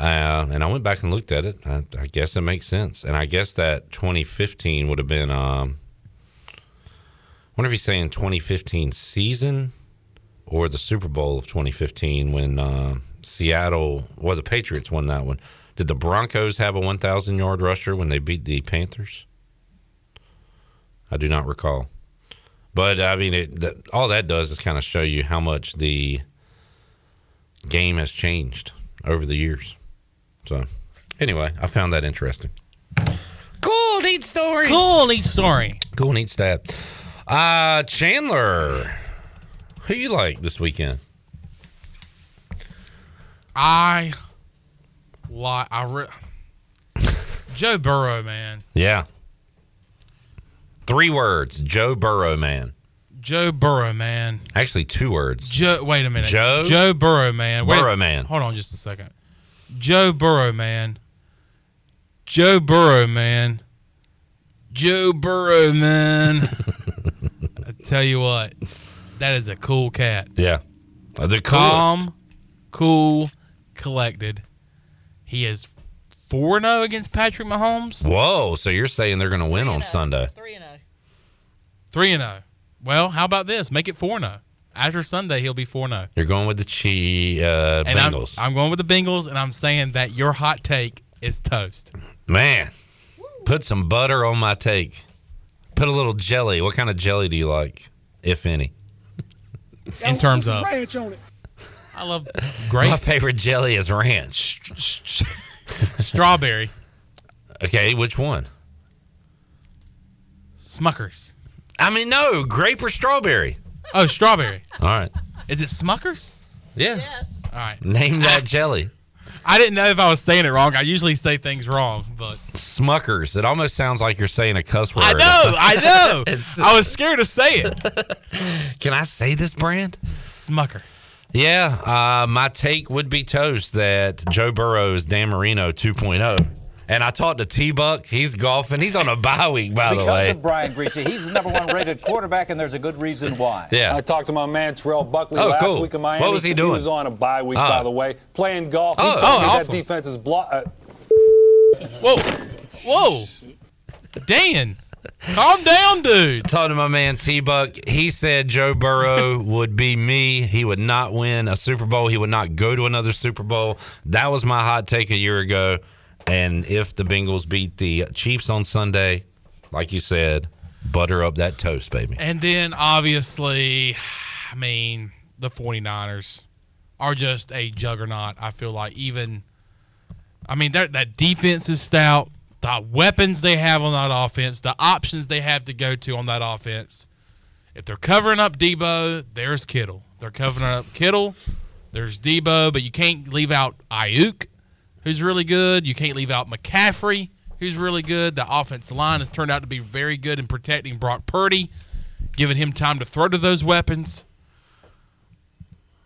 Uh, and I went back and looked at it. I, I guess it makes sense. And I guess that 2015 would have been. Um, I wonder if he's saying 2015 season or the Super Bowl of 2015 when uh, Seattle, well, the Patriots won that one. Did the Broncos have a 1,000 yard rusher when they beat the Panthers? I do not recall. But I mean, it, that all that does is kind of show you how much the game has changed over the years. So, anyway, I found that interesting. Cool, neat story.
Cool, neat story.
Cool, neat stat. Uh, Chandler, who you like this weekend?
I like I re- Joe Burrow, man.
Yeah. Three words Joe Burrow, man.
Joe Burrow, man.
Actually, two words.
Joe, wait a minute.
Joe?
Joe Burrow, man. Wait-
Burrow man.
Hold on, just a second. Joe Burrow, man. Joe Burrow, man. Joe Burrow,
*laughs*
man. I tell you what, that is a cool cat.
Yeah. Uh, The coolest.
Calm, cool, collected. He is 4 0 against Patrick Mahomes.
Whoa. So you're saying they're going to win on Sunday?
3 0. oh. Well, how about this? Make it 4 0. After Sunday, he'll be oh. 4 0.
You're going with the Chi uh,
And I'm,
Bengals.
I'm going with the Bengals, and I'm saying that your hot take is toast.
Man, put some butter on my take. Put a little jelly. What kind of jelly do you like, if any?
In terms of
Ranch on it.
I love grape.
My favorite jelly is ranch.
*laughs* strawberry,
Okay, which one?
Smuckers.
I mean, no, grape or strawberry.
Oh, strawberry.
All right.
Is it Smuckers?
Yeah.
All right. *laughs*
Name that jelly.
I didn't know if I was saying it wrong. I usually say things wrong, but
Smuckers. It almost sounds like you're saying a cuss word.
I know, I
*laughs*
know. I was scared to say it.
Can I say this brand?
Smucker.
Yeah, uh, my take would be toast that Joe Burrow is Dan Marino 2.0. And I talked to T Buck. He's golfing. He's on a bye week, by
because
the way.
of Brian Greasy, he's the number one rated quarterback, and there's a good reason why.
Yeah.
I talked to my man Terrell Buckley
Oh,
last
cool.
week in Miami.
What was he doing?
He was on a bye week,
Ah.
by the way, playing golf. He
Oh,
told
oh,
me
awesome.
that defense is block. Uh,
Whoa, whoa, Dan, calm down, dude.
I talked to my man T Buck. He said Joe Burrow would be me. He would not win a Super Bowl. He would not go to another Super Bowl. That was my hot take a year ago. And if the Bengals beat the Chiefs on Sunday, like you said, butter up that toast, baby.
And then obviously, I mean, the 49ers are just a juggernaut. I feel like even I mean, that that defense is stout. The weapons they have on that offense, the options they have to go to on that offense. If they're covering up Debo, there's Kittle. They're covering up Kittle. There's Debo, but you can't leave out Ayuk, who's really good. You can't leave out McCaffrey, who's really good. The offensive line has turned out to be very good in protecting Brock Purdy, giving him time to throw to those weapons.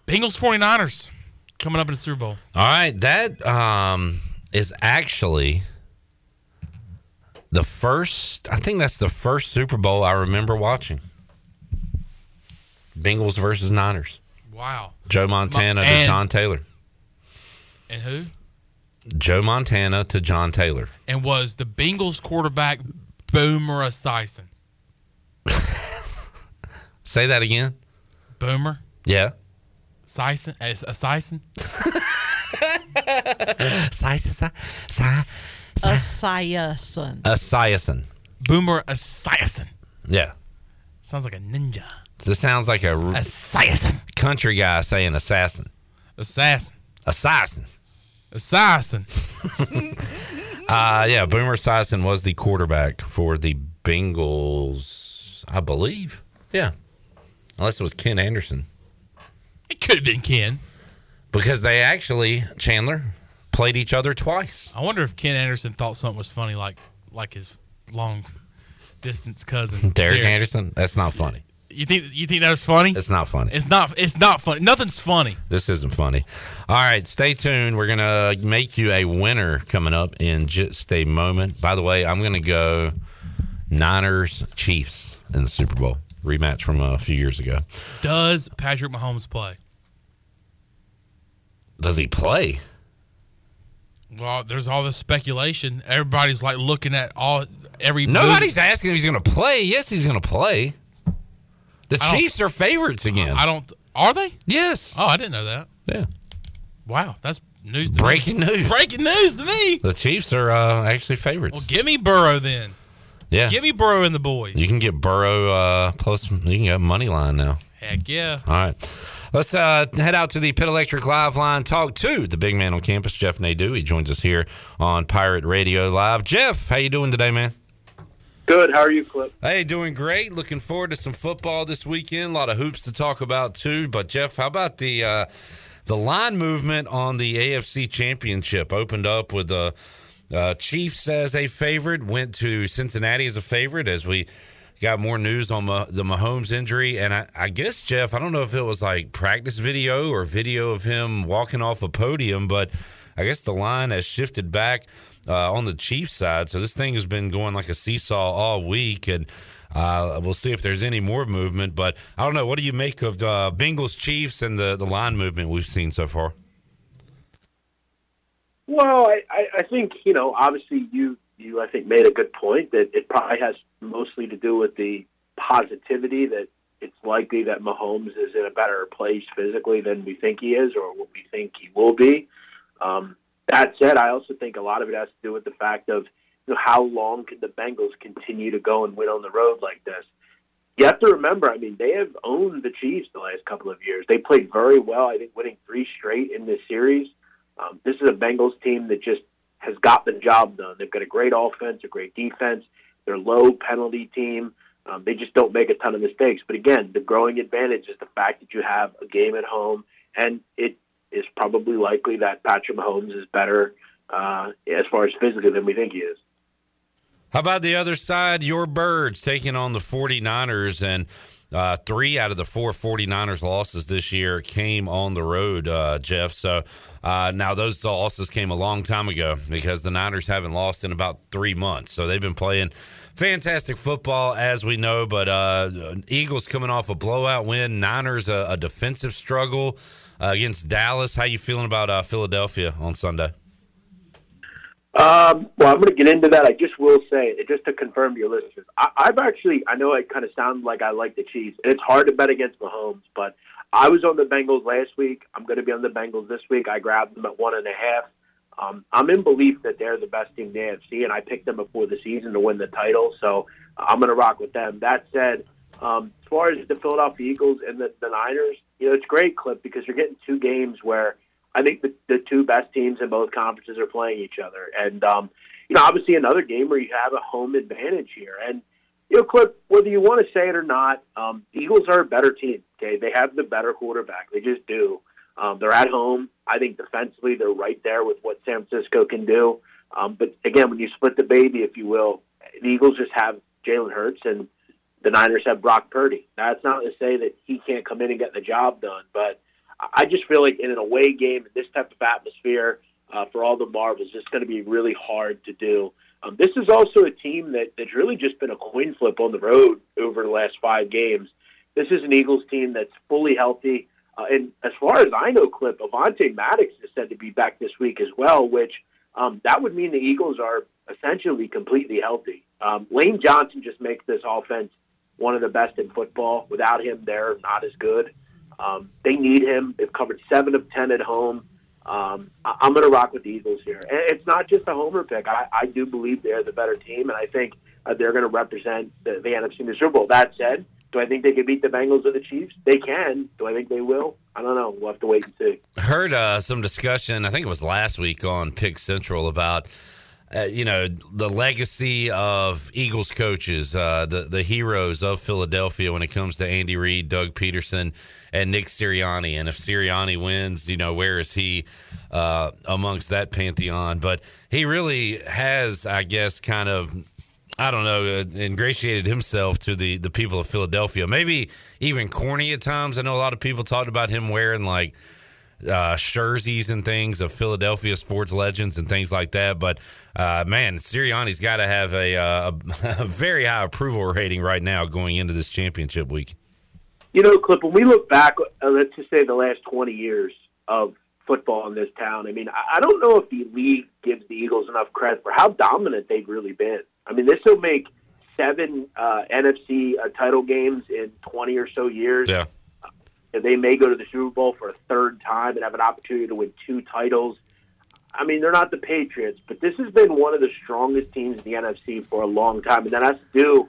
Bengals 49ers coming up in the Super Bowl.
All right, that um, is actually the first. I think that's the first Super Bowl I remember watching. Bengals versus Niners.
Wow.
Joe Montana
Mo-
to
and-
John Taylor.
And who?
Joe Montana to John Taylor.
and was the Bengals quarterback Boomer Esiason.
*laughs* Say that again.
Boomer
Yeah.
Esiason. Es-
*laughs*
Esiason.
Asiason.
Esiason.
Boomer Esiason.
Yeah.
Sounds like a ninja.
This sounds like a r-
Assassin.
country guy saying assassin.
Assassin.
Assassin.
Assassin.
*laughs* Uh, yeah, Boomer Esiason was the quarterback for the Bengals, I believe. Yeah. Unless it was Ken Anderson.
It could have been Ken.
Because they actually, Chandler, played each other twice.
I wonder if Ken Anderson thought something was funny, like like his long distance cousin
Derek Anderson? That's not funny.
You think you think that was funny?
It's not funny.
It's not. It's not funny. Nothing's funny.
This isn't funny. All right, stay tuned. We're going to make you a winner coming up in just a moment. By the way, I'm going to go Niners Chiefs in the Super Bowl rematch from a few years ago.
Does Patrick Mahomes play?
Does he play?
Well, there's all this speculation. Everybody's like looking at all every. move.
Nobody's asking if he's going to play. Yes, he's going to play. The
I don't-
Chiefs are favorites again.
I don't. Are they?
Yes.
Oh, I didn't know that.
Yeah.
Wow, that's news. To
Breaking
me.
news.
Breaking news to me.
The Chiefs are uh, actually favorites.
Well, give me Burrow then.
yeah.
Give me Burrow and the boys.
You can get Burrow uh, plus. You can get money line now.
Heck yeah.
All right. Let's uh, head out to the Pit Electric Live line. Talk to the big man on campus, Jeff Nadeau. He joins us here on Pirate Radio Live. Jeff, how you doing today, man?
Good. How are you, Clip?
Hey, doing great. Looking forward to some football this weekend. A lot of hoops to talk about too. But Jeff, how about the uh, the line movement on the AFC Championship opened up with the uh, Chiefs as a favorite, went to Cincinnati as a favorite as we got more news on Ma- the Mahomes injury. And I, I guess Jeff, I don't know if it was like practice video or video of him walking off a podium, but I guess the line has shifted back uh, on the Chiefs side. So this thing has been going like a seesaw all week, and uh, we'll see if there's any more movement. But I don't know. What do you make of the Bengals Chiefs and the, the line movement we've seen so far?
Well, I, I, I think you know. Obviously, you you I think made a good point that it probably has mostly to do with the positivity that it's likely that Mahomes is in a better place physically than we think he is, or what we think he will be. Um, that said, I also think a lot of it has to do with the fact of you know how long can the Bengals continue to go and win on the road like this. You have to remember, I mean, they have owned the Chiefs the last couple of years. They played very well, I think, winning three straight in this series. Um, this is a Bengals team that just has got the job done. They've got a great offense, a great defense. They're a low penalty team. Um, they just don't make a ton of mistakes. But again, the growing advantage is the fact that you have a game at home, and it is probably likely that Patrick Mahomes is better uh, as far as physically than we think he is.
How about the other side? Your birds taking on the 49ers and uh, three out of the four 49ers losses this year came on the road, uh, Jeff. So uh, now those losses came a long time ago because the Niners haven't lost in about three months. So they've been playing fantastic football, as we know. But uh, Eagles coming off a blowout win, Niners a, a defensive struggle uh, against Dallas. How you feeling about uh, Philadelphia on Sunday?
Um, well, I'm going to get into that. I just will say, just to confirm to your listeners, I, I've actually, I know I kind of sound like I like the Chiefs, and it's hard to bet against Mahomes, but I was on the Bengals last week. I'm going to be on the Bengals this week. I grabbed them at one and a half. Um, I'm in belief that they're the best team in the AFC, and I picked them before the season to win the title, so I'm going to rock with them. That said, um, as far as the Philadelphia Eagles and the, the Niners, you know, it's great, Clip, because you're getting two games where – I think the, the two best teams in both conferences are playing each other. And, um, you know, obviously another game where you have a home advantage here. And, you know, Clip, whether you want to say it or not, um, the Eagles are a better team. Okay. They have the better quarterback. They just do. Um, they're at home. I think defensively, they're right there with what San Francisco can do. Um, but again, when you split the baby, if you will, the Eagles just have Jalen Hurts and the Niners have Brock Purdy. Now, that's not to say that he can't come in and get the job done, but I just feel like in an away game, in this type of atmosphere, uh, for all the marbles, it's going to be really hard to do. Um, this is also a team that, that's really just been a coin flip on the road over the last five games. This is an Eagles team that's fully healthy. Uh, and as far as I know, Clip, Avante Maddox is said to be back this week as well, which um, that would mean the Eagles are essentially completely healthy. Um, Lane Johnson just makes this offense one of the best in football. Without him, they're not as good. Um, they need him. They've covered seven of ten at home. Um, I- I'm going to rock with the Eagles here. And it's not just a homer pick. I, I do believe they're the better team, and I think uh, they're going to represent the-, the NFC in the Super Bowl. That said, do I think they could beat the Bengals or the Chiefs? They can. Do I think they will? I don't know. We'll have to wait and see.
Heard uh, some discussion, I think it was last week on Pick Central about. Uh, you know the legacy of Eagles coaches, uh, the the heroes of Philadelphia when it comes to Andy Reid, Doug Peterson, and Nick Sirianni. And if Sirianni wins, you know where is he uh, amongst that pantheon? But he really has, I guess, kind of. I don't know, uh, ingratiated himself to the, the people of Philadelphia. Maybe even corny at times. I know a lot of people talked about him wearing like uh, jerseys and things of Philadelphia sports legends and things like that. But uh, man, Sirianni's got to have a, uh, a *laughs* very high approval rating right now going into this championship week.
You know, Clip, when we look back, uh, let's just say the last 20 years of football in this town, I mean, I I don't know if the league gives the Eagles enough credit for how dominant they've really been. I mean, this will make seven uh, NFC uh, title games in 20 or so years.
Yeah.
Uh, They may go to the Super Bowl for a third time and have an opportunity to win two titles. I mean, they're not the Patriots, but this has been one of the strongest teams in the NFC for a long time, and that has to do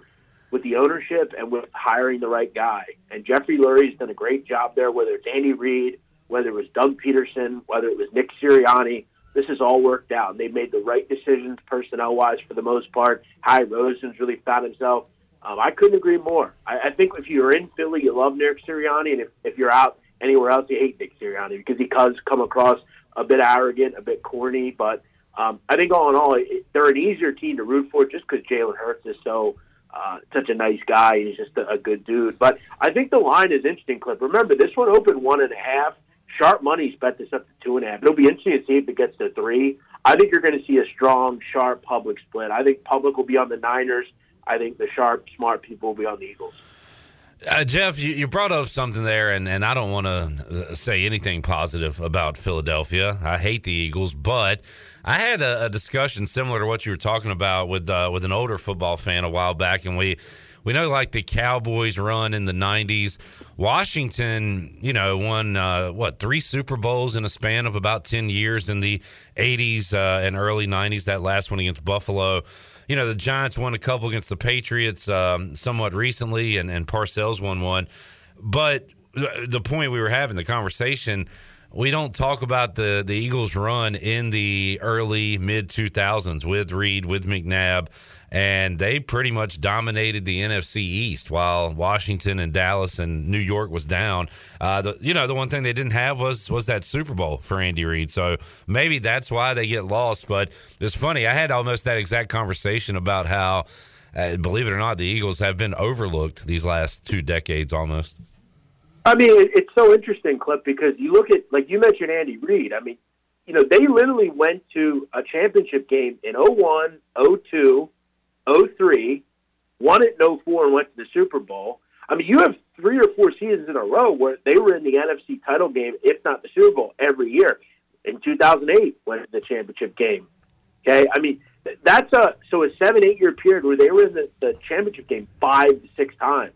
with the ownership and with hiring the right guy. And Jeffrey Lurie's done a great job there, whether it's Andy Reid, whether it was Doug Peterson, whether it was Nick Sirianni. This has all worked out. They made the right decisions personnel wise for the most part. High Rosen's really found himself. Um, I couldn't agree more. I, I think if you're in Philly, you love Nick Sirianni, and if, if you're out anywhere else, you hate Nick Sirianni because he does come across a bit arrogant, a bit corny. But um, I think all in all, it, they're an easier team to root for just because Jalen Hurts is so uh, such a nice guy. He's just a, a good dude. But I think the line is interesting, Clip. Remember, this one opened one and a half. Sharp money's bet this up to two and a half. It'll be interesting to see if it gets to three. I think you're going to see a strong, sharp public split. I think public will be on the Niners. I think the sharp, smart people will be on the Eagles.
Uh, Jeff, you, you brought up something there, and, and I don't want to say anything positive about Philadelphia. I hate the Eagles, but I had a, a discussion similar to what you were talking about with uh, with an older football fan a while back, and we we know like the Cowboys run in the '90s. Washington, you know, won uh, what three Super Bowls in a span of about ten years in the '80s uh, and early '90s. That last one against Buffalo you know the Giants won a couple against the Patriots um, somewhat recently, and and Parcells won one. But the point we were having the conversation we don't talk about the the Eagles' run in the early mid 2000s with Reed, with McNabb, and they pretty much dominated the NFC East while Washington and Dallas and New York was down. Uh, the, you know, the one thing they didn't have was was that Super Bowl for Andy Reid. So maybe that's why they get lost. But it's funny. I had almost that exact conversation about how, uh, believe it or not, the Eagles have been overlooked these last two decades almost.
I mean, it, it's so interesting, Clip, because you look at, like you mentioned Andy Reid. I mean, you know, they literally went to a championship game in 01, 02, 03, won it in 04, and went to the Super Bowl. I mean, you have three or four seasons in a row where they were in the NFC title game, if not the Super Bowl, every year. In 2008, went to the championship game. Okay? I mean, th- that's a, so a seven, eight year period where they were in the, the championship game five to six times.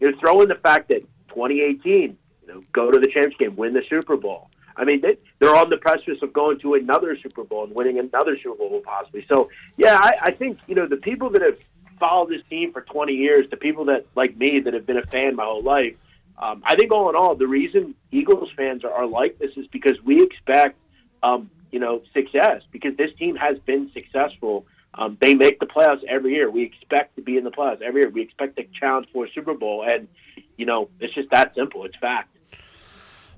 You know, throw in the fact that 2018, you know, go to the championship game, win the Super Bowl. I mean, they, they're on the precipice of going to another Super Bowl and winning another Super Bowl possibly. So, yeah, I, I think you know the people that have followed this team for 20 years, the people that like me that have been a fan my whole life. Um, I think all in all, the reason Eagles fans are, are like this is because we expect um, you know success because this team has been successful. Um, they make the playoffs every year. We expect to be in the playoffs every year. We expect to challenge for a Super Bowl, and you know, it's just that simple. It's fact.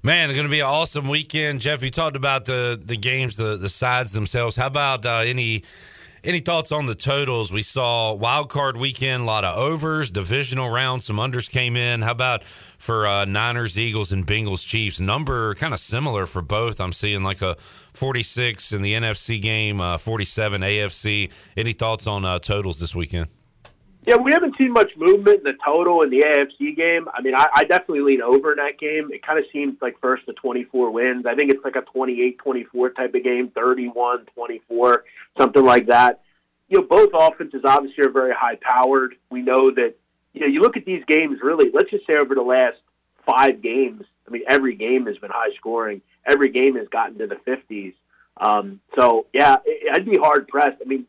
Man, it's going to be an awesome weekend, Jeff. You talked about the the games, the the sides themselves. How about uh, any any thoughts on the totals? We saw wild card weekend, a lot of overs, divisional round, some unders came in. How about for uh, Niners, Eagles, and Bengals, Chiefs? Number kind of similar for both. I'm seeing like a 46 in the NFC game, uh, 47 AFC. Any thoughts on uh, totals this weekend?
Yeah, we haven't seen much movement in the total in the AFC game. I mean, I, I definitely lean over in that game. It kind of seems like first to 24 wins. I think it's like a 28 24 type of game, 31 24, something like that. You know, both offenses obviously are very high powered. We know that, you know, you look at these games really, let's just say over the last five games, I mean, every game has been high scoring, every game has gotten to the 50s. Um, so, yeah, it, I'd be hard pressed. I mean,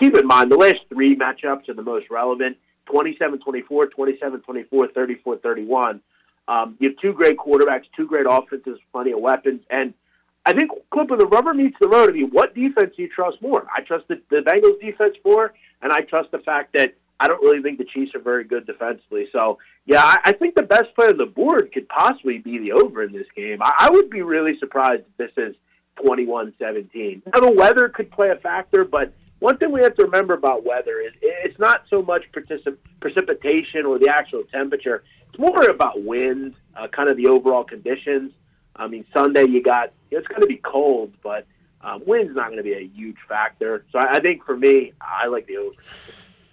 keep in mind the last three matchups are the most relevant 27 24, 27 24, 34 31. Um, you have two great quarterbacks, two great offenses, plenty of weapons. And I think, Clip, when the rubber meets the road, I mean, what defense do you trust more? I trust the, the Bengals defense more, and I trust the fact that I don't really think the Chiefs are very good defensively. So, yeah, I, I think the best play on the board could possibly be the over in this game. I, I would be really surprised if this is 21 17. Now, the weather could play a factor, but one thing we have to remember about weather is it's not so much particip- precipitation or the actual temperature. It's more about wind, uh, kind of the overall conditions. I mean, Sunday you got it's going to be cold, but um, wind's not going to be a huge factor. So I, I think for me, I like the over.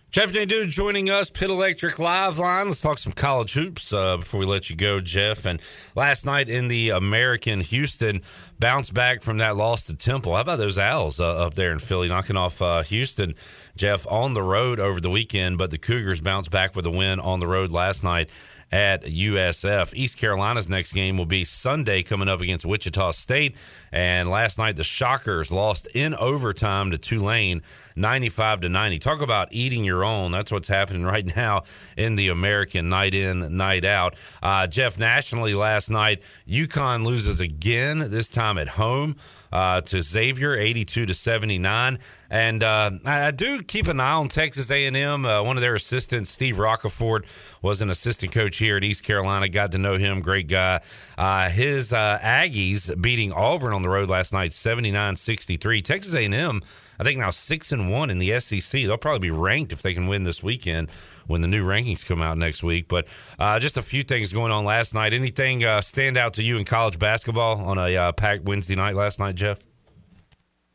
Jeff Nadeau joining us, Pit Electric Live Line. Let's talk some college hoops uh, before we let you go, Jeff. And last night in the American, Houston bounced back from that loss to Temple. How about those Owls uh, up there in Philly knocking off uh, Houston, Jeff, on the road over the weekend? But the Cougars bounced back with a win on the road last night at USF. East Carolina's next game will be Sunday coming up against Wichita State. And last night, the Shockers lost in overtime to Tulane 95 to 90. Talk about eating your own. That's what's happening *laughs* right now in the American night in, night out. Uh, Jeff, nationally last night, UConn loses again, this time at home. Uh, to Xavier, 82 to 79. And uh, I, I do keep an eye on Texas A&M. Uh, one of their assistants, Steve Rockeford, was an assistant coach here at East Carolina. Got to know him, great guy. Uh, his Aggies beating Auburn on the road last night, 79-63. Texas A&M, I think now six and one in the SEC. They'll probably be ranked if they can win this weekend when the new rankings come out next week. But uh, just a few things going on last night. Anything uh, stand out to you in college basketball on a uh, packed Wednesday night last night, Jeff?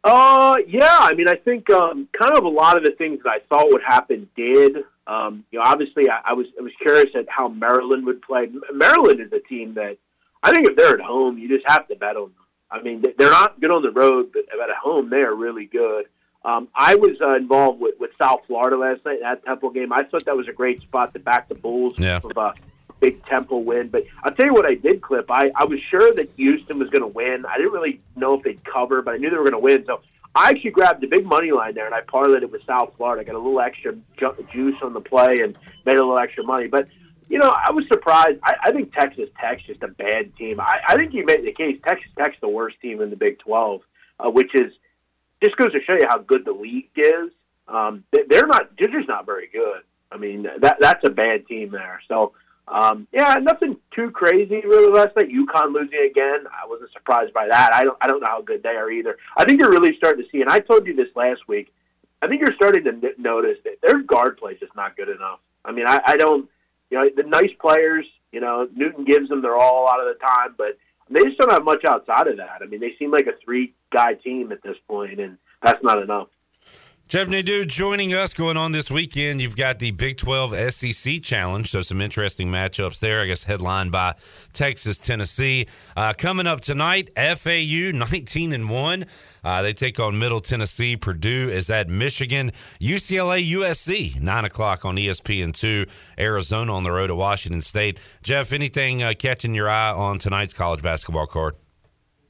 Uh, yeah. I mean, I think um, kind of a lot of the things that I thought would happen did. Um, you know, obviously, I, I was I was curious at how Maryland would play. Maryland is a team that I think if they're at home, you just have to bet on them. I mean, they're not good on the road, but at home, they are really good. Um, I was uh, involved with, with South Florida last night in that Temple game. I thought that was a great spot to back the Bulls uh,
yeah.
with a big Temple win. But I'll tell you what I did, Clip. I, I was sure that Houston was going to win. I didn't really know if they'd cover, but I knew they were going to win. So I actually grabbed the big money line there and I parlayed it with South Florida. I got a little extra ju- juice on the play and made a little extra money. But You know, I was surprised. I, I think Texas Tech's just a bad team. I, I think you made the case. Texas Tech's the worst team in the Big 12, uh, which is just goes to show you how good the league is. Um, they, they're not. They're just not very good. I mean, that that's a bad team there. So, um, yeah, nothing too crazy really last night. UConn losing again. I wasn't surprised by that. I don't. I don't know how good they are either. I think you're really starting to see, and I told you this last week. I think you're starting to n- notice that their guard play is just not good enough. I mean, I, I don't. You know, the nice players. You know, Newton gives them their all a lot of the time, but they just don't have much outside of that. I mean, they seem like a three guy team at this point, and that's not enough.
Jeff Nadeau joining us going on this weekend. You've got the Big 12 SEC Challenge, so some interesting matchups there. I guess headlined by Texas, Tennessee. Uh, coming up tonight, FAU 19 and one. Uh, they take on Middle Tennessee. Purdue is at Michigan. UCLA, USC, nine o'clock on E ESPN two. Arizona on the road to Washington State. Jeff, anything uh, catching your eye on tonight's college basketball card?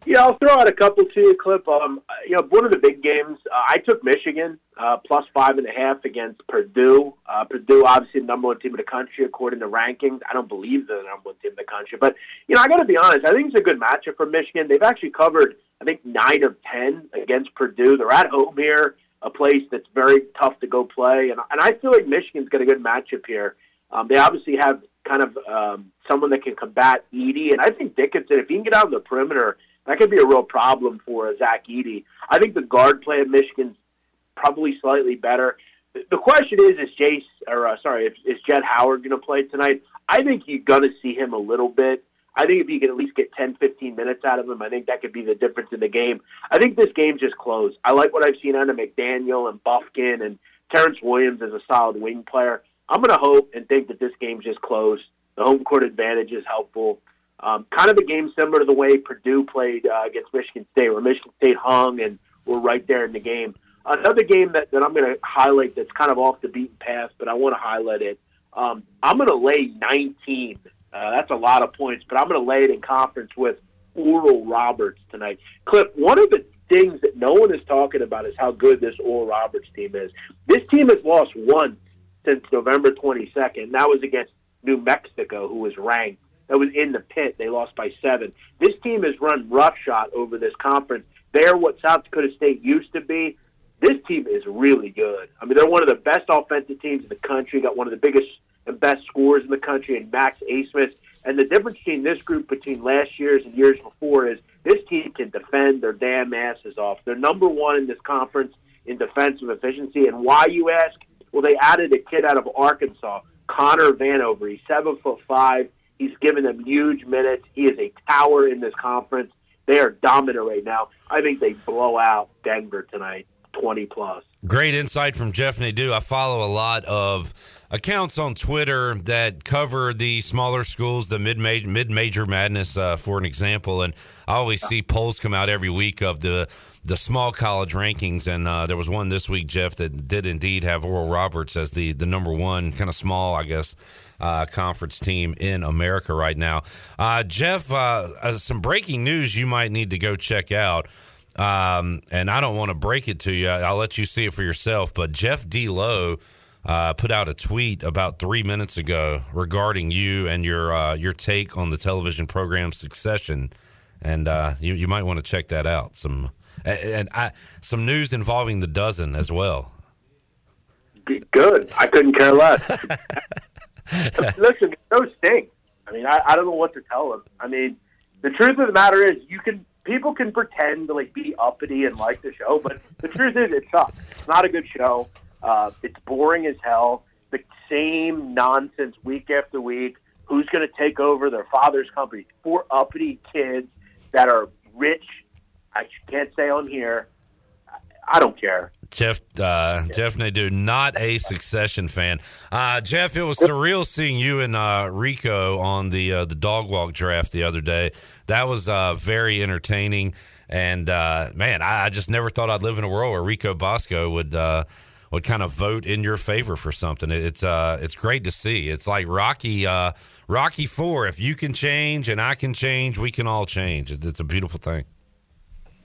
Yeah, I'll throw out a couple to you, Clip. Um, you know, one of the big games, uh, I took Michigan uh, plus five and a half against Purdue. Uh, Purdue, obviously, the number one team in the country according to rankings. I don't believe they're the number one team in the country, but you know, I got to be honest. I think it's a good matchup for Michigan. They've actually covered, I think, nine of ten against Purdue. They're at home here, a place that's very tough to go play, and and I feel like Michigan's got a good matchup here. Um, they obviously have kind of um, someone that can combat Edie, and I think Dickinson, if he can get out on the perimeter that could be a real problem for uh, Zach Eady. I think the guard play of Michigan's probably slightly better. The question is, is Jace or uh, sorry, if, is Jed Howard going to play tonight? I think you're going to see him a little bit. I think if you can at least get 10, 15 minutes out of him, I think that could be the difference in the game. I think this game's just close. I like what I've seen out of McDaniel and Buffkin and Terrence Williams as a solid wing player. I'm going to hope and think that this game's just close. The home court advantage is helpful. Um, kind of a game similar to the way Purdue played uh, against Michigan State, where Michigan State hung and were right there in the game. Another game that, that I'm going to highlight that's kind of off the beaten path, but I want to highlight it. Um, I'm going to lay 19. Uh, that's a lot of points, but I'm going to lay it in conference with Oral Roberts tonight. Clip, one of the things that no one is talking about is how good this Oral Roberts team is. This team has lost one since November 22nd. That was against New Mexico, who was ranked that was in the pit. They lost by seven. This team has run roughshod over this conference. They're what South Dakota State used to be. This team is really good. I mean, they're one of the best offensive teams in the country. Got one of the biggest and best scorers in the country, and Max Asmith. And the difference between this group between last year's and years before is this team can defend their damn asses off. They're number one in this conference in defensive efficiency. And why you ask? Well, they added a kid out of Arkansas, Connor Vanover. He's seven foot five. He's given them huge minutes. He is a tower in this conference. They are dominant right now. I think they blow out Denver tonight, 20 plus.
Great insight from Jeff Nadeau. I follow a lot of accounts on Twitter that cover the smaller schools, the mid-major, mid-major madness, uh, for an example. And I always see polls come out every week of the the small college rankings, and uh, there was one this week, Jeff, that did indeed have Oral Roberts as the the number one kind of small, I guess, uh, conference team in America right now. Uh, Jeff, some breaking news you might need to go check out. Um, and I don't want to break it to you. I'll let you see it for yourself. But Jeff D. Lowe put out a tweet about three minutes ago regarding you and your uh, your take on the television program Succession, and uh, you, you might want to check that out. Some and I, some news involving the dozen as well.
Good. I couldn't care *laughs* less. Listen, no stink. I mean, I, I don't know what to tell them. I mean, the truth of the matter is, you can people can pretend to like be uppity and like the show, but the truth is, it sucks. It's not a good show. Uh, it's boring as hell. The same nonsense week after week. Who's going to take over their father's company? Four uppity kids that are rich I can't say on here. I don't care.
Jeff, uh, Jeff Nadeau, not a Succession fan. Uh, Jeff, it was surreal seeing you and uh, Rico on the uh, the dog walk draft the other day. That was uh, very entertaining, and uh, man, I, I just never thought I'd live in a world where Rico Bosco would uh, would kind of vote in your favor for something. It, it's uh, it's great to see. It's like Rocky uh, Rocky Four. If you can change and I can change, we can all change. It, it's a beautiful thing.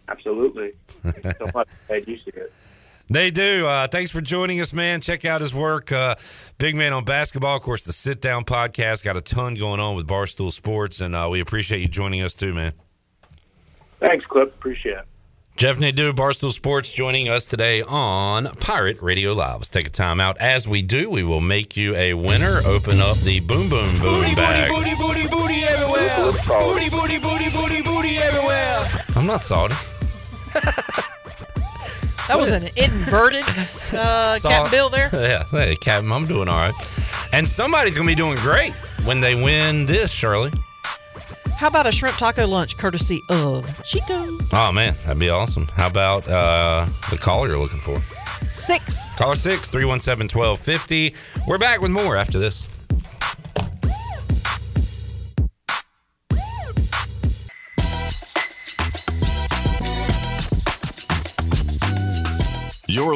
Absolutely. so much. Glad you see it.
They do. Uh, thanks for joining us, man. Check out his work, uh, Big Man on Basketball. Of course, the Sit Down Podcast got a ton going on with Barstool Sports, and uh, we appreciate you joining us too, man.
Thanks, Clip. Appreciate it.
Jeff Nadeau, Barstool Sports, joining us today on Pirate Radio Live. Let's take a time out. As we do, we will make you a winner. Open up the boom, boom, boom
Booty,
bag.
booty, booty, booty, booty everywhere. Booty, booty, booty, booty, booty everywhere.
I'm not salty.
That was an inverted uh,
Saw-
Captain Bill
*laughs*
there.
Yeah, hey, Captain, I'm doing all right. And somebody's going to be doing great when they win this, Shirley.
How about a shrimp taco lunch courtesy of Chico?
Oh, man, that'd be awesome. How about uh, the caller you're looking for?
Six.
Caller 6 317 1250. We're back with more after this.
You're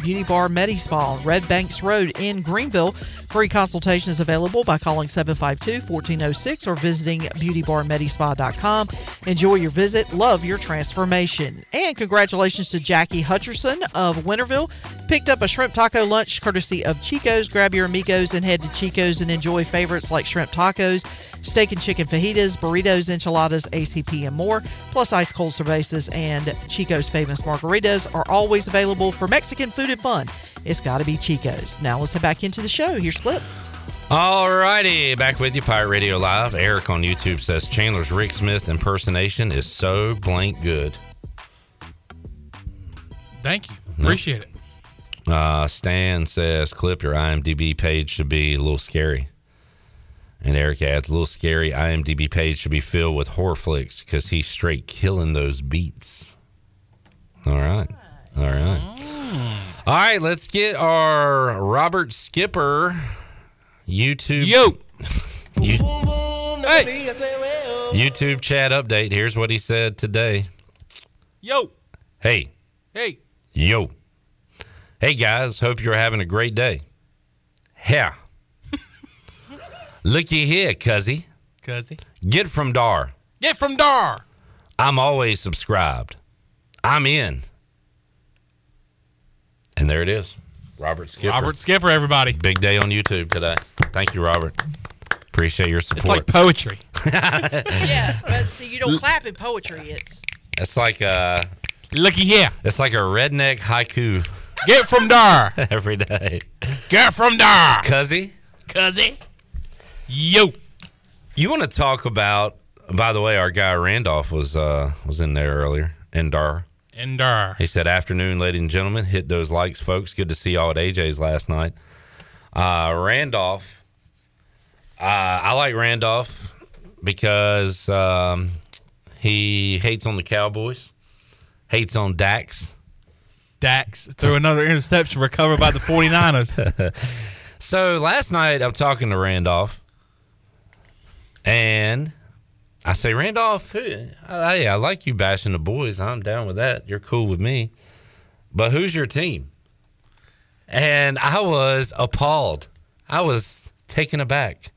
Beauty Bar Medi Spa on Red Banks Road in Greenville. Free consultation is available by calling 752 1406 or visiting beautybarmedispa.com. Enjoy your visit. Love your transformation. And congratulations to Jackie Hutcherson of Winterville. Picked up a shrimp taco lunch courtesy of Chico's. Grab your amigos and head to Chico's and enjoy favorites like shrimp tacos, steak and chicken fajitas, burritos, enchiladas, ACP, and more. Plus, ice cold cervezas and Chico's famous margaritas are always available for Mexican food and fun. It's got to be Chico's. Now let's head back into the show. Here's Clip.
All righty, back with you, Pirate Radio Live. Eric on YouTube says Chandler's Rick Smith impersonation is so blank good.
Thank you. Appreciate it.
Uh, Stan says, "Clip your IMDb page should be a little scary." And Eric adds, "A little scary IMDb page should be filled with horror flicks because he's straight killing those beats." All right, all
Mm.
right, all right. Let's get our Robert Skipper YouTube *laughs* yo YouTube chat update. Here's what he said today.
Yo.
Hey,
Hey.
Yo. Hey guys, hope you're having a great day. Yeah. Looky here, cuzzy.
Cuzzy.
Get from Dar.
Get from Dar.
I'm always subscribed. I'm in. And there it is. Robert Skipper.
Robert Skipper, everybody.
Big day on YouTube today. Thank you, Robert. Appreciate your support.
It's like
*laughs*
poetry.
yeah, but see, you don't clap in poetry. It's
It's like uh
Looky here.
It's like a redneck haiku.
Get from Dar.
*laughs* Every day.
Get from Dar.
Cuzzy.
Cuzzy. Yo.
You want to talk about? By the way, our guy Randolph was uh was in there earlier. Endar.
Endar.
He said, "Afternoon, ladies and gentlemen. Hit those likes, folks. Good to see y'all at AJ's last night." Uh, Randolph. Uh, I like Randolph because um, he hates on the Cowboys, hates on Dax.
Dax threw another interception recovered by the
*laughs*
49ers.
So last night I'm talking to Randolph, and I say, Randolph, who- I- hey, I like you bashing the boys. I'm down with that. You're cool with me. But who's your team? And I was appalled. I was taken aback.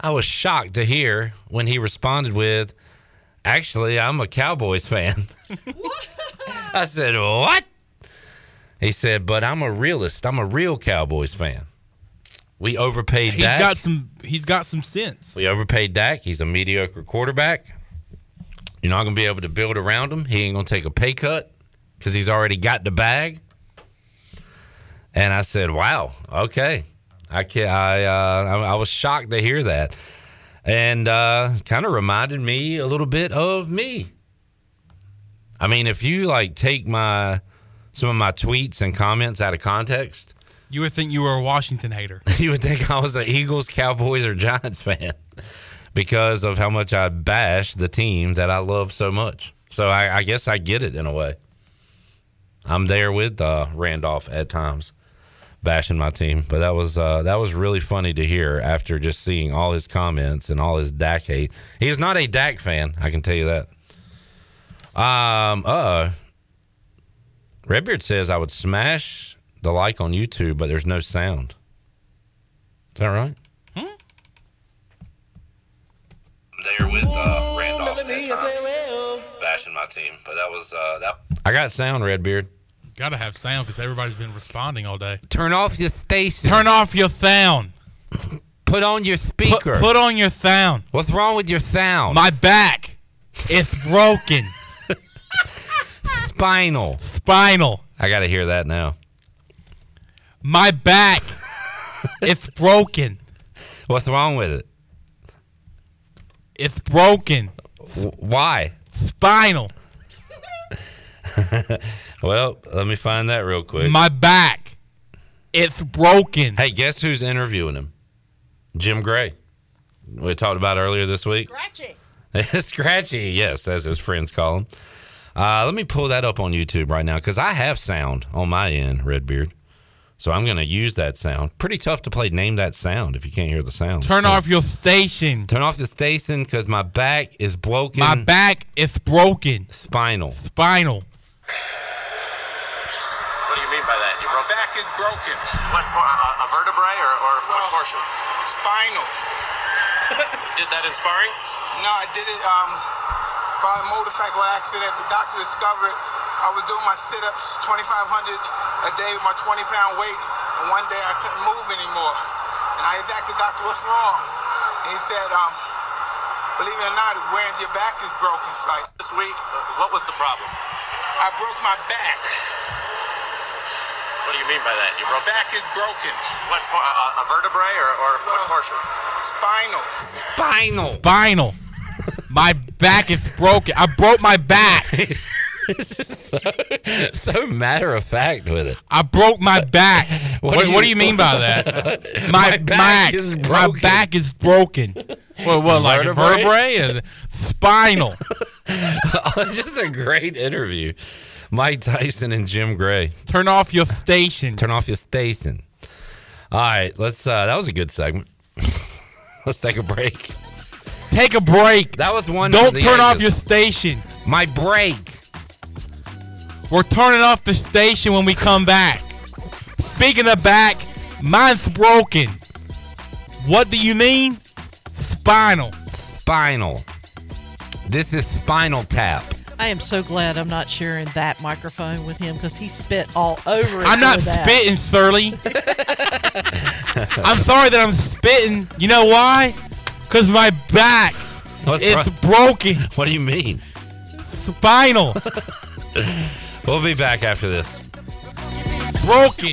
I was shocked to hear when he responded with, Actually, I'm a Cowboys fan. *laughs* I said, What? He said, But I'm a realist. I'm a real Cowboys fan. We overpaid
He's
Dak.
got some he's got some sense.
We overpaid Dak. He's a mediocre quarterback. You're not going to be able to build around him. He ain't going to take a pay cut because he's already got the bag. And I said, "Wow, okay." I can I uh, I, I was shocked to hear that, and uh, kind of reminded me a little bit of me. I mean, if you like take my some of my tweets and comments out of context,
You would think you were a Washington hater.
*laughs* you would think I was an Eagles, Cowboys, or Giants fan *laughs* because of how much I bash the team that I love so much. So I, I guess I get it in a way. I'm there with uh, Randolph at times, bashing my team. But that was uh, that was really funny to hear after just seeing all his comments and all his Dak hate. He is not a Dak fan, I can tell you that. Um, uh, Redbeard says I would smash the like on YouTube, but there's no sound. Is that right? There with uh, Randolph at times, bashing my team. But that was uh, that. I got sound, Redbeard.
Gotta have sound because everybody's been responding all day.
Turn off your station.
Turn off your sound.
Put on your speaker.
Put, put on your sound.
What's wrong with your sound?
My back. It's broken.
Spinal.
Spinal.
I gotta hear that now.
My back. it's broken.
What's wrong with it?
It's broken.
W- Why?
Spinal.
well, let me find that real quick.
My back. It's broken.
Hey, guess who's interviewing him? Jim Gray. We talked about earlier this week.
Scratchy.
*laughs* Scratchy, yes, as his friends call him. Uh, let me pull that up on YouTube right now because I have sound on my end, Redbeard. So I'm going to use that sound. Pretty tough to play Name That Sound if you can't hear the sound.
Turn
So-
off your station.
Turn off the station because my back is broken.
My back is broken.
Spinal.
Spinal.
What do you mean by that? Your back is broken. What, por- a, a vertebrae or, or what portion? Spinal. *laughs* did that inspiring?
No, I did it um, by a motorcycle accident. The doctor discovered I was doing my sit-ups, 2,500 a day with my 20-pound weight, and one day I couldn't move anymore. And I asked the doctor, "What's wrong?" And he said, um, "Believe it or not, it's wearing your back is broken." It's like
This week, uh, what was the problem?
I broke my back.
What do you mean by that? You
My
broke
back is broken. Uh,
What, por- a, a- a vertebrae or, or what portion?
Spinal.
Spinal.
Spinal. my back is broken. I broke my back.
so, *laughs* so matter of fact with it.
I broke my back.
What
What,
do
what do
you-
you mean by that? *laughs* My,
My back is
My
broken.
back is broken. Well, what, like a
Vertebrae?
vertebrae and spinal.
*laughs* Just a great interview. Mike Tyson and Jim Gray.
Turn off your station.
Turn off your station. All right, let's. Uh, that was a good segment. *laughs* let's take a break.
Take a break.
That was one.
Don't
for the
turn off
ages.
your station.
My break.
We're turning off the station when we come back. Speaking of back, mine's broken. What do you *laughs* mean? Spinal.
Spinal. This is Spinal Tap.
I am so glad I'm not sharing that microphone with him because he spit all over it.
I'm not
for that.
spitting, Surly. I'm sorry that I'm spitting. You know why? Because my back
What's
is
wrong?
broken.
*laughs* What do you mean?
Spinal.
We'll be back after this.
broken.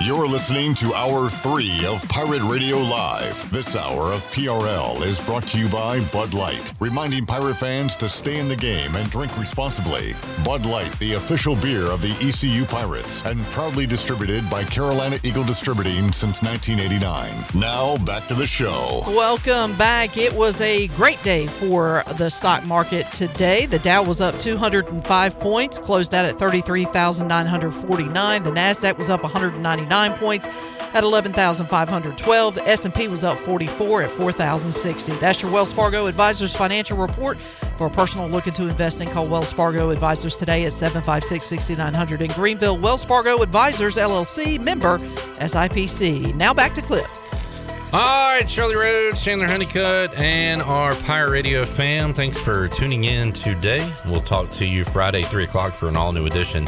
You're listening to Hour 3 of Pirate Radio Live. This hour of PRL is brought to you by Bud Light, reminding pirate fans to stay in the game and drink responsibly. Bud Light, the official beer of the ECU Pirates, and proudly distributed by Carolina Eagle Distributing since 1989. Now, back to the show.
Welcome back. It was a great day for the stock market today. The Dow was up 205 points, closed out at 33,949. The Nasdaq was up 199 points at 11,512. The S&P was up 44 at 4,060. That's your Wells Fargo Advisors Financial Report. For a personal look into investing, call Wells Fargo Advisors today at 756-6900 in Greenville. Wells Fargo Advisors, LLC, member SIPC. Now back to Cliff.
All right, Shirley Rhodes, Chandler Honeycutt, and our Pirate Radio fam, thanks for tuning in today. We'll talk to you Friday, 3 o'clock, for an all new edition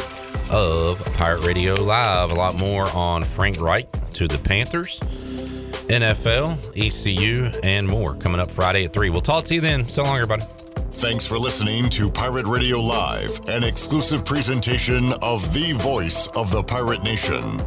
of Pirate Radio Live. A lot more on Frank Wright to the Panthers, NFL, ECU, E and more coming up Friday at 3. We'll talk to you then. So long, everybody.
Thanks for listening to Pirate Radio Live, an exclusive presentation of the voice of the pirate nation.